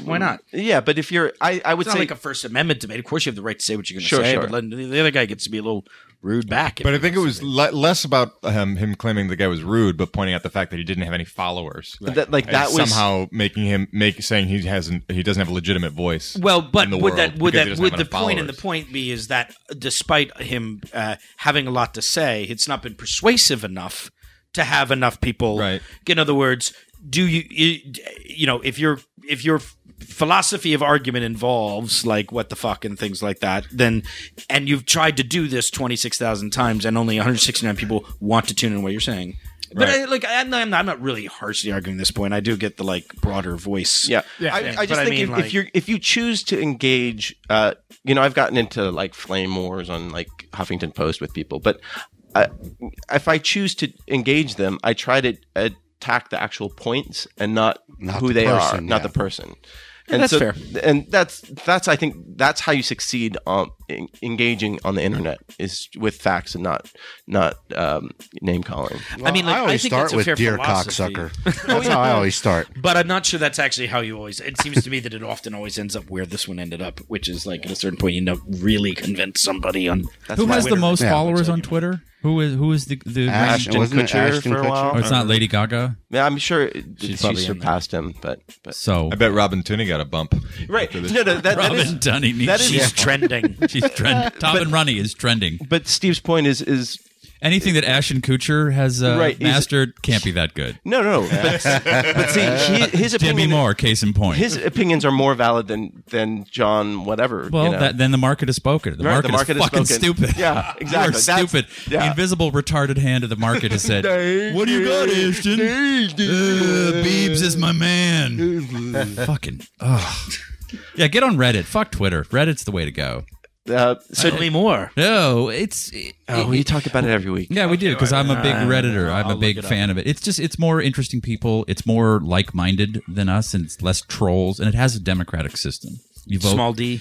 [SPEAKER 9] Why not?"
[SPEAKER 2] yeah. But if you're, I, I would
[SPEAKER 9] It's not
[SPEAKER 2] say
[SPEAKER 9] like a First Amendment debate. Of course, you have the right to say what you're going to
[SPEAKER 2] Sure,
[SPEAKER 9] say,
[SPEAKER 2] sure.
[SPEAKER 9] but let- the other guy gets to be a little rude back.
[SPEAKER 5] But I think it was le- less about um, him claiming the guy was rude, but pointing out the fact that he didn't have any followers.
[SPEAKER 2] that like
[SPEAKER 5] And
[SPEAKER 2] that was
[SPEAKER 5] somehow making him make saying he hasn't he doesn't have a legitimate voice.
[SPEAKER 9] Well, but
[SPEAKER 5] in the
[SPEAKER 9] would
[SPEAKER 5] world
[SPEAKER 9] that would
[SPEAKER 5] because he
[SPEAKER 9] that
[SPEAKER 5] doesn't
[SPEAKER 9] would
[SPEAKER 5] have
[SPEAKER 9] the
[SPEAKER 5] enough
[SPEAKER 9] point and the
[SPEAKER 5] followers.
[SPEAKER 9] point be is that despite him uh, having a lot to say, it's not been persuasive enough to have enough people.
[SPEAKER 5] Right.
[SPEAKER 9] In other words, do you you, you know if your if your philosophy of argument involves like what the fuck and things like that then and you've tried to do this 26,000 times and only 169 people want to tune in what you're saying
[SPEAKER 4] But I, like, I'm not, I'm not- I'm not really harshly arguing this point. I do get the like broader voice.
[SPEAKER 2] Yeah,
[SPEAKER 4] Yeah.
[SPEAKER 2] I, I
[SPEAKER 4] Yeah,
[SPEAKER 2] just
[SPEAKER 4] but
[SPEAKER 2] think
[SPEAKER 4] I mean,
[SPEAKER 2] if,
[SPEAKER 4] like-
[SPEAKER 2] if you if you choose to engage, uh, you know, I've gotten into like flame wars on like Huffington Post with people, but I, if I choose to engage them, I try to attack the actual points and not,
[SPEAKER 7] Not
[SPEAKER 2] who
[SPEAKER 7] the
[SPEAKER 2] they are,
[SPEAKER 7] person,
[SPEAKER 2] not
[SPEAKER 7] yeah.
[SPEAKER 2] the person.
[SPEAKER 8] Yeah, that's fair.
[SPEAKER 2] And that's that's I think that's how you succeed um, in, engaging on the internet is with facts and not not um, name calling.
[SPEAKER 7] Well,
[SPEAKER 9] I mean, like,
[SPEAKER 7] I always
[SPEAKER 9] think
[SPEAKER 7] start
[SPEAKER 9] that's a
[SPEAKER 7] with
[SPEAKER 9] fair
[SPEAKER 7] dear
[SPEAKER 9] philosophy. *laughs*
[SPEAKER 7] cocksucker. That's how I always start.
[SPEAKER 9] But I'm not sure that's actually how you always. It seems to me that it often always ends up where this one ended up, which is like at a certain point you end up really convinced somebody on.
[SPEAKER 2] That's
[SPEAKER 6] Who
[SPEAKER 2] my
[SPEAKER 6] has the
[SPEAKER 2] winner.
[SPEAKER 6] most
[SPEAKER 7] Yeah.
[SPEAKER 6] followers on Twitter? Who is who is the the?
[SPEAKER 7] Ash-
[SPEAKER 2] Ashton
[SPEAKER 7] wasn't it
[SPEAKER 2] Kutcher
[SPEAKER 7] Ashton
[SPEAKER 2] for a while.
[SPEAKER 6] oh, it's not Lady Gaga.
[SPEAKER 2] Yeah, I'm sure it, she
[SPEAKER 6] probably in there.
[SPEAKER 2] surpassed him, but but
[SPEAKER 6] So
[SPEAKER 5] I bet Robin Tunney got a bump.
[SPEAKER 2] right. No, *laughs* no, that, that
[SPEAKER 6] Robin
[SPEAKER 2] is.
[SPEAKER 6] Tunney needs.
[SPEAKER 2] that is-
[SPEAKER 6] she's,
[SPEAKER 9] She's trending.
[SPEAKER 6] she's trending. Tom and Ronnie is trending.
[SPEAKER 2] But Steve's point is is
[SPEAKER 6] Anything that Ashton Kutcher has uh,
[SPEAKER 2] Right, he's-
[SPEAKER 6] mastered can't be that good.
[SPEAKER 2] no, no. no. But,
[SPEAKER 9] *laughs*
[SPEAKER 2] but see, he, his
[SPEAKER 6] Demi
[SPEAKER 2] opinion,
[SPEAKER 6] Moore, case in point.
[SPEAKER 2] his opinions are more valid than than John whatever.
[SPEAKER 6] well,
[SPEAKER 2] you know.
[SPEAKER 6] that, then the market has spoken. The,
[SPEAKER 2] Right,
[SPEAKER 6] market,
[SPEAKER 2] the market
[SPEAKER 6] is
[SPEAKER 2] has
[SPEAKER 6] fucking
[SPEAKER 2] spoken.
[SPEAKER 6] stupid. *laughs*
[SPEAKER 2] Yeah,
[SPEAKER 6] You are
[SPEAKER 2] exactly. That's-
[SPEAKER 6] stupid. The
[SPEAKER 2] yeah.
[SPEAKER 6] invisible retarded hand of the market
[SPEAKER 2] *laughs*
[SPEAKER 6] has said, "What do you got, Ashton? Uh, Beebs is
[SPEAKER 2] *laughs*
[SPEAKER 6] my man." fucking. Ugh. Yeah, get on Reddit. Fuck Twitter. Reddit's the way to go.
[SPEAKER 2] uh, *laughs* so
[SPEAKER 9] Certainly more.
[SPEAKER 6] No, it's.
[SPEAKER 2] oh, we talk about it every week.
[SPEAKER 6] Yeah, we do because I'm a big redditor. I'm a big fan of it. It's just it's more interesting people. It's more like-minded than us, and it's less trolls. And it has a democratic system. You vote.
[SPEAKER 9] Small D.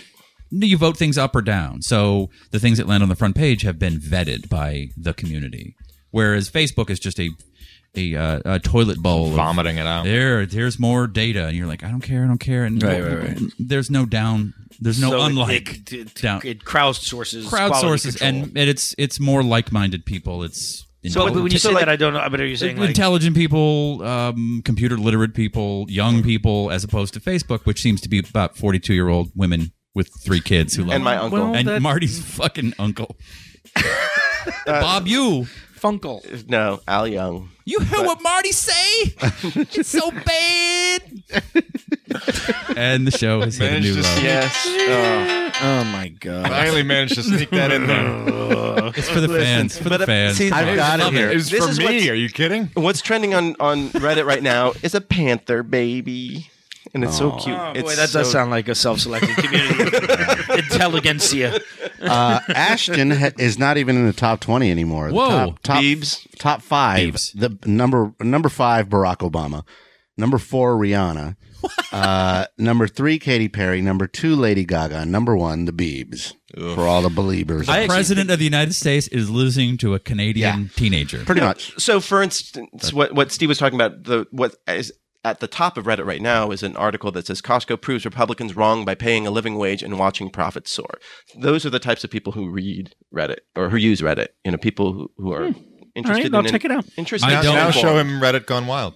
[SPEAKER 6] No, you vote things up or down. So the things that land on the front page have been vetted by the community, whereas Facebook is just a a, uh, a toilet bowl of
[SPEAKER 5] Vomiting it out.
[SPEAKER 6] there. There's more data, and you're like, I don't care, I don't care, and there's no down. There's no
[SPEAKER 9] So it-
[SPEAKER 6] unlike
[SPEAKER 9] It, it,
[SPEAKER 6] down.
[SPEAKER 9] it crowdsources. quality
[SPEAKER 6] crowdsources,
[SPEAKER 9] control.
[SPEAKER 6] and, and it's it's more like-minded people. It's
[SPEAKER 9] So
[SPEAKER 6] intelligent
[SPEAKER 9] when you
[SPEAKER 2] So,
[SPEAKER 9] say
[SPEAKER 2] like-
[SPEAKER 9] that, I don't know. But are you saying like
[SPEAKER 6] intelligent people, um, computer literate people, young people, as opposed to Facebook, which seems to be about forty-two-year-old women with three kids who love
[SPEAKER 2] And my
[SPEAKER 6] it.
[SPEAKER 2] uncle.
[SPEAKER 6] and
[SPEAKER 8] that-
[SPEAKER 6] Marty's fucking uncle.
[SPEAKER 5] *laughs* Uh,
[SPEAKER 6] Bob, you
[SPEAKER 8] Funkle.
[SPEAKER 2] No, Al Young.
[SPEAKER 6] you heard what Marty say? it's so bad. and the show has hit a
[SPEAKER 5] Managed
[SPEAKER 6] new
[SPEAKER 5] to
[SPEAKER 6] low.
[SPEAKER 2] Yes. Oh.
[SPEAKER 9] Oh
[SPEAKER 4] uh,
[SPEAKER 9] my god!
[SPEAKER 5] Finally managed to sneak that in there.
[SPEAKER 6] It's for the fans. For the
[SPEAKER 2] but, uh,
[SPEAKER 6] fans.
[SPEAKER 2] see,
[SPEAKER 7] I've got it here.
[SPEAKER 5] It was
[SPEAKER 2] This
[SPEAKER 5] for
[SPEAKER 2] is what's-
[SPEAKER 5] me. Are you kidding?
[SPEAKER 2] What's trending on on Reddit right now is a panther baby, and it's so cute.
[SPEAKER 9] Oh,
[SPEAKER 2] it's
[SPEAKER 9] boy, that does
[SPEAKER 2] so-
[SPEAKER 9] sound like a self-selected
[SPEAKER 2] *laughs*
[SPEAKER 9] community of intelligentsia.
[SPEAKER 7] Uh, Ashton ha- is not even in the top twenty anymore. The
[SPEAKER 6] Whoa.
[SPEAKER 7] top, top,
[SPEAKER 2] Biebs.
[SPEAKER 7] top five.
[SPEAKER 6] Biebs.
[SPEAKER 7] The number number five, Barack Obama. Number four, Rihanna. uh, number three, Katy Perry. Number two, Lady Gaga. Number one, the Biebs. For all the believers,
[SPEAKER 6] the president of the United States is losing to a Canadian teenager.
[SPEAKER 7] pretty much.
[SPEAKER 2] So, for instance, what what Steve was talking about, the what is at the top of Reddit right now is an article that says Costco proves Republicans wrong by paying a living wage and watching profits soar. Those are the types of people who read Reddit or who use Reddit. You know, people who, who are interested.
[SPEAKER 8] Hmm. I'll
[SPEAKER 2] in,
[SPEAKER 8] check it out.
[SPEAKER 2] Interested.
[SPEAKER 6] I
[SPEAKER 5] Now,
[SPEAKER 2] in
[SPEAKER 6] don't-
[SPEAKER 5] now
[SPEAKER 2] informed.
[SPEAKER 5] show him Reddit gone wild.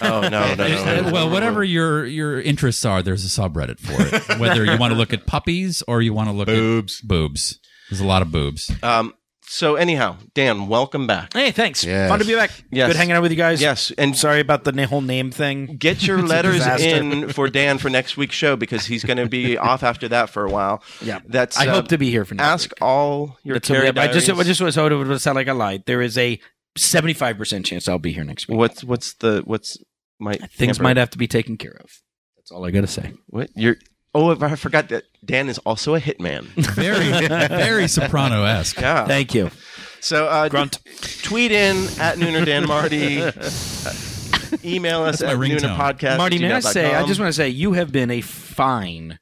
[SPEAKER 2] Oh no, no, no, no,
[SPEAKER 6] Uh,
[SPEAKER 2] no.
[SPEAKER 9] *laughs*
[SPEAKER 6] well, whatever your your interests are, there's a subreddit for it. Whether you want to look at puppies or you want to look
[SPEAKER 5] Boobs.
[SPEAKER 6] at boobs, there's a lot of boobs.
[SPEAKER 2] Um, so anyhow, Dan, welcome back.
[SPEAKER 9] Hey, thanks.
[SPEAKER 7] Yes.
[SPEAKER 9] Fun to be back.
[SPEAKER 2] Yes.
[SPEAKER 9] Good hanging out with you guys.
[SPEAKER 2] Yes, and
[SPEAKER 9] Sorry about the na- whole name thing.
[SPEAKER 2] *laughs* get
[SPEAKER 9] *laughs*
[SPEAKER 2] your letters
[SPEAKER 9] disaster.
[SPEAKER 2] in for Dan for next week's show because he's going to
[SPEAKER 9] *laughs*
[SPEAKER 2] be off after that for a while.
[SPEAKER 9] Yeah.
[SPEAKER 2] that's.
[SPEAKER 9] I
[SPEAKER 2] uh,
[SPEAKER 9] hope to be here for next
[SPEAKER 2] Ask
[SPEAKER 9] week.
[SPEAKER 2] all your
[SPEAKER 9] That's okay.
[SPEAKER 2] carrier
[SPEAKER 9] I just, I
[SPEAKER 2] diaries.
[SPEAKER 9] just was hoping it would sound like I lied. There is a 75% chance I'll be here next week.
[SPEAKER 2] What's what's the what's my
[SPEAKER 9] Things
[SPEAKER 2] Amber,
[SPEAKER 9] might have to be taken care of. That's all I got to say.
[SPEAKER 2] what you're oh I forgot that Dan is also a hitman.
[SPEAKER 6] Very very soprano
[SPEAKER 2] *laughs*
[SPEAKER 6] esque.
[SPEAKER 2] Yeah.
[SPEAKER 9] Thank you.
[SPEAKER 2] so uh,
[SPEAKER 9] Grunt.
[SPEAKER 2] tweet in at Nooner Dan *laughs* Marty. Uh, email us
[SPEAKER 6] my
[SPEAKER 2] at
[SPEAKER 6] ringtone.
[SPEAKER 2] noonerpodcast.
[SPEAKER 9] Marty, may I say, I just want to say, you have been a fine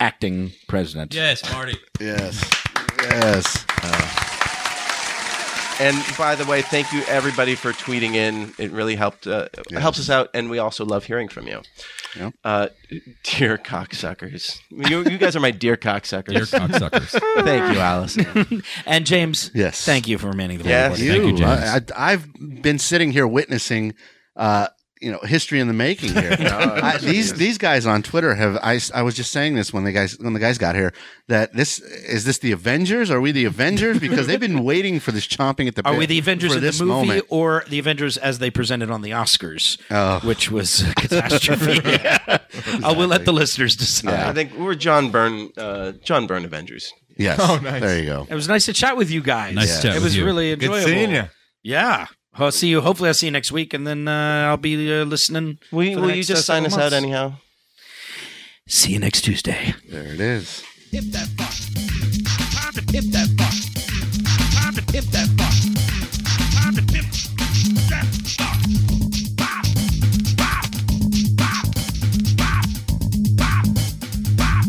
[SPEAKER 9] acting president.
[SPEAKER 6] Yes, Marty.
[SPEAKER 7] Yes, yes.
[SPEAKER 2] And by the way, thank you everybody for tweeting in. It really helped uh,
[SPEAKER 7] Yes.
[SPEAKER 2] helps us out, and we also love hearing from you.
[SPEAKER 7] Yep.
[SPEAKER 2] Uh, dear cocksuckers, you, you guys are my dear cocksuckers.
[SPEAKER 6] Dear cocksuckers.
[SPEAKER 2] thank you, Allison.
[SPEAKER 9] *laughs* And James,
[SPEAKER 7] Yes.
[SPEAKER 9] thank you for remaining the
[SPEAKER 2] Yes.
[SPEAKER 9] board.
[SPEAKER 7] you.
[SPEAKER 6] Thank you, James.
[SPEAKER 7] I, I, I've been sitting here witnessing, uh, you know, history in the making here. I, these these guys on Twitter have. I, s- I was just saying this when the guys when the guys got here that this is this the Avengers? Are we the Avengers? Because they've been waiting for this chomping at the
[SPEAKER 9] Are
[SPEAKER 7] bit
[SPEAKER 9] we the Avengers
[SPEAKER 7] for
[SPEAKER 9] in the
[SPEAKER 7] this
[SPEAKER 9] movie Oh,
[SPEAKER 7] moment.
[SPEAKER 9] or the Avengers as they presented on the Oscars,
[SPEAKER 7] Oh.
[SPEAKER 9] which was
[SPEAKER 7] *laughs*
[SPEAKER 9] a catastrophe? I will let the listeners decide.
[SPEAKER 2] I think we're John Byrne, uh, John Byrne Avengers.
[SPEAKER 7] Yes.
[SPEAKER 5] Oh, nice.
[SPEAKER 7] There you go.
[SPEAKER 9] It was nice to chat with you guys.
[SPEAKER 6] Nice to chat
[SPEAKER 9] It
[SPEAKER 6] with
[SPEAKER 9] was
[SPEAKER 6] you.
[SPEAKER 9] really
[SPEAKER 5] Good
[SPEAKER 9] enjoyable.
[SPEAKER 5] seeing you.
[SPEAKER 9] Yeah. I'll see you. Hopefully, I'll see you next week, and then uh, I'll be uh, listening.
[SPEAKER 2] Will, you-
[SPEAKER 9] for the
[SPEAKER 2] will you
[SPEAKER 9] next,
[SPEAKER 2] just
[SPEAKER 9] uh,
[SPEAKER 2] sign us
[SPEAKER 9] couple
[SPEAKER 2] out
[SPEAKER 9] months.
[SPEAKER 2] anyhow?
[SPEAKER 9] See you next Tuesday.
[SPEAKER 7] There it is.
[SPEAKER 13] If that fuck. Time to pimp that fuck. Time to pimp that fuck. Time to pimp that fuck. Bop, bop, bop, bop, bop, bop,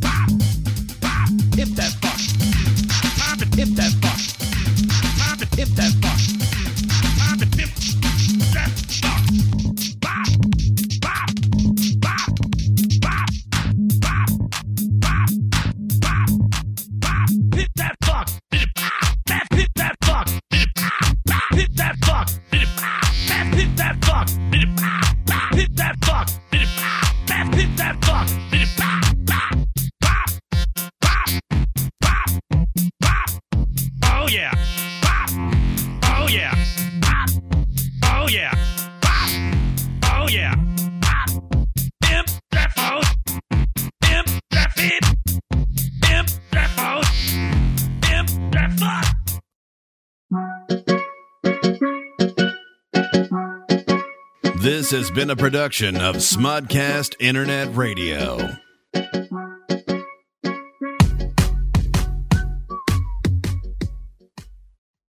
[SPEAKER 13] bop, bop. Pimp that fuck. Time to pimp that fuck. Time to pimp that fuck. Time to pimp that fuck. Bop, bop, bop, bop, bop, bop bop, bop, hit that fuck, hit that, hit that fuck, hit that, hit that fuck, hit that, hit that fuck, hit that, hit that fuck, hit that, hit that fuck, hit that, bop, bop, bop, bop, bop, oh yeah, bop, oh yeah, bop, oh yeah, bop, oh yeah, bop, imp that phone, imp that fit. Imp that fuck. Imp that fuck.
[SPEAKER 1] This has been a production of Smudcast Internet Radio.